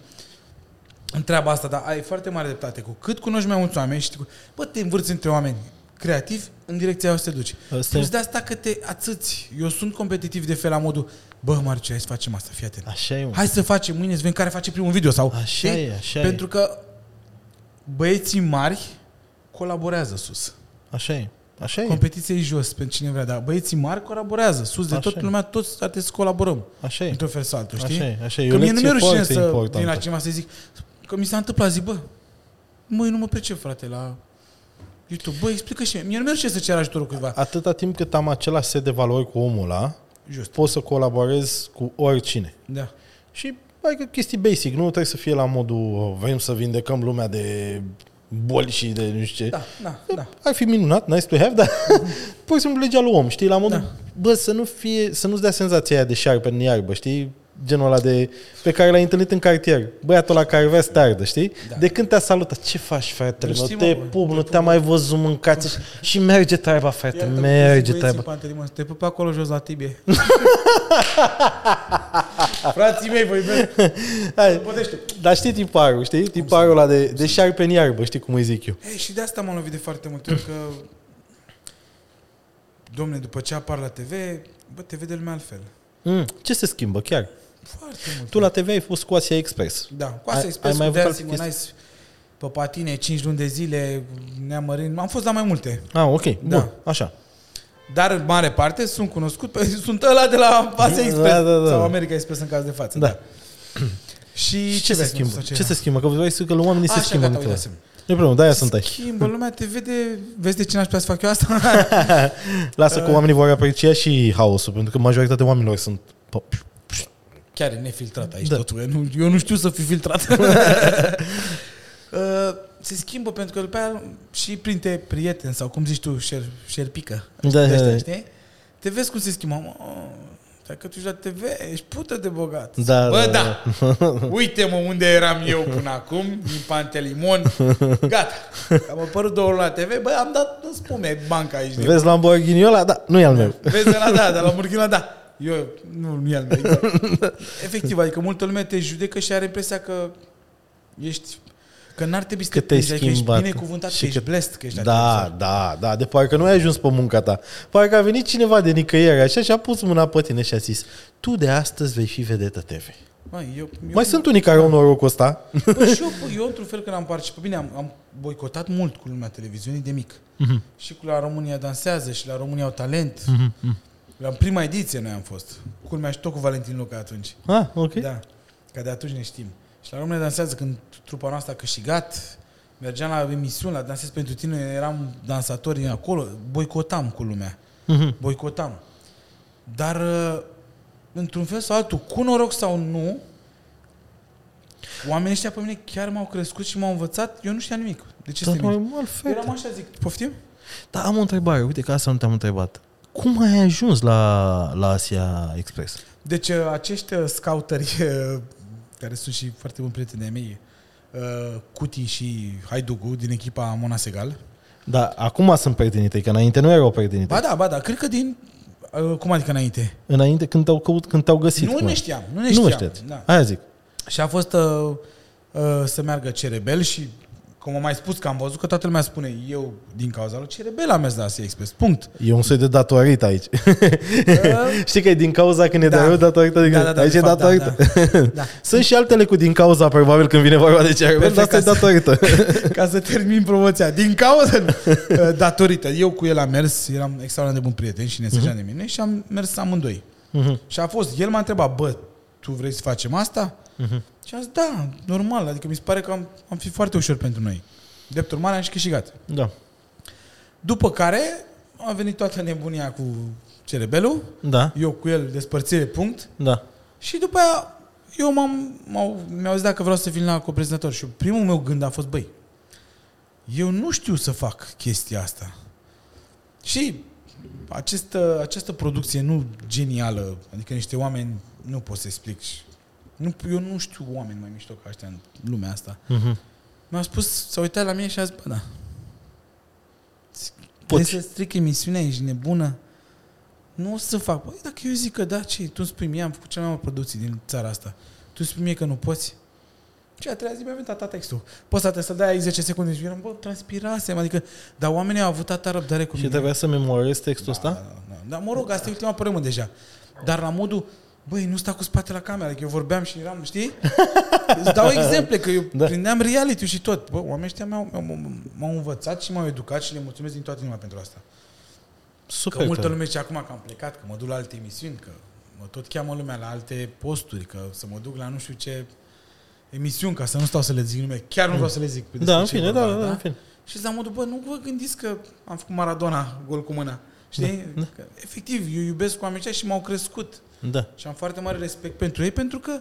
în treaba asta, dar ai foarte mare dreptate. Cu cât cunoști mai mulți oameni și știi cu- bă, te învârți între oameni creativi, în direcția aia o să te duci.
Asta
Plus
e.
de asta că te ațâți. Eu sunt competitiv de fel la modul, bă, Marci, hai să facem asta, fii atent.
Așa e, mă.
Hai să facem mâine, să vedem care face primul video. Sau,
Așa
știi?
e, așa e.
Pentru că băieții mari colaborează sus.
Așa e. Așa e.
Competiția e jos pentru cine vrea, dar băieții mari colaborează. Sus de
Așa
tot
e.
lumea, toți ar trebui să colaborăm.
Așa e.
Într-un fel sau altul, știi?
Așa e, așa e. E
Că
o
mie nu
lecție
mi-e rușine
foarte
să
importantă.
vin la cineva să zic că mi s-a întâmplat, zic, bă, măi, nu mă pricep, frate, la YouTube. Bă, explică și mie. Mie nu mi-e rușine să cer ajutorul cuiva.
Atâta timp cât am același set de valori cu omul ăla,
Just.
pot să colaborez cu oricine.
Da.
Și adică chestii basic, nu trebuie să fie la modul "Oh, vrem să vindecăm lumea de boli și de nu știu ce.
Da, da, da.
Ar fi minunat, nice to have, dar pur și simplu legea lui om, știi, la modul, da.
Da.
bă, să nu fie, să nu-ți dea senzația aia de șarpe în iarbă, știi? genul ăla de, pe care l-ai întâlnit în cartier. Băiatul la care vrea să te ardă, știi? Da. De când te-a salutat, ce faci, frate?
Nu
Nu
știi,
te
mă, bă,
pup, nu te-am mai văzut, mâncați și merge treaba, frate,
Iartă-mă,
merge
băieții,
treaba.
Pantelimon, să Te pup acolo jos la tibie. Frații mei, voi iubesc.
Hai,
Podește.
dar știi tiparul, știi? Tiparul ăla de, de șarpe în iarbă, știi cum îi zic eu.
Ei, și de asta m-am lovit de foarte mult, ori, că... Domne, după ce apar la TV, bă, te vede lumea altfel.
Mm, ce se schimbă, chiar?
Foarte mult.
Tu la TV ai fost cu Asia Express.
Da, cu
Ai-
asta
ai
expres
mai
cu
avut alte
Dancing on Ice, pe patine, 5 luni de zile, neamărind. Am fost la mai multe.
Ah, ok, bun,
Da.
așa.
Dar, în mare parte, sunt cunoscut, pe, sunt ăla de la Asia Express
Da, da, da.
sau America Express în caz de față.
Da.
Și,
Și ce
vezi,
se
mă,
schimbă?
sau
Ce se schimbă? Că vrei să că la oamenii se
Așa,
schimbă.
gata,
în
uitasem.
toate. Nu e problemă, de-aia sunt aici.
Schimbă, lumea te vede, vezi de ce n-aș putea să fac eu asta?
Lasă
Da.
că oamenii vor aprecia și haosul, pentru că majoritatea oamenilor sunt... pă,
Chiar e nefiltrat aici
Da.
da. totul. Eu nu, eu nu știu să fi filtrat. Uh, se schimbă pentru că după aia și printre prieteni sau cum zici tu, șer, șerpică.
Da,
de
da,
ăștia,
da.
Știi? Te vezi cum se schimbă. Mă, dacă tu ești la TV, ești pută de bogat.
Da,
Bă,
da,
da. Uite-mă unde eram eu până acum, din Pantelimon. Gata. Am apărut două ori la TV. Bă, am dat spume banca aici. de
Vezi Lamborghini ăla? Da, nu e al meu.
Vezi, la da, dar la Burkina da. Eu, nu, nu e al meu. exact. Efectiv, adică multă lume te judecă și are impresia că ești că n-ar trebui să
Că
te
te-ai
plângi, adică ești
schimbat.
binecuvântat,
Și
că ești
că-
blest, că ești exact.
Da, da, da, de parcă nu ai ajuns pe munca ta. Parcă a venit cineva de nicăieri așa și a pus mâna pe tine și a zis tu de astăzi vei fi vedetă TV.
Mai, eu, eu,
Mai sunt unii care au norocul ăsta.
Bă, și eu, bă, eu, într-un fel, când am participat, bine, am, am boicotat mult cu lumea televiziunii de mic.
Mhm.
Și cu la România dansează și la România au talent.
mhm.
La prima ediție noi am fost. Culmea și tot cu Valentin Luca atunci.
Ah, ok.
Da, că de atunci ne știm. Și la România dansează când trupa noastră a câștigat, mergeam la emisiuni, la Dansez pentru tine, eram dansatori acolo, boicotam cu lumea.
Mhm.
Boicotam. Dar, uh, într-un fel sau altul, cu noroc sau nu, oamenii ăștia pe mine chiar m-au crescut și m-au învățat, eu nu știam nimic. De ce
Dar
să nimic?
normal,
Eram
fete.
așa, zic, poftim?
Dar Da, am o întrebare, uite că asta nu te-am întrebat. Cum ai ajuns la, la Asia Express?
Deci uh, acești uh, scouteri, uh, care sunt și foarte buni prieteni de mei, uh, Cuti și Haidugu din echipa Mona Segal.
Da, acum sunt prieteni tăi, că înainte nu erau prieteni tăi.
Ba da, ba da, cred că din... uh, Cum adică înainte?
Înainte, când te-au, căut, când te-au găsit.
nu
mă.
ne știam, nu ne
Nu
știam.
mă știați.
Da.
Aia zic.
Și a fost uh, uh, să meargă Cerebel și, cum am mai spus, că am văzut că toată lumea spune, eu, din cauza lui Cerebel, am mers la Asia Express. Punct.
E un soi de datorit aici. Știi că e din cauza când e de
Da.
rău datorită. din-
Da, da, da,
aici
de
e
fapt, da,
datorită.
da.
Sunt și altele cu din cauza, probabil, când vine vorba de ce
Perfect,
dar asta e
asta.
datorită.
Ca să termin promoția. Din cauza, uh, datorită. Eu cu el am mers, eram extraordinar de bun prieten și ne înțelegeam de mine și am mers amândoi. Și a fost, el m-a întrebat, bă, tu vrei să facem asta? Și am zis, da, normal, adică mi se pare că am, am fi foarte ușor pentru noi. Drept urmare, am și câștigat.
da.
După care a venit toată nebunia cu cerebelul,
Da.
eu cu el despărțire, punct.
Da. Și
Și după aia eu m-am, m-au, mi-au zis dacă vreau să vin la coprezentator și primul meu gând a fost, băi, eu nu știu să fac chestia asta. Și această, această producție nu genială, adică niște oameni, nu pot să explic. și- Nu, eu nu știu oameni mai mișto ca ăștia în lumea asta.
Mhm.
Mi-a spus, s-a uitat la mine și a zis, bă, da. Poți.
Poți.
să stric emisiunea, ești nebună? Nu o să fac. Băi, dacă eu zic că da, ce? Tu îmi spui mie, am făcut cea mai mare producție din țara asta. Tu îmi spui mie că nu poți? Ce, a treia zi mi-a venit tata textul. Poți să te să dai 10 secunde și eu eram, bă, transpirasem, adică, dar oamenii au avut atâta răbdare cu mine.
trebuia să memorezi textul ăsta?
Da, da, da. Dar mă rog, asta e ultima părâmă deja. Dar la modul, băi, nu sta cu spatele la camera, că eu vorbeam și eram, știi? Îți dau exemple, că eu
Da.
da. prindeam reality și tot. Bă, oamenii ăștia m-au, m-au, m-au învățat și m-au educat și le mulțumesc din toată inima pentru asta. Că
Super.
multă
tare.
lume zice acum că am plecat, că mă duc la alte emisiuni, că mă tot cheamă lumea la alte posturi, că să mă duc la nu știu ce emisiuni, ca să nu stau să le zic nume. Chiar nu vreau să le zic. despre
Da, în
ce e
fine, da,
vorba,
da, da, în fine.
și la modul, bă, nu vă gândiți că am făcut Maradona gol cu mâna. Știi? Da, da. Efectiv, eu iubesc oamenii ăștia și m-au crescut.
Da.
Și am foarte mare respect pentru ei pentru că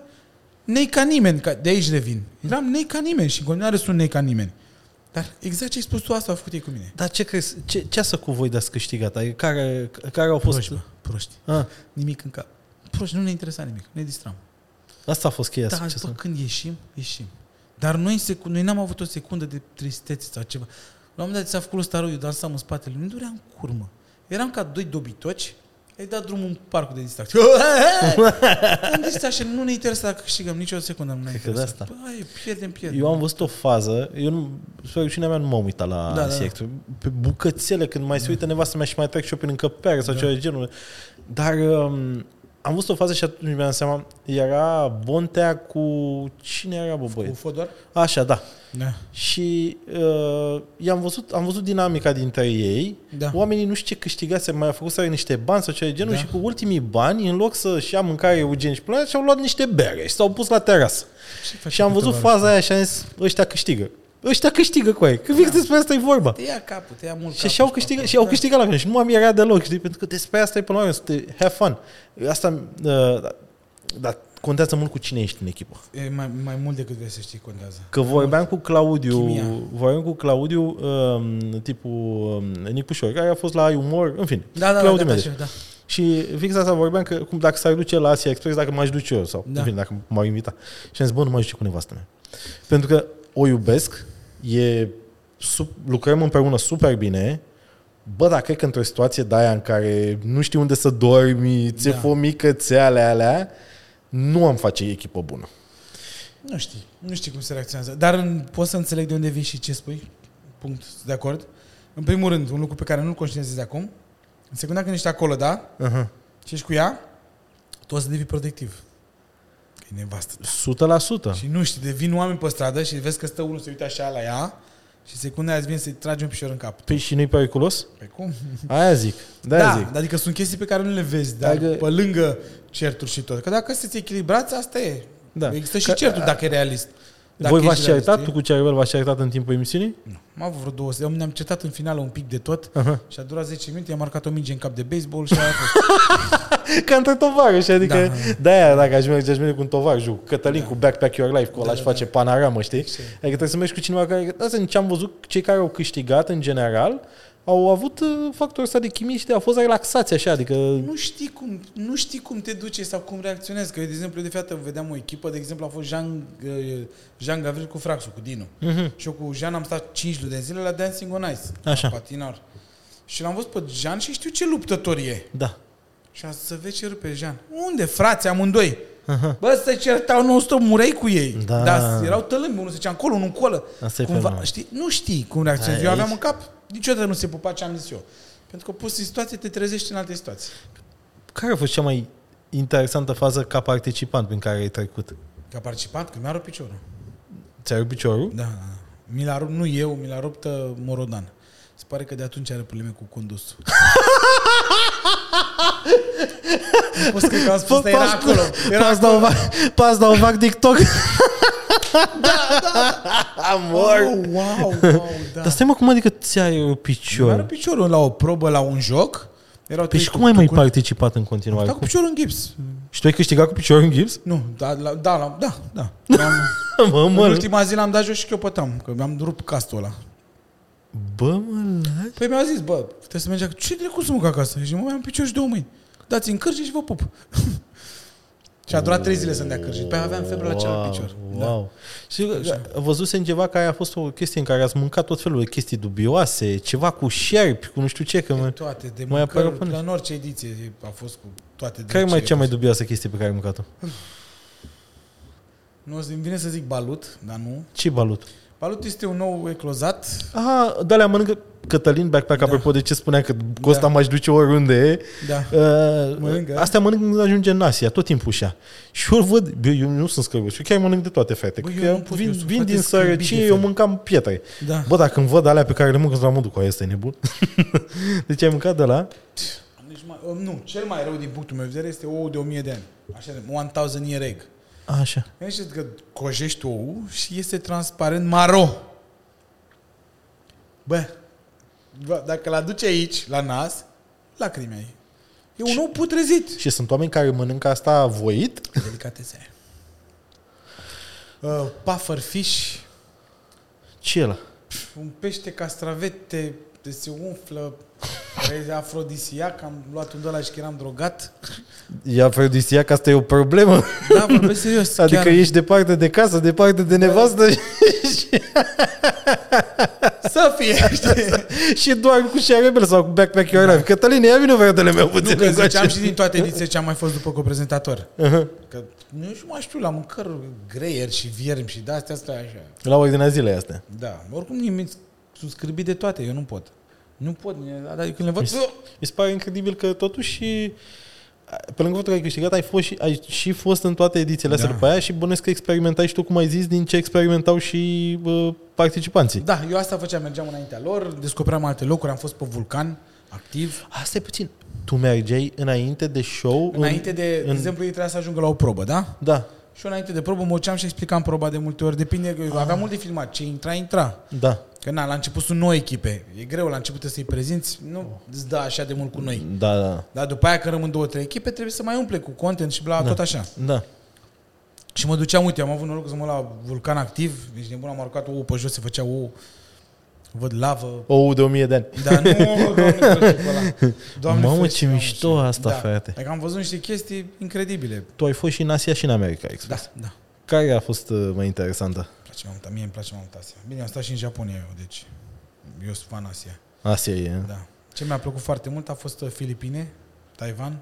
nei ca nimeni, ca de aici revin. Eram nei ca nimeni și în continuare sunt nei ca nimeni. Dar exact ce ai spus tu, asta au făcut ei cu mine.
Dar ce crezi, ce, ce a să cu voi de-ați câștigat? Adică care, care au fost...
Proști, bă, proști.
Ah,
Nimic în cap. Proști, nu ne interesa nimic, ne distram.
Asta a fost cheia
Da, bă,
succesului.
când ieșim, ieșim. Dar noi, în secund- noi n-am avut o secundă de tristețe sau ceva. La un moment dat s-a făcut starul, eu dansam în spatele lui, nu durea în curmă. Eram ca doi dobitoci, ai dat drumul în parcul de distracție. Am zis așa, nu ne interesa dacă câștigăm nicio secundă, nu ne
că de
interesa.
asta.
Băi, pierdem, pierdem.
Eu am văzut o fază, eu nu, spre rușinea mea nu m-am uitat la
Da, da,
da,
da.
sect. Pe bucățele, când mai se uită nevastă mea și mai trec și eu prin încăpere sau da. ceva de genul. Dar um, am văzut o fază și atunci mi-am dat seama, era Bontea cu... Cine era, bă,
Cu
băie?
Fodor?
Așa, da.
Da.
Și uh, i-am văzut, am văzut dinamica dintre ei.
Da.
Oamenii nu știu ce câștigase, mai au făcut să niște bani sau ceva de genul
Da.
și cu ultimii bani, în loc să-și ia mâncare Eugen și Planet, și-au luat niște bere și s-au pus la terasă.
Ce face
Și am văzut
tovarășul?
faza aia și am zis, ăștia câștigă. Ăștia câștigă cu ei. Că
Da.
fix despre asta e vorba.
Te ia capul, te ia mult
Și
capul
și au
pe
câștigat,
acolo.
și au
Da.
câștigat la final. Și nu m-am mirat deloc, știi? Pentru că despre asta e până la urmă, să te have fun. Asta, uh, dar da, contează mult cu cine ești în echipă.
E mai, mai mult decât vrei să știi, contează.
Că vorbeam cu Claudiu,
Da. Chimia.
vorbeam cu Claudiu, um, tipul um, Nicușor, care a fost la umor, în fine,
Da, da, da,
Claudiu
da, da,
Mede.
da, da.
Și fix asta vorbeam că cum dacă s-ar duce la Asia Express, dacă m-aș duce eu sau
Da.
da. bine, dacă m-ar invita. Și am zis, bă, nu m-aș duce cu nevastă mea. Pentru că o iubesc, e, sub, lucrăm împreună super bine, Bă, dar cred că într-o situație de aia în care nu știi unde să dormi, ți-e
Da.
da. fomică, ți alea, alea, nu am face echipă bună.
Nu știi, nu știi cum se reacționează. Dar în, pot să înțeleg de unde vii și ce spui. Punct, sunt de acord. În primul rând, un lucru pe care nu-l conștientizezi acum. În secunda, când ești acolo, da,
Uh-huh.
și ești cu ea, tu o să devii protectiv. Că e nevastă.
100%.
Și nu știi, devin oameni pe stradă și vezi că stă unul, se uită așa la ea și secunda aia îți vine să-i tragi un picior în cap.
Păi și nu-i periculos?
Păi cum?
Aia zic. Da,
Da,
da zic. Adică-
adică sunt chestii pe care nu le vezi, dar
Dacă-
pe lângă certuri și tot. Că dacă sunteți echilibrați, asta e.
Da.
Există și
Că-
certuri dacă e realist.
Da.
Dacă
Voi
ești
v-ați
realist,
certat?
e-
Tu cu Cearvel v-ați certat în timpul emisiunii?
Nu. Am avut vreo două săptămâni, ne-am cetat în finală un pic de tot
Aha.
și a durat 10 minute, i-am marcat o minge în cap de baseball și aia a fost.
Ca între tovarăși, adică
Da.
da. de-aia dacă aș merge, aș merge cu un tovar, joc. Cătălin da. cu Backpack Your Life, cu ăla da,
da,
face panoramă, știi?
Știu.
Adică trebuie să mergi cu cineva care... Asta ce am văzut, cei care au câștigat în general, au avut uh, factorul ăsta de chimie și de- au fost relaxați așa, adică...
Nu știi, cum, nu știi cum te duce sau cum reacționezi. Că, eu, de exemplu, eu de fiată vedeam o echipă, de exemplu, a fost Jean, eh, Jean Gavril cu Fraxu, cu Dinu.
Mhm.
Și eu cu Jean am stat 5 luni de zile la Dancing on Ice,
Așa.
la patinar. Și l-am văzut pe Jean și știu ce luptător e.
Da.
Și a zis, să vezi ce râd pe Jean. Unde, frați, amândoi? Bă, se certau non-stop, murei cu ei.
Da.
Dar erau tălâmbi, unul zicea încolo, unul încolo.
Asta e
Cumva,
fenomen.
știi, nu știi cum reacționezi.
Ai
Eu aveam
aici?
în cap, niciodată nu se pupa ce am zis eu. Pentru că pus în situație, te trezești în alte situații.
Care a fost cea mai interesantă fază ca participant prin care ai trecut?
Ca participant, că mi-a rupt piciorul.
Ți-ai rupt piciorul?
Da, mi l-a rupt, nu eu, mi l-a rupt uh, Morodan. Se pare că de atunci are probleme cu condusul. Nu pot să cred că am spus, dar era acolo. Era
Pas dau vac, pas dau vac TikTok. Da, Amor.
Oh, wow, wow, da.
Dar stai mă, cum adică ți-ai eu
Mi-a rupt
picior?
piciorul la o probă, la un joc. Erau
Păi
trei
și cum ai mai
tucuri.
participat în continuare?
Da, cu piciorul în gips.
Și tu ai câștigat cu piciorul în gips?
Nu, da, la, da, la, da, da. Am,
Mă,
în
mă,
ultima zi l-am dat jos și chiopătam, că mi-am rupt castul ăla.
bă, mă, lași?
Păi mi-a zis, bă, trebuie să mergem. Ce de cum să mă acasă? Și mă mai am picior și două mâini. Dați în cârje și vă pup. și a durat trei zile să-mi dea cârje. După aia aveam febră la celălalt picior. Da.
Wow. Și da. văzusem ceva care a fost o chestie în care ați mâncat tot felul de chestii dubioase, ceva cu șerpi, cu nu știu ce, că mă...
Toate, de
Mai apare
mâncări,
până-
la în orice ediție a fost cu toate. de
Care e mai
ce-
cea mai dubioasă chestie pe care ai mâncat-o?
Nu, o să-mi vine să zic balut, dar nu.
ce balut?
Balut este un nou eclozat
Aha, de-alea mănâncă Cătălin Backpack, da. apropo de ce spunea că cu ăsta
Da.
da. m-aș duce oriunde e.
Da.
Uh,
Mănâncă. da.
Astea mănânc când ajunge în Asia, tot timpul așa. Și eu îl văd, bă, eu nu sunt scârbos, eu chiar mănânc de toate, frate.
Bă,
Bă,
eu
eu
nu pot,
vin,
eu sunt,
vin
frate,
din
scârbit de
sărăcie, eu
fel.
mâncam pietre.
Da.
Bă, dacă îmi văd alea pe care le mănânc, la mă duc cu aia, ăsta e nebun. deci ai mâncat de la?
Deci mai, nu, cel mai rău din punctul meu de vedere este ou de 1000 de ani. Așa, 1000 year egg.
Așa.
Gândește că cojești ou și este transparent maro. Bă, bă, dacă l aduce aici, la nas, lacrimi ai. E un ou putrezit.
Și sunt oameni care mănâncă asta voit?
Delicatețe. Uh, pufferfish,
Ce e ăla?
un pește castravete de se umflă. Crezi afrodisiac, am luat un de ăla și că eram drogat.
E afrodisiac, asta e o problemă.
Da, vorbesc serios.
Adică
chiar.
ești departe de casă, departe de nevastă și,
Să fie, știi?
și doar cu șarebel sau cu backpack your life. Cătălin, ia vină verdele meu puțin.
Da. Nu, că ziceam
încoace. Uh-huh.
și din toate edițiile ce am mai fost după coprezentator. Că nu știu, mai știu, la mâncări greier și viermi și de-astea, astea așa.
La ordinea zilei astea.
Da, oricum nimic, sunt scârbit de toate, eu nu pot. Nu pot, adică când le văd...
Mi se pare incredibil că totuși pe lângă faptul că ai câștigat, ai, fost și, ai și fost în toate edițiile astea
Da.
după aia și bănesc că experimentai și tu, cum ai zis, din ce experimentau și uh, participanții.
Da, eu asta făceam, mergeam înaintea lor, descoperam alte locuri, am fost pe vulcan, activ.
Asta e puțin. Tu mergeai înainte de show? în-
Înainte de, de exemplu, ei trebuia să ajungă la o probă, da?
Da,
Și eu înainte de probă mă duceam și explicam proba de multe ori, depinde, eu
Ah.
aveam mult de filmat, ce intra, intra.
da.
Că na, la început sunt noi echipe, e greu, la început trebuie să-i prezinți, nu îți da așa de mult cu noi.
Da, da,
Dar după aia când rămân două, trei echipe, trebuie să mai umple cu content și bla, da. tot așa.
da.
Și mă duceam, uite, am avut noroc să mă la vulcan activ, deci nebun am aruncat ou pe jos, se făcea ou, văd lavă,
Ou de o mie de ani.
dar nu, doamne, ferește, pe ăla. doamne
Mamă,
ferește,
ce
doamne,
mișto asta, frate.
Adică am văzut niște chestii incredibile.
Tu ai fost și în Asia și în America, Express.
Da, da.
Care a fost uh, mai interesantă?
Îmi place mai mult, mie îmi place mai mult Asia. Bine, am stat și în Japonia eu, deci eu sunt fan Asia.
Asia e. Da.
Da. Ce mi-a plăcut foarte mult a fost uh, Filipine, Taiwan.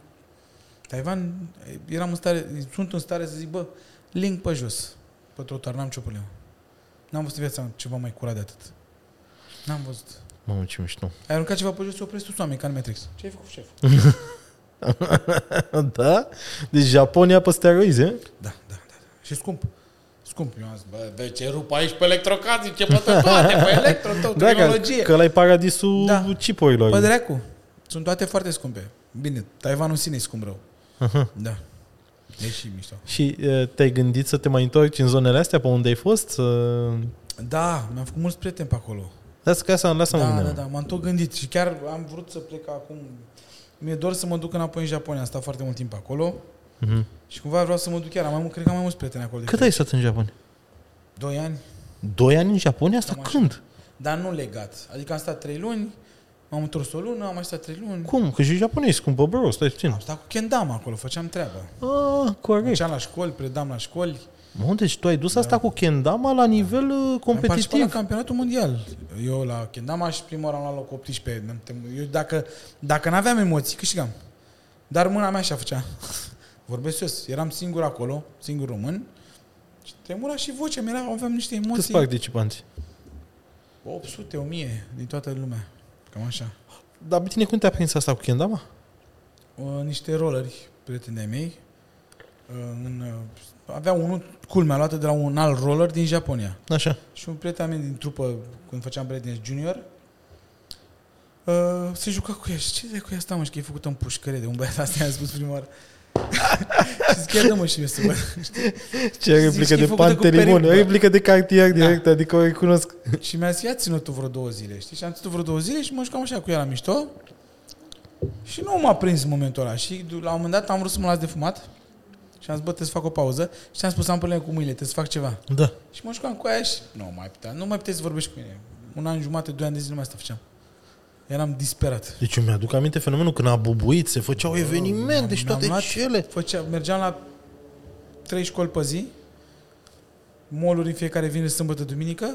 Taiwan, e, eram în stare, sunt în stare să zic, bă, link pe jos, pe trotuar, n-am nicio problemă. N-am văzut în viața mea ceva mai curat de atât. N-am văzut.
Mamă, ce mișto.
Ai aruncat ceva pe jos, se opresc toți oamenii, ca în Matrix. Ce ai făcut, șef?
da? Deci Japonia pe steroizi, e?
Da, da, da. da. Și scump. Scump. Eu am zis, bă, de ce rup aici pe electrocaz, ce pe toate, pe electro, tău,
Da, că,
tehnologie.
că ăla e paradisul da.
Da.
cipurilor.
Bă, dracu, sunt toate foarte scumpe. Bine, Taiwanul în sine e scump rău. Da. E și mișto.
Și uh, te-ai gândit să te mai întorci în zonele astea pe unde ai fost? Să...
Da, mi-am făcut mulți prieteni pe acolo.
Lasă că asta, lasă
Da, da, da, m-am tot gândit și chiar am vrut să plec acum. Mi-e dor să mă duc înapoi în Japonia, am stat foarte mult timp acolo
Uh-huh.
și cumva vreau să mă duc chiar, am mai mult, cred că am mai mulți prieteni acolo.
Cât ai stat în Japonia?
Doi ani,
Doi ani în Japonia? Asta
Cam așa.
când?
dar nu legat. Adică am stat trei luni, m-am întors o lună, am mai stat trei luni.
Cum? Că și japonezi scumpă, bro, stai puțin.
Am stat cu Kendama acolo, făceam treaba.
Ah, corect.
Făceam la școli, predam la școli.
Mă, deci tu ai dus asta cu Kendama la nivel uh,
Da. Am participat la
competitiv.
campionatul mondial. Eu la Kendama și prima oară am luat loc 18. N-am tem- Eu dacă, dacă n-aveam emoții, câștigam. Dar mâna mea așa făcea. Vorbesc serios. Eram singur acolo, singur român. Și tremura și vocea mea, era- aveam niște
Câți
emoții.
participanți?
800, 1000 din toată lumea. Cam așa.
Dar bine, cum te-a prins asta cu Kendama?
Uh, niște rolleri, prieteni de mei. Uh, în, uh, avea unul, culmea, luată de la un alt roller din Japonia.
Așa.
Și un prieten al meu din trupă, când făceam prieteni junior, uh, se juca cu ea. Și ce de cu ea asta, mă? Și că e făcută în pușcărie de un băiat asta, i-am spus prima oară. și zic, ia dă-mă și eu să văd.
Ce
Zici
replică
că e
de
făcută cu Da.
Pantelimon,
periculă.
replică de cartier direct, adică o recunosc.
și mi-a zis, ia ținut tu vreo două zile, știi? Și am ținut vreo două zile și mă jucam așa cu ea la mișto. Și nu m-a prins în momentul ăla. Și la un moment dat am vrut să mă las de fumat. Și am zis, bă, trebuie să fac o pauză. Și am spus, am probleme cu mâinile, trebuie să fac ceva.
Da.
Și mă jucam cu aia și nu mai putea, nu mai puteai să vorbești cu mine. Un an jumate, doi ani de zile numai asta făceam. Eram disperat.
Deci eu mi-aduc aminte fenomenul când a bubuit, se făceau evenimente și
Mi-am
toate
luat-
cele.
Făcea, mergeam la trei școli pe zi, moluri în fiecare vineri, sâmbătă, duminică,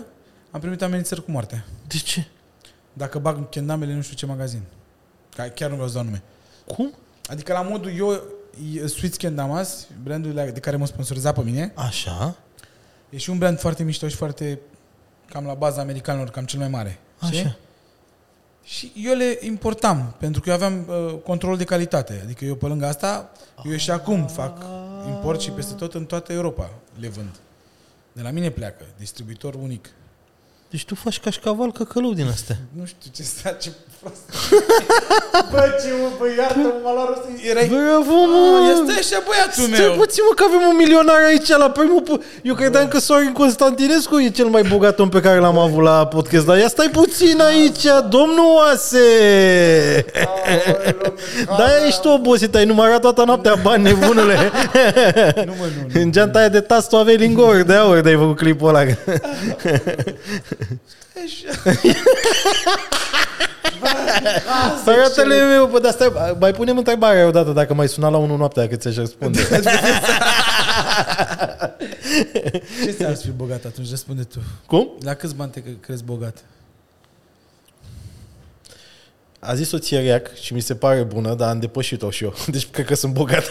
am primit amenințări cu moartea.
De ce?
Dacă bag chendamele în nu știu ce magazin. Ca- Chiar nu vreau să dau nume.
Cum?
Adică la modul eu, e- Sweets Kendamas, brandul la- de care mă sponsoriza pe mine,
Așa?
e și un brand foarte mișto și foarte cam la baza americanilor, cam cel mai mare. știi?
Așa.
Și eu le importam, pentru că eu aveam uh, control de calitate. Adică eu pe lângă asta, eu și acum fac import și peste tot în toată Europa le vând. De la mine pleacă, distribuitor unic.
Deci tu faci cașcaval căcălău din astea.
Nu știu ce sta, ce prost. bă, ce mă, bă, iartă-mă, m-a luat rostul. Erai...
Bravo,
Ah,
mă!
Este așa băiatul
Păi, Stai
meu.
puțin, mă, că avem un milionar aici la primul... pu- Eu credeam că Sorin Constantinescu e cel mai bogat om pe care l-am avut la podcast, dar ia stai puțin aici, domnul Oase! Da, ești tu obosit, ai numărat toată noaptea bani, nebunule!
Nu mă, nu, nu.
În geanta aia de tas tu aveai lingor de aur de ai făcut clipul ăla.
Așa. Vai,
Păratele meu, bă, dar stai, mai punem întrebarea odată dacă mai suna la unul noaptea, că ți-aș răspunde.
Ce ți-ar fi bogat atunci? Răspunde tu.
Cum?
La câți bani te cre- crezi bogat?
A zis o țieriac și mi se pare bună, dar am depășit-o și eu. Deci cred că sunt bogat.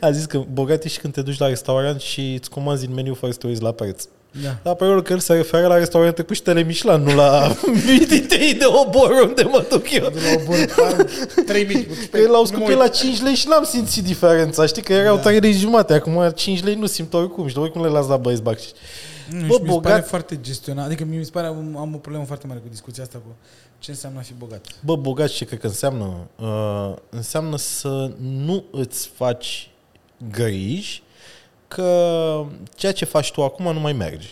A zis că bogat ești când te duci la restaurant și îți comanzi din meniu fără să te uiți la preț.
Da.
Dar pe rolul că el se referă la restaurante cu ștele Michelin, nu la mititei de obor unde mă duc eu.
De la o boră, 3000.
Că l-au scumpit la 5 lei și n-am simțit diferența. Știi că erau
Da.
3 lei jumate, acum 5 lei nu simt oricum. Și oricum le las la băieți bac.
Nu,
Bă,
Bă, mi se pare
bogat-
foarte gestionat. Adică mi se pare, am, am o problemă foarte mare cu discuția asta cu ce înseamnă a fi bogat.
Bă, bogat ce cred că înseamnă? Uh, înseamnă să nu îți faci griji că ceea ce faci tu acum nu mai merge.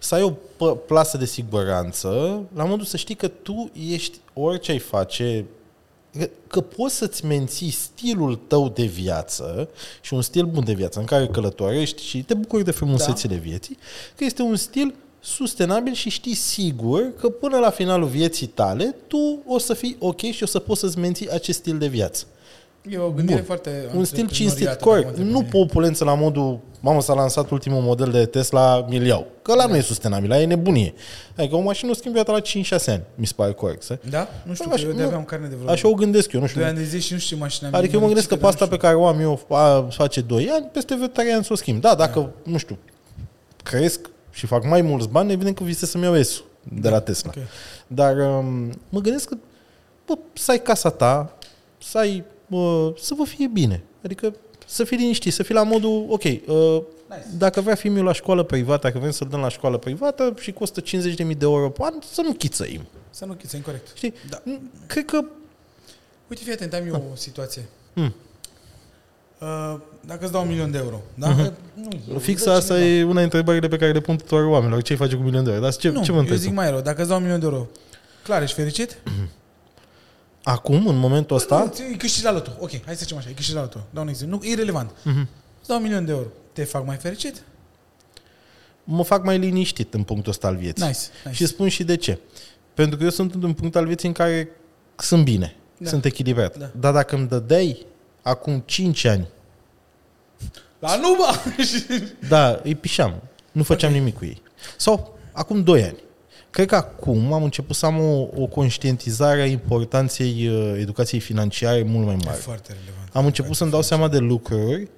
Să ai o p- plasă de siguranță, la modul să știi că tu ești orice ai face, că- că poți să-ți menții stilul tău de viață și un stil bun de viață în care călătorești și te bucuri de frumusețile vieții, că este un stil sustenabil și știi sigur că până la finalul vieții tale tu o să fii ok și o să poți să-ți menții acest stil de viață.
E o gândire
Bun.
foarte...
Un stil cinstit,
antreprenoriată,
corect.
dacă mă
Nu
întreb pe mine.
populență la modul, mamă, s-a lansat ultimul model de Tesla, mi iau. Că la nu e sustenabil, la e nebunie. Adică o mașină o schimbi o dată la 5-6 ani, mi se pare corect. Să?
Da? Nu știu,
Bă,
că
așa-
eu de
nu.
aveam carne de vreo
Așa o gândesc eu, nu
2 ani
știu.
de zi și nu știu ce mașină am.
Adică eu mă gândesc că pe asta pe care o am eu a, face 2 ani, peste vreo 3 ani să o schimb. Da, dacă, nu știu, cresc și fac mai mulți bani, evident că visez să-mi iau s de la Tesla.
Ok.
Dar um, mă gândesc că bă, să ai casa ta, să ai, bă, să vă fie bine. Adică să fii liniștit, să fii la modul, ok, uh, nice. dacă vrea fi miul la școală privată, dacă vrem să-l dăm la școală privată și costă 50.000 de euro pe an, să nu chițăim.
Să nu chiți, incorrect.
Știi?
Da.
Cred că...
Uite, fii atent, am eu o situație.
Da. Hmm.
Uh, Dacă îți dau un milion de euro, da? Nu,
Mhm. Fix
dă
asta
cineva.
e una dintre întrebările pe care le pun tuturor oamenilor. Ce faci cu un milion de euro? Dar ce,
da. Nu,
ce mă
eu
întreb?
zic mai rău. Dacă îți dau un milion de euro, clar, ești fericit?
Acum, în momentul
Nu,
ăsta,
ți- Îi câștigi la loto. Ok, hai să zicem așa, îi câștigi la loto. Dau un exemplu. Nu, e irrelevant.
Mhm.
Îți dau un milion de euro. Te fac mai fericit?
mă fac mai liniștit în punctul ăsta al vieții.
Nice, nice.
Și spun și de ce. Pentru că eu sunt într-un punct al vieții în care sunt bine, da.
Da.
sunt echilibrat. Da.
Da.
Dar dacă îmi dădeai acum 5 ani,
La numa!
da, îi pișam. Nu făceam okay. nimic cu ei. Sau acum 2 ani. Cred că acum am început să am o, o conștientizare a importanței uh, educației financiare mult mai
e
mare.
foarte relevant.
Am început să-mi dau seama de lucruri,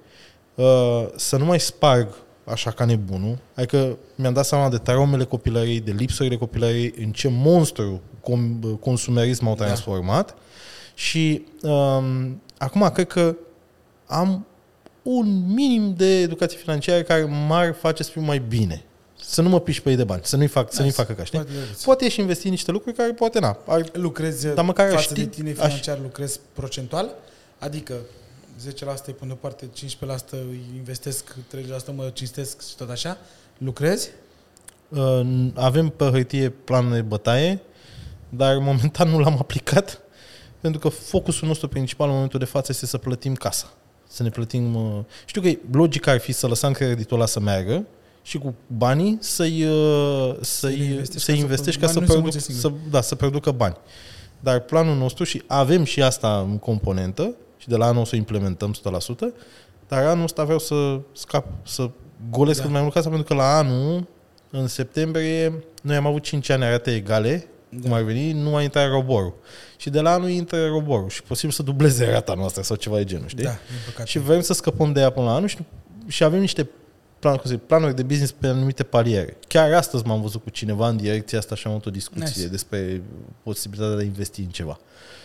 uh, să nu mai sparg așa ca nebunul. Adică mi-am dat seama de taromele copilăriei, de lipsurile copilăriei, în ce monstru com- consumerism au
Da.
transformat. Și um, acum cred că am un minim de educație financiară care m-ar face să fiu mai bine. Să nu mă piși pe ei de bani, să nu-i fac, să nu-i
Nice.
fac căca, știi?
Foarte drăguț.
Poate ești investi în niște lucruri care poate na. Ar,
Lucrezi
Dar măcar
față
știi-
de tine
aș-
financiar, lucrezi procentual? Adică 10% îi pun deoparte, 15% îi investesc, 30% mă cinstesc și tot așa. Lucrezi?
Uh, Avem pe hârtie planul de bătaie, dar momentan nu l-am aplicat, pentru că focusul nostru principal în momentul de față este să plătim casa. Să ne plătim... uh, Știu că logica ar fi să lăsăm creditul ăla să meargă și cu banii să-i, uh,
le
să-i,
investești ca
să
să
investești ca
produc-
să,
banii nu se
produc,
mulțesc
să, da, să producă bani. Dar planul nostru, și avem și asta în componentă, și de la anul o să o implementăm 100%, dar anul ăsta vreau să scap, să golesc
Da.
da. cât mai mult casa, pentru că la anul, în septembrie, noi am avut 5 ani arate egale, da.
Da.
cum ar veni, nu a intrat roborul. Și de la anul intră roborul și posibil să dubleze rata noastră sau ceva de genul, știi?
Da, din păcate.
Și vrem să scăpăm de ea până la anul și, și avem niște plan, cum să zic, planuri de business pe anumite paliere. Chiar astăzi m-am văzut cu cineva în direcția asta și am avut o discuție nice.
Nice.
despre posibilitatea de a investi în ceva.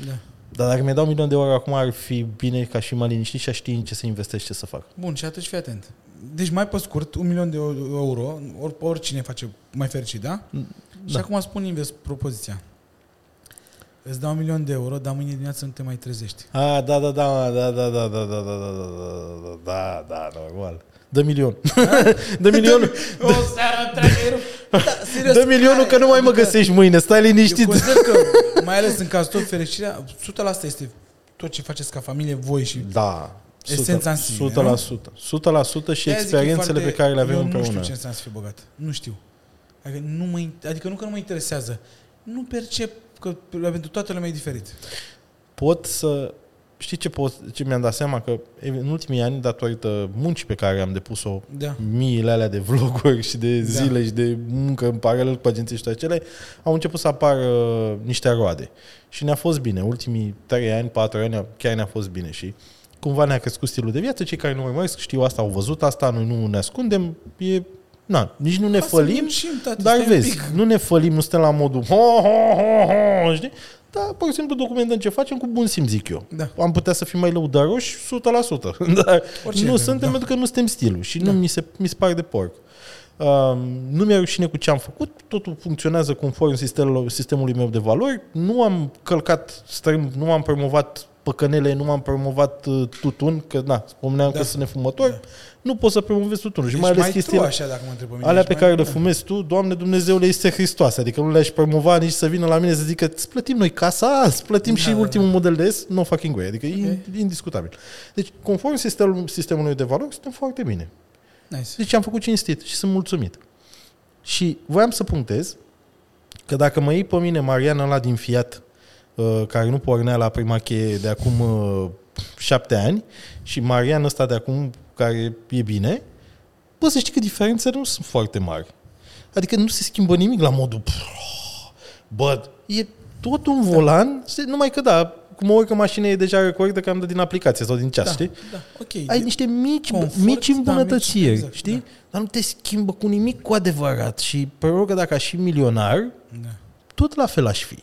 Da.
Dar dacă mi-ai dau un milion de euro acum ar fi bine ca și mai liniștit și a ști în ce să investești, ce să fac.
Bun, și atunci fii atent. Deci mai pe scurt, un milion de euro, or, oricine face mai fericit, da?
Mm,
Și acum spun invers propoziția. Îți dau un milion de euro, dar mâine dimineață nu te mai trezești.
A, da, da, da, da, da, da, da, da, da, da, da, da, da, da, da, normal. Dă milion. Dă milionul.
O seară întreagă da, serios,
Dă milionul că nu mai mă
Adică-
găsești mâine, stai liniștit.
Eu consider că, mai ales în cazul tău, fericirea, 100% este tot ce faceți ca familie, voi și...
Da.
Esența în sine,
100%. 100% și
De-aia zic că e
experiențele
foarte-
pe care le avem
eu
împreună.
nu știu ce înseamnă să fii bogat. Nu știu. Adică nu, mă, in- adică nu că nu mă interesează. Nu percep că pentru toată lumea e diferit.
pot să... Știi ce, pot, ce mi-am dat seama? Că în ultimii ani, datorită muncii pe care am depus-o,
Da.
miile alea de vloguri și de zile și de muncă în paralel cu agenții și toate cele, au început să apară niște roade. Și ne-a fost bine. Ultimii 3 ani, 4 ani ne-a- chiar ne-a fost bine și cumva ne-a crescut stilul de viață. Cei care nu urmăresc știu asta, au văzut asta, noi nu ne ascundem. E... Na, nici nu ne
Ca să
fălim,
muncim, tati,
dar
stai un
vezi,
pic.
nu ne fălim, nu suntem la modul ho, ho, ho, ho, știi? Dar, pur și simplu, documentăm ce facem cu bun simț, zic eu.
Da.
Am putea să fim mai lăudaroși 100%, dar
Oricine
nu
vrem, da.
suntem pentru că nu suntem stilul și
Da.
nu mi se, mi se pare de porc. Uh, nu mi-e rușine cu ce am făcut, totul funcționează conform sistemul- sistemului meu de valori, nu am călcat strâmb, nu am promovat păcănele, nu am promovat uh, tutun, că na, spuneam
Da.
că sunt nefumător,
Da.
nu pot să promovez tutunul. Și
Deci
mai ales
tu
chestiile,
așa, dacă mă întreb pe mine.
Alea
ești
pe
mai
care
tu,
le
da.
fumezi tu, Doamne Dumnezeule, este Hristos. Adică nu le-aș promova nici să vină la mine să zică îți plătim noi casa, îți plătim
Da,
și
da,
ultimul model de S, no fucking way. Adică e
Ok.
indiscutabil. Deci, conform sistemul, sistemului de valori, suntem foarte bine.
Nice.
Deci am făcut cinstit și sunt mulțumit. Și voiam să punctez că dacă mă iei pe mine Marian ăla din Fiat, uh, care nu pornea la prima cheie de acum uh, șapte ani, și Marian ăsta de acum, care e bine, bă, să știi că diferențele nu sunt foarte mari. Adică nu se schimbă nimic la modul... "Pff, Bă, e tot
Da.
un volan, știi, numai că da, cum mă urc în mașină e deja record că am dat din aplicație sau din ceas,
Da,
știi?
da, ok.
ai niște mici,
confort,
mici
da,
îmbunătățiri,
mici, exact,
știi?
da.
Dar nu te schimbă cu nimic cu adevărat și prorog că dacă aș fi milionar,
Da.
tot la fel aș fi.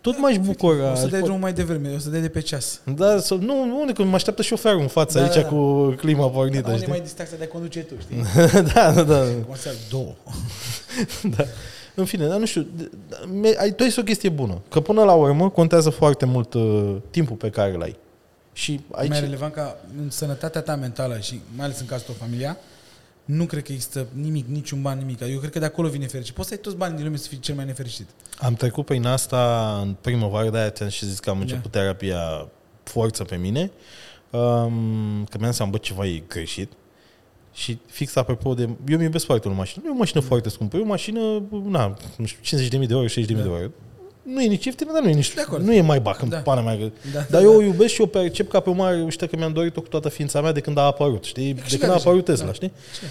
Tot m-aș bucura.
O să
aș
dai
po-
drumul mai devreme, o să dai de pe ceas.
da, sau, nu, nu, unde, că mă așteaptă șoferul în față
Da,
aici
da, da.
cu clima pornită,
Da, unde
știi?
mai distracția de a conduce tu, știi?
da, da, da.
Cum să două.
da. În fine, dar nu știu, de- da, mi- ai- tu ai o chestie bună, că până la urmă contează foarte mult uh, timpul pe care îl ai. Și aici,
Mai relevant ca în sănătatea ta mentală și mai ales în cazul tău familia, nu cred că există nimic, niciun ban, nimic. Eu cred că de acolo vine fericit. Poți să ai toți banii din lume să fii cel mai nefericit.
Am trecut prin asta în primăvară, de-aia ți-am și zis că
Da.
am început terapia forță pe mine, um, că mi-am seama, bă, ceva e greșit. Și fix apropo de... Eu mi iubesc foarte mult mașina. Nu e o
Mm.
mașină foarte scumpă. E o mașină, na, nu știu, 50.000 de euro, 60.000 de
Da.
euro. Nu e nici ieftină, dar nu e nici...
De acord.
Nu e mai bac în
Da.
pana mea. că-
Da,
dar
da,
eu
da.
o iubesc și o percep ca pe o mare reușită că mi-am dorit-o cu toată ființa mea de când a apărut, știi? De când a
deja.
apărut Tesla,
Da.
știi?
Ce?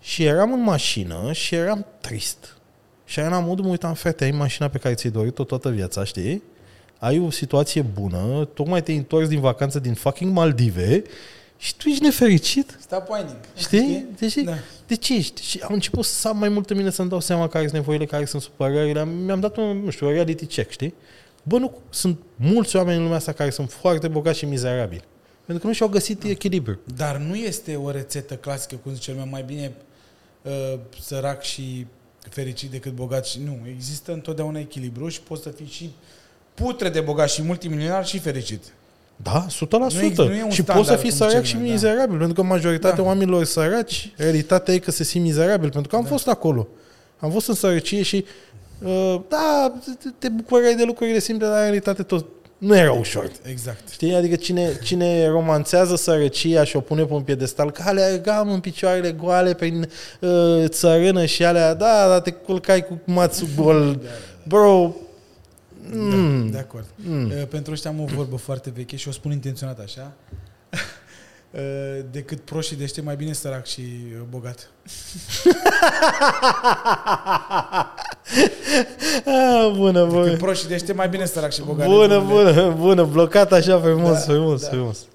Și eram în mașină și eram trist. Și aia la modul mă uitam, frate, ai mașina pe care ți-ai dorit-o toată viața, știi? Ai o situație bună, tocmai te-ai întors din vacanță din fucking Maldive și tu ești nefericit,
Stop whining.
știi? Deci,
Da.
da. De ce ești? Și am început să am mai mult în mine să-mi dau seama care sunt nevoile, care sunt supărările. Am- Mi-am dat un, nu știu, un reality check, știi? Bă, nu, sunt mulți oameni în lumea asta care sunt foarte bogați și mizerabili. Pentru că nu și-au
Da.
găsit echilibru.
Dar nu este o rețetă clasică, cum zice lumea, mai bine uh, sărac și fericit decât bogat și... Nu, există întotdeauna echilibru și poți să fii și putre de bogat și multimilionar și fericit.
Da, 100%.
Nu e- nu e un
și
standard,
poți să fii
cum
sărac
zice
și
lumea, da.
mizerabil, pentru că majoritatea
Da.
oamenilor săraci, realitatea e că se simt mizerabil, pentru că am fost acolo. Am fost în sărăcie și uh, da, te- te bucurai de lucrurile simple, dar în realitate tot nu era ușor.
Exact.
Știi? Adică cine, cine romanțează sărăcia și o pune pe un piedestal, că alea alergam în picioarele goale prin uh, țărână și alea, da, dar te culcai cu mațul gol. Bro,
Da,
mm,
de acord.
mm.
Uh, Pentru ăștia am o vorbă foarte veche și o spun intenționat așa. Uh, Decât proști și deștept, mai bine sărac și uh, bogat.
Ah, bună, bună.
Decât proști și deștept, mai bine sărac și bogat. Adică
Bună, bună, bună, blocat așa frumos,
Da,
da, frumos,
da.
da. frumos.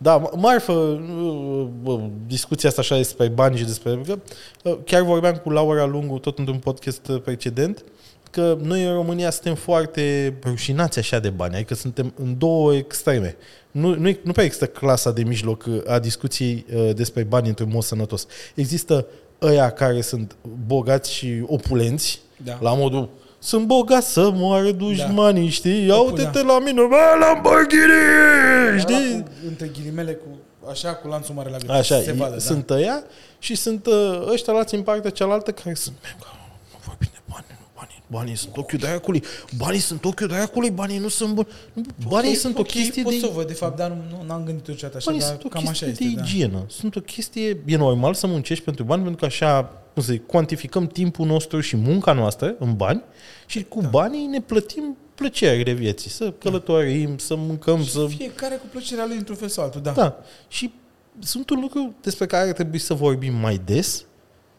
Da, m- marfă, nu, bă, discuția asta așa despre bani și despre... Că, uh, chiar vorbeam cu Laura Lungu tot într-un podcast uh, precedent că noi în România suntem foarte rușinați așa de bani, adică suntem în două extreme. Nu, nu, nu prea există clasa de mijloc uh, a discuției uh, despre bani într-un mod sănătos. Există ăia care sunt bogați și opulenți,
Da.
la modul sunt bogat să moară dușmanii, da. știi? Ia
Opu-
uite-te la mine, bă, Lamborghini, știi?
Cu, între ghilimele, cu, așa, cu lanțul mare la gât.
Așa,
se
se
vadă, da?
sunt ăia și sunt ă, ăștia lați în partea cealaltă care sunt, "Mă, nu vorbim de bani, nu, banii, banii sunt ochiul dracului, banii sunt ochiul dracului, banii nu sunt buni. Nu,
da.
Banii
Ok,
sunt o
ok,
chestie
pot
de
să o văd, de fapt, dar nu- nu, n-am gândit niciodată așa,
Banii
dar
Păi, sunt o
cam așa
chestie de
este, da.
igienă. Sunt o chestie... E normal să muncești pentru bani, pentru că așa cum să zic, cuantificăm timpul nostru și munca noastră în bani și
Păi,
cu
da.
banii ne plătim plăcerile vieții, să călătorim, să mâncăm, să...
Fiecare cu plăcerea lui într-un fel sau altul, da.
Da. Și sunt un lucru despre care ar trebui să vorbim mai des.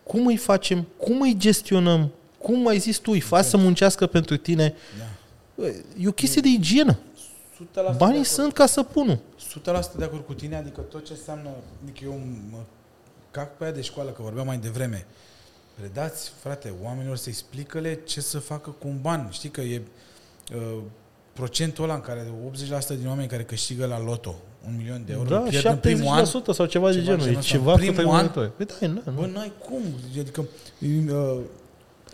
Cum îi facem, cum îi gestionăm, cum ai zis tu, îi faci
Da.
să muncească pentru tine. E o chestie de igienă.
100%
Banii
de
sunt ca săpunul.
acord. 100% de acord cu tine, adică tot ce înseamnă, adică eu mă cac pe aia de școală, că vorbeam mai devreme. Predați, frate, oamenilor să explică-le ce să facă cu un ban. Știi că e uh, procentul ăla în care 80% din oameni care câștigă la loto un milion de euro,
Da,
pierd în primul an,
70% sau ceva
ceva
de genul.
genul
E
ăsta.
ceva
Primul
fătăiuitor. Păi da, e, na,
Bă,
nu.
n-ai cum. Adică uh,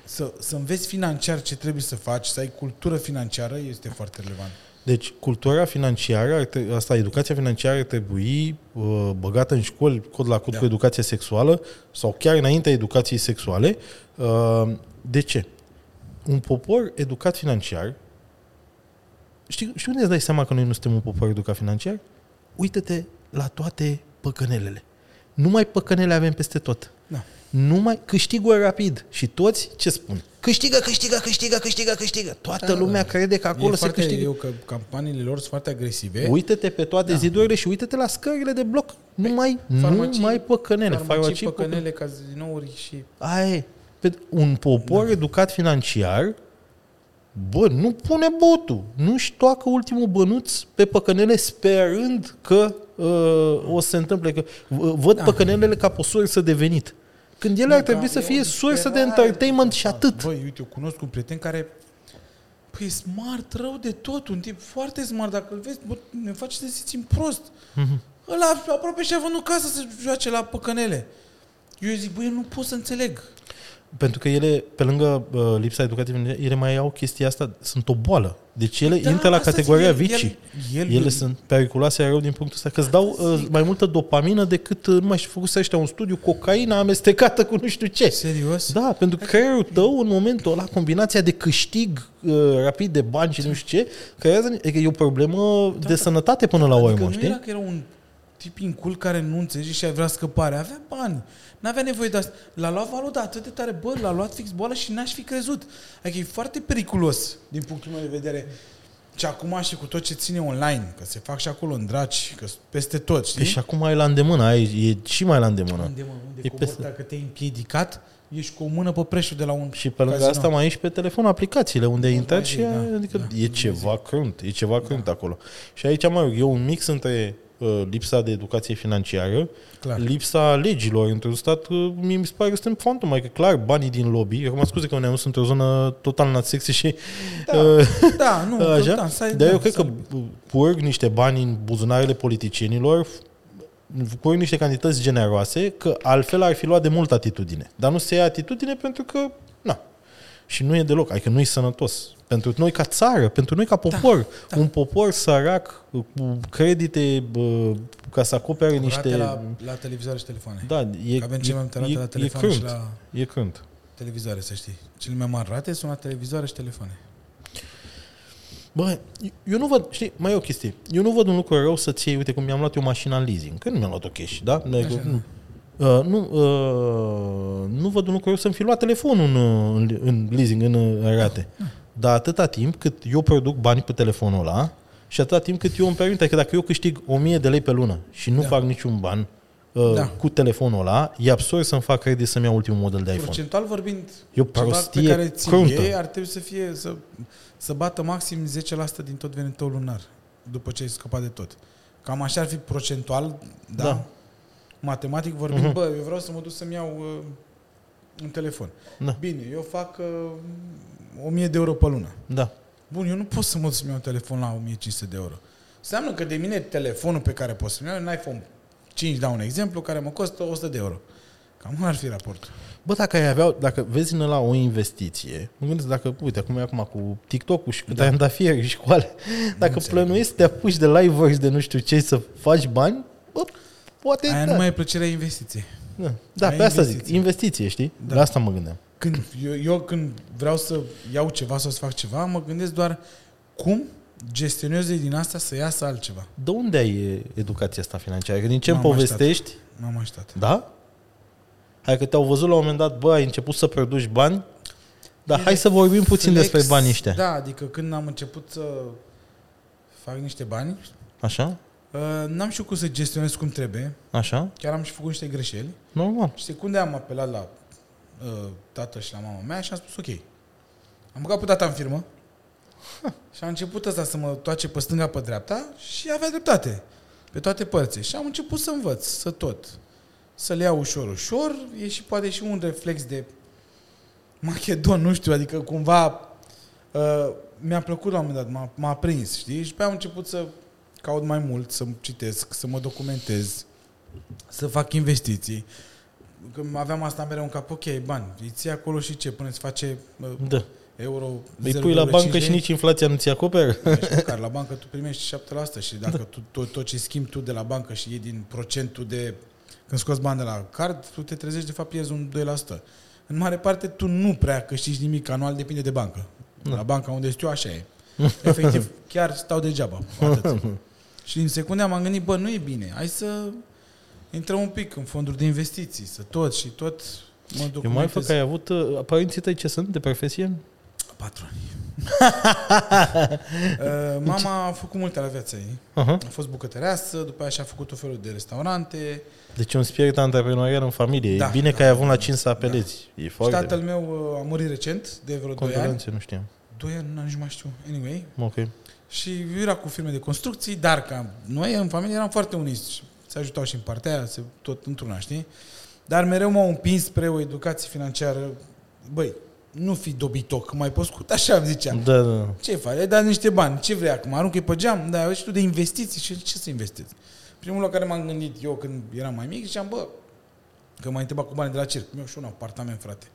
să, să înveți financiar ce trebuie să faci, să ai cultură financiară, este foarte relevant.
Deci, cultura financiară, ar tre- asta, educația financiară ar trebui uh, băgată în școli, cod la cod
Da.
cu educația sexuală sau chiar înaintea educației sexuale. Uh, De ce? Un popor educat financiar știi, știi unde îți dai seama că noi nu suntem un popor educat financiar? Uită-te la toate păcănelele. Numai păcănele avem peste tot.
Da.
Numai câștigă rapid. Și toți ce spun? Câștigă, câștigă, câștigă, câștigă, câștigă. Toată lumea crede că acolo
Da. e
se
foarte,
câștigă.
eu că campaniile lor sunt foarte agresive.
Uită-te pe toate da. zidurile și uită-te la scările de bloc. Nu mai,
Păi,
nu
farmacii-
mai păcănele.
farmacii,
Farmacii, păcănele.
păcănele, cazinouri și...
Aia e. Pe- Un popor da. educat financiar, bă, nu pune botul. Nu-și toacă ultimul bănuț pe păcănele sperând că uh, o să se întâmple. Că, uh, văd da. păcănelele ca pe o sursă de venit. Când ele ar trebui să
da, e o
fie sursă de
disperare.
entertainment și atât.
Băi, uite, eu cunosc un prieten care Păi e smart rău de tot, un tip foarte smart, dacă îl vezi, bă, ne face să simțim prost.
Mhm.
Mm-hmm. Ăla aproape și-a vândut casa să joace la păcănele. Eu zic, băi, eu nu pot să înțeleg.
Pentru că ele, pe lângă uh, lipsa educației, financiare, ele mai au chestia asta, sunt o boală. Deci ele
Da,
da, intră la
asta zic,
categoria
el-
vicii.
el-
El,
el-
ele sunt periculoase rău din punctul ăsta, că îți dau uh, mai multă dopamină decât, uh, nu mai știu, făcuse ăștia un studiu, cocaina amestecată cu nu știu ce.
Serios?
Da, pentru că creierul tău în momentul ăla, combinația de câștig uh, rapid de bani și nu știu ce, creează, adică e o problemă de sănătate până la
Da, Adică
urmă,
nu era
știi?
că era un tip incul care nu înțelege și avea scăpare. Avea bani. N-avea nevoie de asta. L-a luat valul de atât de tare. Bă, l-a luat fix boală și n-aș fi crezut. Adică e foarte periculos din punctul meu de vedere. Și acum și cu tot ce ține online, că se fac și acolo în draci, că sunt peste tot, știi?
Deci și acum ai la îndemână, ai, e și mai la îndemână.
unde, mă, unde
E
cobori,
peste-
dacă te-ai împiedicat, ești cu o mână pe preșul de la un
Și pe lângă
casino.
asta mai ești pe telefon aplicațiile unde ai intrat și
mai zic, da,
adică
da,
e ceva crunt, e ceva crunt acolo. Și aici mai e un mix între uh, lipsa de educație financiară,
Clar.
lipsa legilor într-un stat, uh, mie mi se pare că suntem fantom, adică clar banii din lobby, acum scuze că ne-am într-o zonă total natsexi și
Da.
uh,
Da, nu,
Așa?
da, s-a-
Dar eu
da,
cred
s-a-
că purg niște bani în buzunarele politicienilor, f- purg niște cantități generoase, că altfel ar fi luat de mult atitudine. Dar nu se ia atitudine pentru că, na, și nu e deloc, adică nu e sănătos. Pentru noi ca țară, pentru noi ca popor. Da, da. Un popor sărac, cu credite bă, ca să acopere
Rate
niște...
la, la televizoare și telefoane.
Da, e,
Că avem cele mai multe rate
e,
la
e
telefoane și
crânt.
la-
E crânt.
Televizoare, să știi. Cele mai mari rate sunt la televizoare și telefoane.
Bă, eu nu văd, știi, mai e o chestie. Eu nu văd un lucru rău să-ți iei, uite cum mi-am luat eu mașina în leasing, că nu mi-am luat-o cash, da? Așa,
da.
nu, Uh, nu, uh, nu văd un lucru rău să-mi fi luat telefonul în, uh, în, în leasing, în, uh, în rate. Dar atâta timp cât eu produc bani pe telefonul ăla și atâta timp cât eu îmi permit, că dacă eu câștig 1000 de lei pe lună și nu
Da.
da. fac niciun ban, uh,
Da.
da. cu telefonul ăla, e absurd să-mi fac credit să-mi iau ultimul model de iPhone.
Procentual vorbind,
E o
ceva
prostie
pe care ți
cruntă.
iei, ar trebui să fie să, să bată maxim 10% din tot venitul lunar după ce ai scăpat de tot. Cam așa ar fi procentual, da?
Da. Mhm.
da. Matematic vorbind, uh-huh. bă, eu vreau să mă duc să-mi iau uh, un telefon.
Da.
Bine, eu fac uh, 1000 de euro pe lună.
Da.
Bun, eu nu pot să mă duc să-mi iau un telefon la 1500 de euro. Înseamnă că de mine telefonul pe care pot să-mi iau, un iPhone 5, dau un exemplu, care mă costă 100 de euro. Cam ar fi raportul.
Bă, dacă ai avea, dacă vezi în la o investiție, mă gândesc dacă, uite, acum e acum cu TikTok-ul și cu da. trandafiri și cu ale, dacă
înțeleg.
plănuiești să te apuci de live de nu știu ce să faci bani, bă, poate
Aia
da.
nu mai e plăcerea investiției.
da. da,
ai
pe asta zic,
investiție.
investiție, știi? Da. La asta mă gândeam.
Când, eu, eu când vreau să iau ceva sau să fac ceva, mă gândesc doar cum gestionez eu din asta să iasă altceva.
De unde ai e, educația asta financiară? Că din ce îmi
M-am
povestești,
M-am așteptat.
da? Hai că te-au văzut la un moment dat, bă, ai început să produci bani, dar hai să vorbim puțin
Flex,
despre banii ăștia.
Da, adică când am început să fac niște bani,
Așa?
uh, n-am știut cum să gestionez cum trebuie.
Așa?
Chiar am și făcut niște greșeli.
Normal.
Și secunde am apelat la uh, tată și la mama mea și am spus ok. Am băgat pe tata în firmă și a început ăsta să mă toace pe stânga, pe dreapta și avea dreptate pe toate părțile. Și am început să învăț, să tot. Să le iau ușor, ușor. E și poate și un reflex de Machedon, nu știu, adică cumva uh, mi-a plăcut la un moment dat, m-a, m-a prins, știi? Și pe aia am început să caut mai mult, să citesc, să mă documentez, să fac investiții. Când aveam asta mereu în cap, ok, bani, îi ții acolo și ce, până îți face uh,
Da.
euro
Îi
0,5
pui la bancă
lei?
și nici inflația nu ți acoperă.
Deci, măcar la bancă tu primești 7% și dacă tu,
Da.
tot, tot ce schimbi tu de la bancă și iei din procentul de... Când scoți bani de la card, tu te trezești, de fapt, pierzi un 2%. În mare parte, tu nu prea câștigi nimic anual, depinde de bancă.
Da.
La banca unde ești eu, așa e. Efectiv, chiar stau degeaba. Atât. Și în secunde m-am gândit, bă, nu e bine, hai să intrăm un pic în fonduri de investiții, să tot și tot mă
Eu mai fac că
documentez.
ai avut... uh, Părinții tăi ce sunt de profesie?
Patroni. Uh, Mama a făcut multe la viața ei.
Aha.
A fost bucătăreasă, după aia și-a făcut tot felul de restaurante.
Deci un spirit antreprenorial în familie.
Da,
e bine
da,
că ai avut la 5 să apelezi. E
și
foarte...
tatăl meu uh, a murit recent, de vreo 2 ani.
Condolențe, nu știam.
2 ani, nici nu mai știu. Anyway.
Ok.
Și eu era cu firme de construcții, dar ca noi în familie eram foarte uniți. Se ajutau și în partea aia, se tot într-una, știi? Dar mereu m-au împins spre o educație financiară. Băi, nu fi dobitoc, mai poți scut, așa îmi zicea.
Da, da, da.
Ce faci? Ai dat niște bani. Ce vrei acum? Aruncă-i pe geam? Da, eu știu de investiții. Și ce să investezi? Primul la care m-am gândit eu când eram mai mic, ziceam, bă, că m-a întrebat cu bani de la circ. Mi-au și un apartament, frate.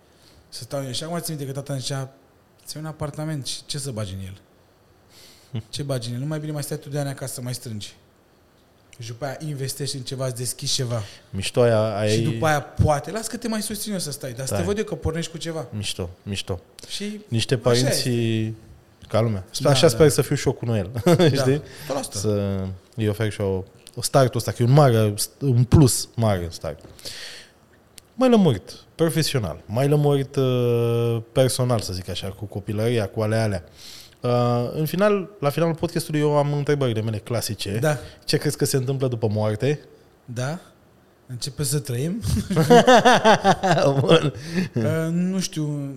Să stau eu. Și acum țin minte că tata îmi zicea, ți un apartament și ce să bagi în el? Ce bagi în el? Nu mai bine mai stai tu de ani acasă să mai strângi. Și după aia investești în ceva, îți deschizi ceva.
Mișto aia, aia
Ei. Și
e-
după aia poate, las că te mai susțin eu să stai, dar să te
Da.
văd eu că pornești cu ceva.
Mișto, mișto.
Și
Niște
Așa
părinți ca lumea. Sper-
Da,
Așa
da.
sper să fiu și eu cu Noel. Știi?
tot asta.
Să îi ofer și o, o startul ăsta, că e un mare, un plus mare în start. Mai lămurit, profesional. Mai lămurit uh, personal, să zic așa, cu copilăria, cu alea alea. Uh, în final, la finalul podcastului eu am întrebările mele clasice.
Da.
Ce crezi că se întâmplă după moarte?
Da? Începe să trăim?
Bun.
Uh, nu știu,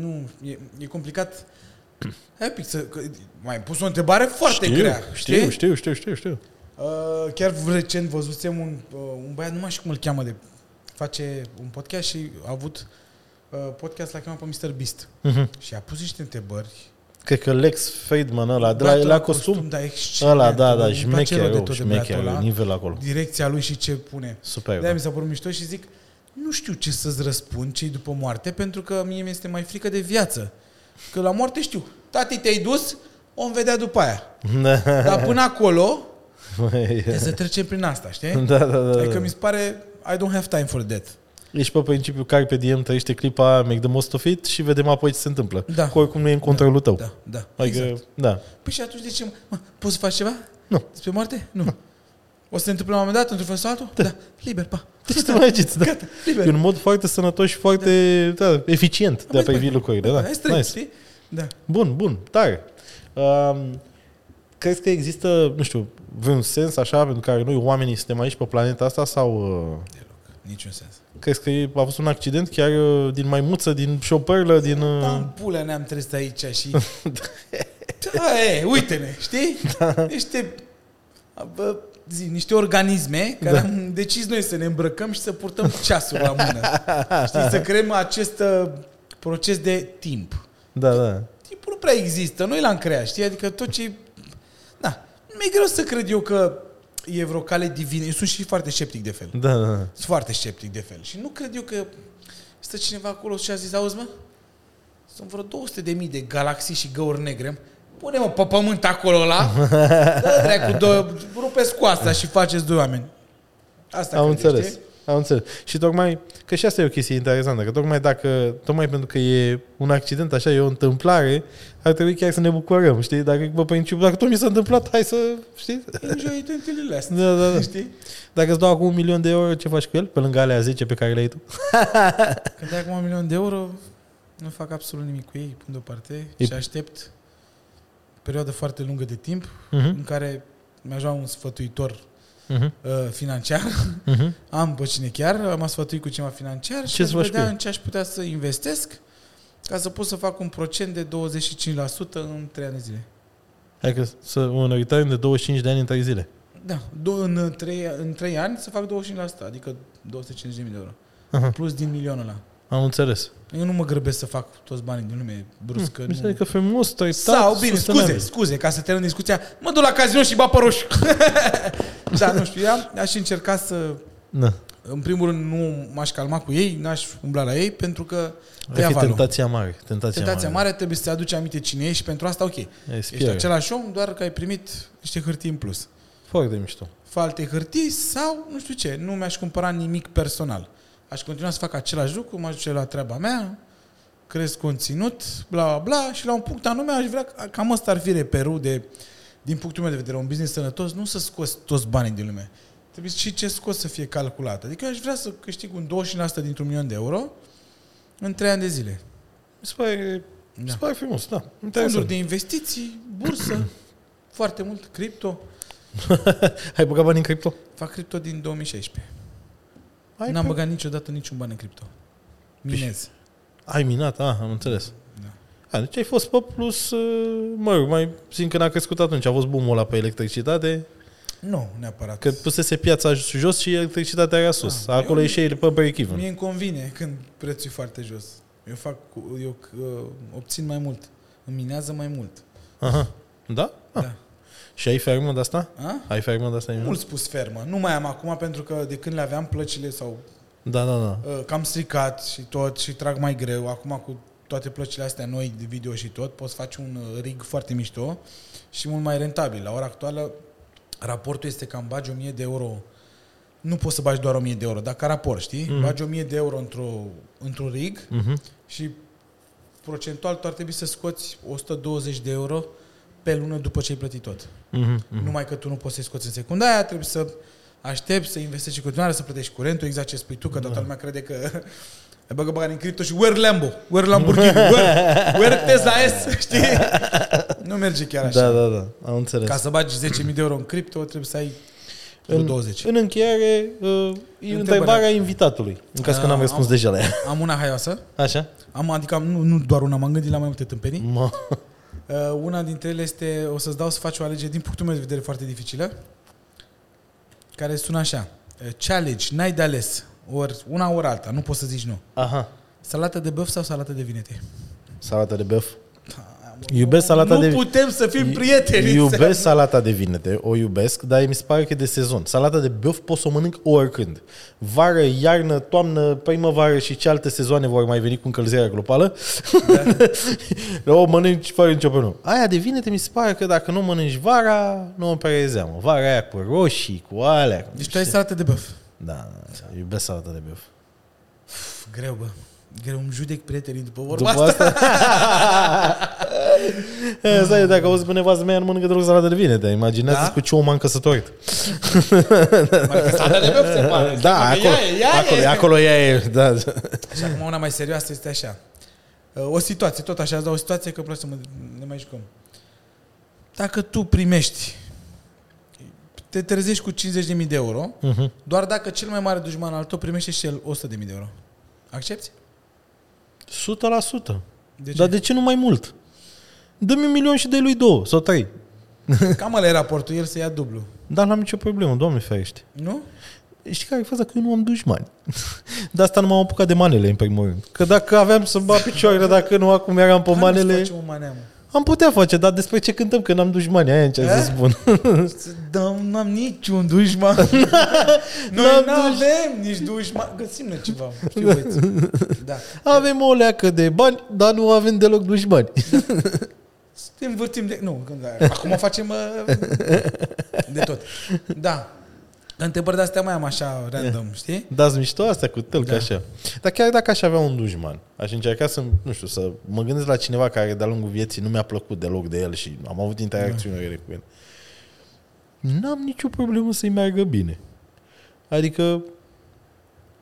nu, e, e complicat. Hai un pic să... Că, mai pus o întrebare foarte
știu,
grea.
știu, știu, știu, știu, știu.
Uh, chiar recent văzusem un, uh, un băiat, nu mai știu cum îl cheamă, de, face un podcast și a avut uh, podcast la cheamă pe Mr. Beast.
Mhm.
Și a pus niște întrebări.
Cred că Lex Friedman ăla, de la,
Băiatul
la costum,
da, excelent.
Ăla, da, da,
Îmi place rău de
șmecher,
tot de
șmecher,
băiatul ăla.
nivel acolo.
direcția lui și ce pune.
Super,
de
da.
mi s-a părut mișto și zic, nu știu ce să-ți răspund cei după moarte, pentru că mie mi este mai frică de viață. Că la moarte știu, tati te-ai dus, om vedea după aia.
da.
Dar până acolo, trebuie să trecem prin asta, știi?
da, da, da.
Adică mi se pare, I don't have time for that.
Ești pe principiu Carpe Diem, trăiește clipa aia, make the most of it și vedem apoi ce se întâmplă.
Da.
Că oricum nu e în controlul tău.
Da, da.
Adică,
Exact.
da.
Păi și atunci de ce, mă, poți să faci ceva?
Nu.
Despre moarte? Nu. O să se întâmple la un moment dat, într-un fel sau altul? Da. Liber, pa.
De ce te mai agiți? Da.
Gata, liber.
E un mod foarte sănătos și foarte da. eficient de a
mai
privi
bine.
lucrurile. Da.
Hai să trec,
Nice.
știi? Da.
Bun, bun, tare. Um, crezi că există, nu știu, vreun sens așa pentru care noi oamenii suntem aici pe planeta asta sau... Uh,
Deloc. Niciun sens.
Crezi că e- a fost un accident chiar uh, din maimuță, din șopărlă, din... uh,
Da, în pula ne-am trezit aici și... da, e, uite-ne, știi? Niște... Bă, zi, niște organisme care
Da.
da. am decis noi să ne îmbrăcăm și să purtăm ceasul la mână. știi, să creăm acest uh, proces de timp.
Da, da.
Timpul nu prea există, noi l-am creat, știi? Adică tot ce... Da, mi-e greu să cred eu că e vreo cale divină. Eu sunt și foarte sceptic de fel.
Da, da.
Sunt foarte sceptic de fel. Și nu cred eu că stă cineva acolo și a zis, auzi mă, sunt vreo 200 de mii de galaxii și găuri negre. Pune-mă pe pământ acolo la, dă dracu, dă, rupeți cu asta și faceți doi oameni. Asta
Am
cred eu,
înțeles.
știi?
Am înțeles. Și tocmai, că și asta e o chestie interesantă, că tocmai dacă, tocmai pentru că e un accident, așa, e o întâmplare, ar trebui chiar să ne bucurăm, știi? Dacă, bă, principiu, dacă tot mi s-a întâmplat, hai să, știi?
Enjoy it until it lasts.
Da, da, da.
Știi?
Dacă îți dau acum un milion de euro, ce faci cu el? Pe lângă alea 10 pe care le ai tu?
Că dai acum un milion de euro, nu fac absolut nimic cu ei, pun deoparte
E-
și aștept o perioadă foarte lungă de timp în
Mhm,
care mi-ajunge un sfătuitor
mhm,
uh, financiar.
mhm.
Am pe cine chiar, m-a sfătuit cu ceva financiar și
Ce
aș
să faci cu
vedea
el?
în ce aș putea să investesc ca să pot să fac un procent de 25% în 3 ani de zile.
Hai că să un return de 25 de ani în 3 zile.
Da, do- în 3, în 3 ani să fac 25%, adică 250.000 de euro.
Aha,
Plus din milionul ăla.
am înțeles.
Eu nu mă grăbesc să fac toți banii din lume brusc. că
Mm, Mi se
Păi nu...
pare că Adică frumos, treptat,
Sau, bine, scuze,
sustenabil.
scuze, ca să termin discuția, mă duc la casino și bapă roșu. da, nu știu, eu aș încerca să,
Da.
în primul rând, nu m-aș calma cu ei, n-aș umbla la ei, pentru că te
Ar
ia
fi
valul.
tentația mare. Tentația,
Tentația mare trebuie să te aduci aminte cine ești și pentru asta, ok. Ești
Ești
același om, doar că ai primit niște hârtii în plus.
Foarte mișto.
Fă alte hârtii sau nu știu ce, nu mi-aș cumpăra nimic personal. Aș continua să fac același lucru, m-aș duce la treaba mea, cresc conținut, bla bla bla și la un punct anume aș vrea, ca- cam ăsta ar fi reperul de, din punctul meu de vedere, un business sănătos, nu să scoți toți banii din lume. Trebuie și ce scoți să fie calculat. Adică eu aș vrea să câștig un 20% dintr-un milion de euro în 3 ani de zile.
Mi se pare, mi se
Da.
pare frumos, da.
Fonduri de
Interesant.
investiții, bursă, foarte mult, cripto.
Ai băgat bani în cripto?
Fac cripto din 2016.
Ai,
N-am
pe-
băgat niciodată niciun ban în cripto. Minez.
Ai minat, ah, am înțeles.
Da.
A, deci ai fost pe plus, uh, mă rog, mai simt că n-a crescut atunci, a fost boom ăla pe electricitate,
Nu, neapărat.
că pusese piața jos și electricitatea era sus.
Da.
Acolo
Eu-
ieșeai pe break-even.
Mie îmi convine când prețul e foarte jos. Eu fac, cu- eu uh, obțin mai mult. Îmi minează mai mult.
Aha. Da? Ah.
Da.
Și ai fermă de asta?
A?
Ai fermă de asta?
Mult spus fermă. Nu mai am acum pentru că de când le aveam plăcile sau
Da, da, da.
uh, cam stricat și tot și trag mai greu. Acum cu toate plăcile astea noi de video și tot, poți face un uh, rig foarte mișto și mult mai rentabil. La ora actuală, raportul este că am bagi 1000 de euro. Nu poți să bagi doar 1000 de euro, dar ca raport, știi? Mm. Bagi 1000 de euro într-o, într-un rig
Mhm.
și procentual tu ar trebui să scoți 120 de euro pe lună după ce ai plătit tot.
Mhm.
Mm-hmm. Numai că tu nu poți să-i scoți în secunda aia, trebuie să aștepți, să investești în continuare, să plătești curentul, exact ce spui tu, că
Da.
toată lumea crede că le bagă bani în cripto și where Lambo, where Lamborghini, where, where Tesla S, știi? Nu merge chiar așa.
Da, da, da. Am înțeles.
Ca să bagi 10.000 de euro în cripto, trebuie să ai vreo
în,
20.
în încheiere, uh, e întrebarea invitatului, în caz că
Ah,
n-am răspuns
am-
deja la ea.
Am una haioasă,
Așa?
am, adică am, nu, nu doar una, m-am gândit la mai multe tâmpenii.
Mă.
Uh, Una dintre ele este, o să-ți dau să faci o alegere din punctul meu de vedere foarte dificilă, care sună așa. Uh, Ce alegi? N-ai de ales. Ori una, ori alta. Nu poți să zici nu.
Aha.
Salată de băf sau salată de vinete?
Salata de băf. Iubesc salata
Da, nu
de
putem să fim prieteni.
Iubesc salata de vinete, o iubesc, dar mi se pare că e de sezon. Salata de băf pot să o mănânc oricând. Vară, iarnă, toamnă, primăvară și ce alte sezoane vor mai veni cu încălzirea globală. Da. o mănânci fără nicio problemă. Aia de vinete mi se pare că dacă nu o mănânci vara, nu o prea mă. Vara aia cu roșii, cu alea. cu
Deci tu ai
știi.
salată de băf.
Da, da, da, iubesc salata de băf.
Pf, greu, bă. Greu, îmi judec prietenii după vorba
După
după asta.
asta... E, Stai, dacă auzi pe nevastă mea, nu mănâncă deloc salată de vinete. Imaginează-ți
Da?
cu ce om am căsătorit.
Adică salata de băf se pare.
Da,
Că
acolo,
ea e, ea e.
acolo, e, acolo ea e, da.
Și acum una mai serioasă este așa. Uh, O situație, tot așa, dar o situație că îmi place să mă, ne mai jucăm. Dacă tu primești, te trezești cu 50.000 de euro,
Mhm.
doar dacă cel mai mare dușman al tău primește și el 100.000 de euro. Accepti? Deci,
100%.
De ce?
Dar Da, de ce nu mai mult? Dă-mi un milion și de lui două sau trei.
Cam ăla e raportul, el să ia dublu.
Dar n-am nicio problemă, doamne ferește.
Nu?
Știi care e faza? Că eu nu am dușmani. De asta nu m-am apucat de manele, în primul rând. Că dacă aveam să-mi bat picioarele, dacă nu, acum eram pe manele...
Să o manea, mă?
Am putea face, dar despre ce cântăm, că n-am dușmani, aia ce să
Eh?
spun.
Să dăm, nu am niciun dușman. Noi
N-am
nu avem nici dușman. Găsim-ne ceva, știu băieți. Da.
Avem o leacă de bani, dar nu avem deloc dușmani.
Să Te învârtim de... Nu, când, acum facem uh, de tot. Da. Că întrebări de-astea mai am așa random, știi?
Dați mișto astea cu tâlc, da.
Da.
așa. Dar chiar dacă aș avea un dușman, aș încerca să, nu știu, să mă gândesc la cineva care de-a lungul vieții nu mi-a plăcut deloc de el și am avut interacțiuni da. cu el. N-am nicio problemă să-i meargă bine. Adică,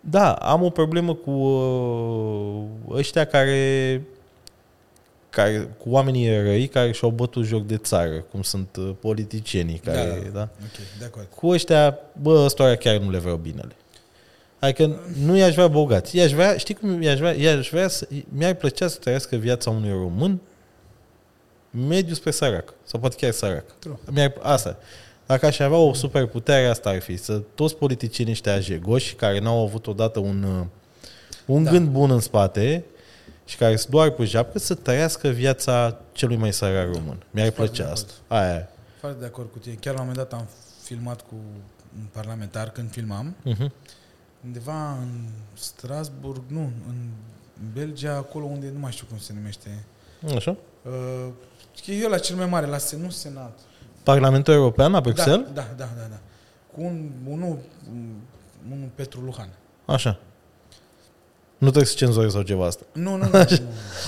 da, am o problemă cu uh, ăștia care, care, cu oamenii răi care și-au bătut joc de țară, cum sunt uh, politicienii care, da? da?
Ok, de acord.
cu ăștia, bă, ăstora chiar nu le vreau binele. Adică nu i-aș vrea bogați. I-aș vrea, știi cum i-aș vrea? I-aș vrea să, mi-ar plăcea să trăiască viața unui român mediu spre sărac. Sau poate chiar sărac.
True.
Mi-ar, asta. Dacă aș avea o superputere, asta ar fi. Să toți politicienii ăștia jegoși, care n-au avut odată un, uh, un da.
Da.
gând bun în spate și care sunt doar pe japcă, să trăiască viața celui mai sărac român.
Foarte
Mi-ar plăcea
de
asta. Aia. e.
Foarte de acord cu tine. Chiar la un moment dat am filmat cu un parlamentar când filmam.
Mhm.
Undeva în Strasburg, nu, în Belgia, acolo unde nu mai știu cum se numește.
Așa?
Uh, e eu la cel mai mare, la sen- nu Senat.
Parlamentul European la Bruxelles?
Da, da, da, da, da. Cu un, unul, unul Petru Luhan.
Așa. Nu trebuie să cenzori sau ceva asta.
Nu, nu, nu, nu, nu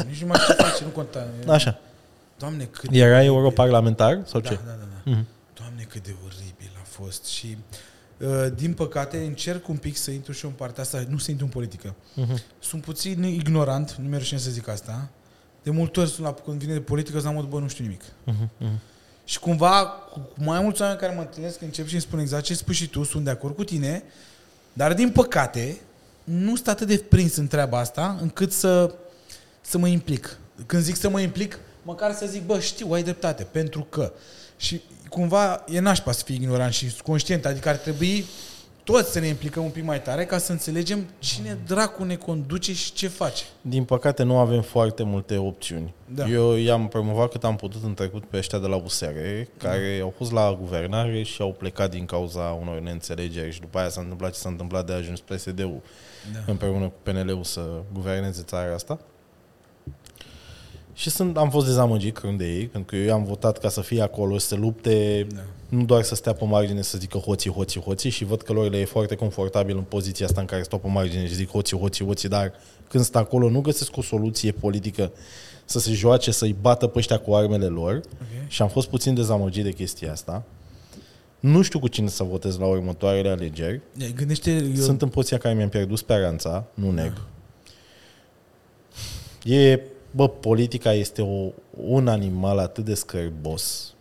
nici nu mai știu ce face, nu conta.
Așa.
Doamne, cât de
Era
oribil.
europarlamentar sau
da,
ce?
Da, da, da.
Mhm.
Doamne, cât de oribil a fost și uh, din păcate încerc un pic să intru și eu în partea asta, nu să intru în politică.
Mhm.
Sunt puțin ignorant, nu mi-e rușine să zic asta. De multe ori sunt la, când vine de politică, sunt la modul, bă, nu știu nimic.
Mhm, mhm.
Și cumva, cu cu mai mulți oameni care mă întâlnesc, încep și îmi spun exact ce spui și tu, sunt de acord cu tine, dar din păcate, nu sunt atât de prins în treaba asta, încât să, să mă implic. Când zic să mă implic, măcar să zic, bă, știu, ai dreptate, pentru că. Și cumva e nașpa să fii ignorant și conștient, adică ar trebui toți să ne implicăm un pic mai tare ca să înțelegem cine dracu ne conduce și ce face.
Din păcate nu avem foarte multe opțiuni.
Da.
Eu i-am promovat cât am putut în trecut pe ăștia de la USR, care au fost la guvernare și au plecat din cauza unor neînțelegeri și după aia s-a întâmplat ce s-a întâmplat de a ajuns spre SD-ul.
Da.
împreună cu PNL-ul să guverneze țara asta. Și sunt, am fost dezamăgit când de ei, pentru că eu am votat ca să fie acolo, să se lupte, da.
Da.
nu doar să stea pe margine să zică hoții, hoții, hoții și văd că lor le e foarte confortabil în poziția asta în care stau pe margine și zic hoții, hoții, hoții, dar când sunt acolo nu găsesc o soluție politică să se joace, să-i bată pe ăștia cu armele lor
Ok.
și am fost puțin dezamăgit de chestia asta. Nu știu cu cine să votez la următoarele alegeri,
Gândește, eu,
sunt în poziția în care mi-am pierdut speranța, nu neg.
Da.
E, bă, politica este o, un animal atât de scârbos.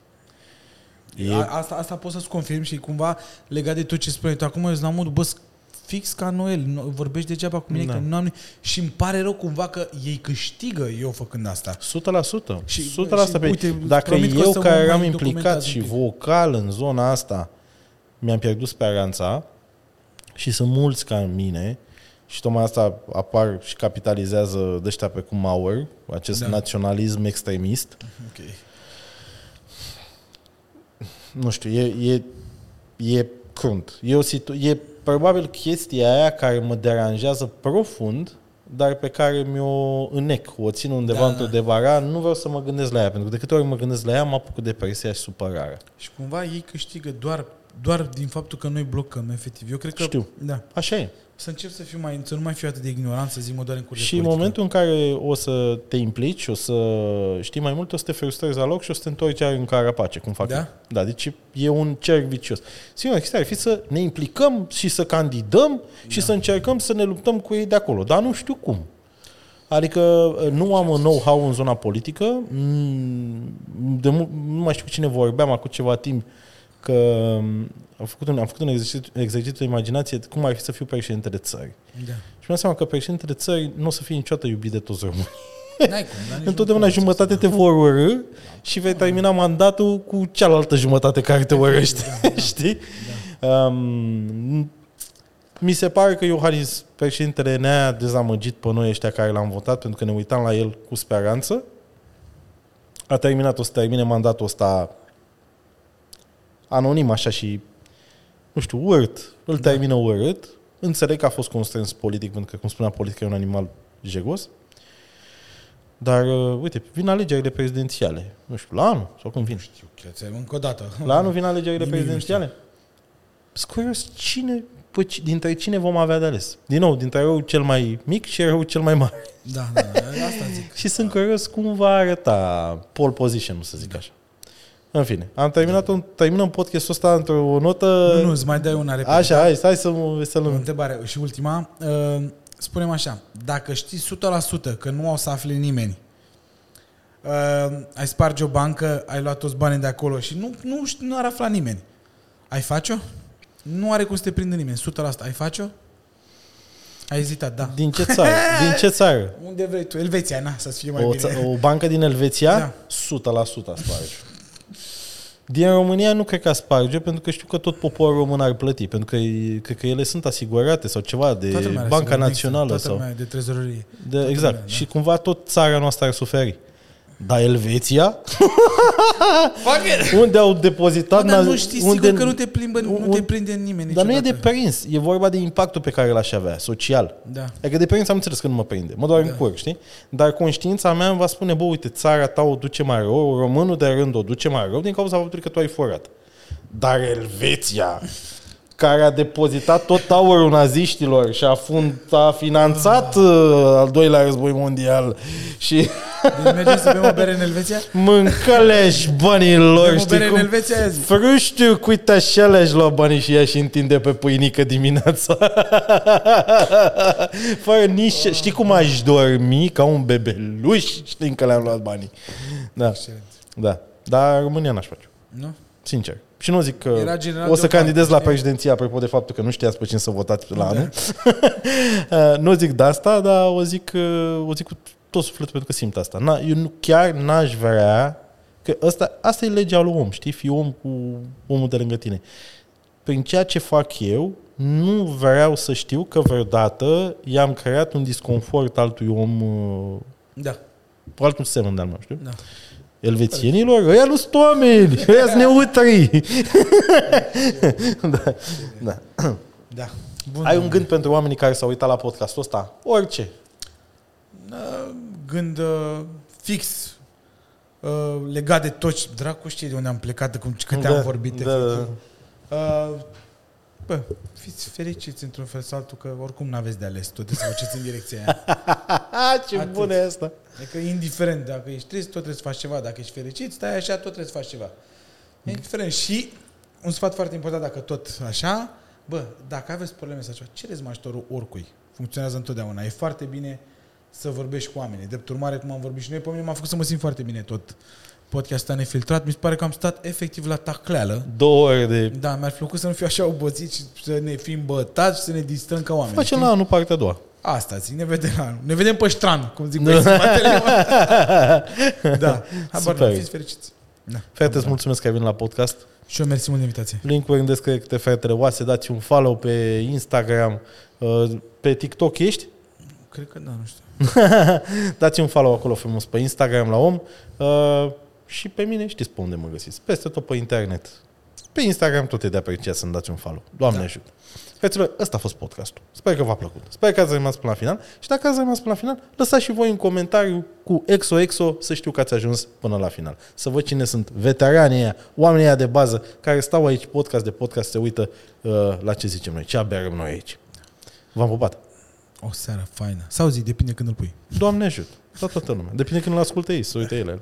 E,
A, asta, asta pot să-ți confirm și cumva legat de tot ce spuneai tu acum, eu sunt la modul, bă, sc- fix ca Noel, nu- vorbești degeaba cu mine,
Da.
că nu am ni- și îmi pare rău cumva că ei câștigă eu făcând asta.
100%.
Și-
Și, 100% și, pe,
uite,
uite,
îți
dacă
promit că o
eu
să mă
care
mai
eram implicat
documentez
și
un pic.
vocal în zona asta mi-am pierdut speranța și sunt mulți ca mine și tocmai asta apar și capitalizează de ăștia pe cum Mauer, acest da.
Da.
naționalism extremist,
Ok.
nu știu, e, e, e crunt. E, o situ- e probabil chestia aia care mă deranjează profund, dar pe care mi-o înec, o țin undeva da,
Da,
într-o
da.
devara, nu vreau să mă gândesc la ea, pentru că de câte ori mă gândesc la ea, mă apuc cu depresia și supărarea.
Și cumva ei câștigă doar, doar din faptul că noi blocăm, efectiv. Eu cred că...
Știu.
Da.
Așa e.
Să încep să fiu mai, să nu mai fiu atât de ignorant, să zic mă doar în curs de
Și în
politică.
momentul în care o să te implici, o să știi mai mult, o să te frustrezi la loc și o să te întorci iar în carapace, cum fac
Da?
eu. Da, deci e- e un cerc vicios. Singura chestie ar fi să ne implicăm și să candidăm și să încercăm să ne luptăm cu ei de acolo, dar nu știu cum. Adică nu am un know-how în zona politică, Mm, de mult, nu mai știu cu cine vorbeam acum ceva timp, că um, am făcut un, am făcut un exercițiu, exercițiu de imaginație cum ar fi să fiu președintele țării.
Da.
Și mi-am seama că președintele țării nu o să fie niciodată iubit de toți românii.
N-ai cum, dar nici
Întotdeauna
nu poți.
jumătate te vor urâ și vei termina mandatul cu cealaltă jumătate care te urăște. Știi? Um, mi se pare că Iohannis, președintele, ne-a dezamăgit pe noi ăștia care l-am votat, pentru că ne uitam la el cu speranță. A terminat, o să termine mandatul ăsta anonim așa și, nu știu, urât. Îl termină urât. Înțeleg că a fost constrâns politic, pentru că, cum spunea, politica e un animal jegos. Dar, uh, uite, vin alegerile prezidențiale. Nu știu, la anul sau când vin.
Știu, chiar ți-ai- încă o dată.
La anul vin alegerile
Nimic nu
prezidențiale. Sunt curios, cine, pe, ci- dintre cine vom avea de ales? Din nou, dintre rău cel mai mic și rău cel mai mare.
Da, da, da, asta zic.
Și sunt curios cum va arăta pole position, să zic așa. În fine, am terminat un, terminăm podcastul ăsta într-o notă...
Nu, nu, îți mai dai una repede.
Așa, hai, stai să, să
O întrebare și ultima. Uh, Spunem așa, dacă știi 100% că nu o să afle nimeni, uh, ai sparge o bancă, ai luat toți banii de acolo și nu, nu, ș- nu ar afla nimeni, ai face-o? Nu are cum să te prindă nimeni, 100%. Ai face-o? Ai ezitat, da.
Din ce țară? Din ce țară?
Unde vrei tu? Elveția, na, să fie mai
O,
bine.
ță- o bancă din Elveția?
Da.
100% sparge. Din România nu cred că sparge, pentru că știu că tot poporul român ar plăti, pentru că e- cred că ele sunt asigurate sau ceva de
Toată lumea are
Banca
sigur,
Națională.
toată
Sau,
lumea e de trezorerie.
de, exact.
lumea, da.
Și cumva tot țara noastră ar suferi. Dar Elveția? unde au depozitat...
Bă, dar
na-
nu știi
unde-
sigur că nu te, plimbă, nu
un-
te prinde nimeni
Dar nu e de
niciodată.
prins. E vorba de impactul pe care l-aș avea, social.
Da.
Adică de părinți am înțeles că nu mă prinde. Mă doar da. în cur, știi? Dar conștiința mea îmi va spune, bă, uite, țara ta o duce mai rău, românul de rând o duce mai rău din cauza faptului că tu ai furat. Dar Elveția, care a depozitat tot aurul naziștilor și a, fund, a finanțat
Ah.
uh, al doilea război mondial și
Deci mergem să bem o bere în Elveția?
mâncălești banii lor,
Bem o
știi
bere în
cum?
Elveția azi.
Fruștiu, cu uite așa le-aș lua banii și ea și întinde pe pâinică dimineața. Fără nici... Știi cum aș dormi ca un bebeluș știind că le-am luat banii. Da,
Excelent.
da. Dar România n-aș face.
Nu?
Sincer. Și nu zic că
Era general
o
de
să
o parte, Da.
candidez la
știi?
președinție, apropo de faptul că nu știați pe cine să votați la anul. Uh, nu zic de asta, dar o zic, uh, o zic cu tot sufletul pentru că simt asta. Na, eu nu, chiar n-aș vrea că asta, asta e legea lui om, știi? Fii om cu omul de lângă tine. Prin ceea ce fac eu, nu vreau să știu că vreodată i-am creat un disconfort altui om, uh,
Da,
altul semn de-al meu, știu?
da.
Elvețienilor, ăia nu sunt oameni, ăia sunt neutri. da, da.
Da. Bun.
Ai un gând pentru oamenii care s-au uitat la podcastul ăsta? Orice.
Uh, gând uh, fix uh, legat de tot ce dracu știe de unde am plecat, de cum, câte
Da,
am vorbit.
da,
efectiv. Uh, bă, fiți fericiți într-un fel sau altul, că oricum n-aveți de ales, tot să faceți în direcția aia.
A, ce
Atât.
bună e asta!
Adică indiferent, dacă ești trist, tot trebuie să faci ceva. Dacă ești fericit, stai așa, tot trebuie să faci ceva. Indiferent. Și un sfat foarte important, dacă tot așa, bă, dacă aveți probleme sau ceva, cereți mai ajutorul oricui. Funcționează întotdeauna. E foarte bine să vorbești cu oamenii. Drept urmare, cum am vorbit și noi, pe mine m-a făcut să mă simt foarte bine tot podcastul ăsta nefiltrat. Mi se pare că am stat efectiv la tacleală.
Două ore de...
Da, mi-ar fi plăcut să nu fiu așa obosit și să ne fim bătați și să ne distrăm ca oameni.
Facem la Da. anul partea a doua.
Asta zic, ne vedem la anul. Ne vedem pe ștran, cum zic băieții în spatele meu. Da, habar
Super.
n-am, fiți fericiți. Da.
Frate, îți mulțumesc că ai venit la podcast.
Și eu mersi mult de invitație.
Link-uri în descriere fratele oase, dați un follow pe Instagram, uh, pe TikTok ești?
Cred că da, nu știu.
dați un follow acolo frumos pe Instagram la om uh, și pe mine știți pe unde mă găsiți. Peste tot pe internet. Pe Instagram tot e de apreciat să-mi dați un follow. Doamne da.
Da.
ajută. Feților, ăsta a fost podcastul. Sper că v-a plăcut. Sper că ați rămas până la final și dacă ați rămas până la final, lăsați și voi un comentariu cu XOXO să știu că ați ajuns până la final. Să văd cine sunt veteranii aia, oamenii aia de bază care stau aici podcast de podcast, se uită uh, la ce zicem noi, ce aberăm noi aici. V-am pupat.
O seară faină. Sau zi, depinde când îl pui.
Doamne ajută. Da, toată lumea. Depinde când îl ascultă ei, să uite ele.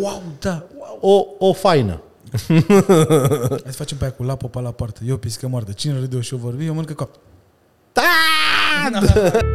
Wow, da, wow.
o, o faină.
Hai să facem pe aia cu lapă pe la poartă. Eu piscă moartă. Cine râde eu și eu vorbi, eu mănâncă coaptă.
Da!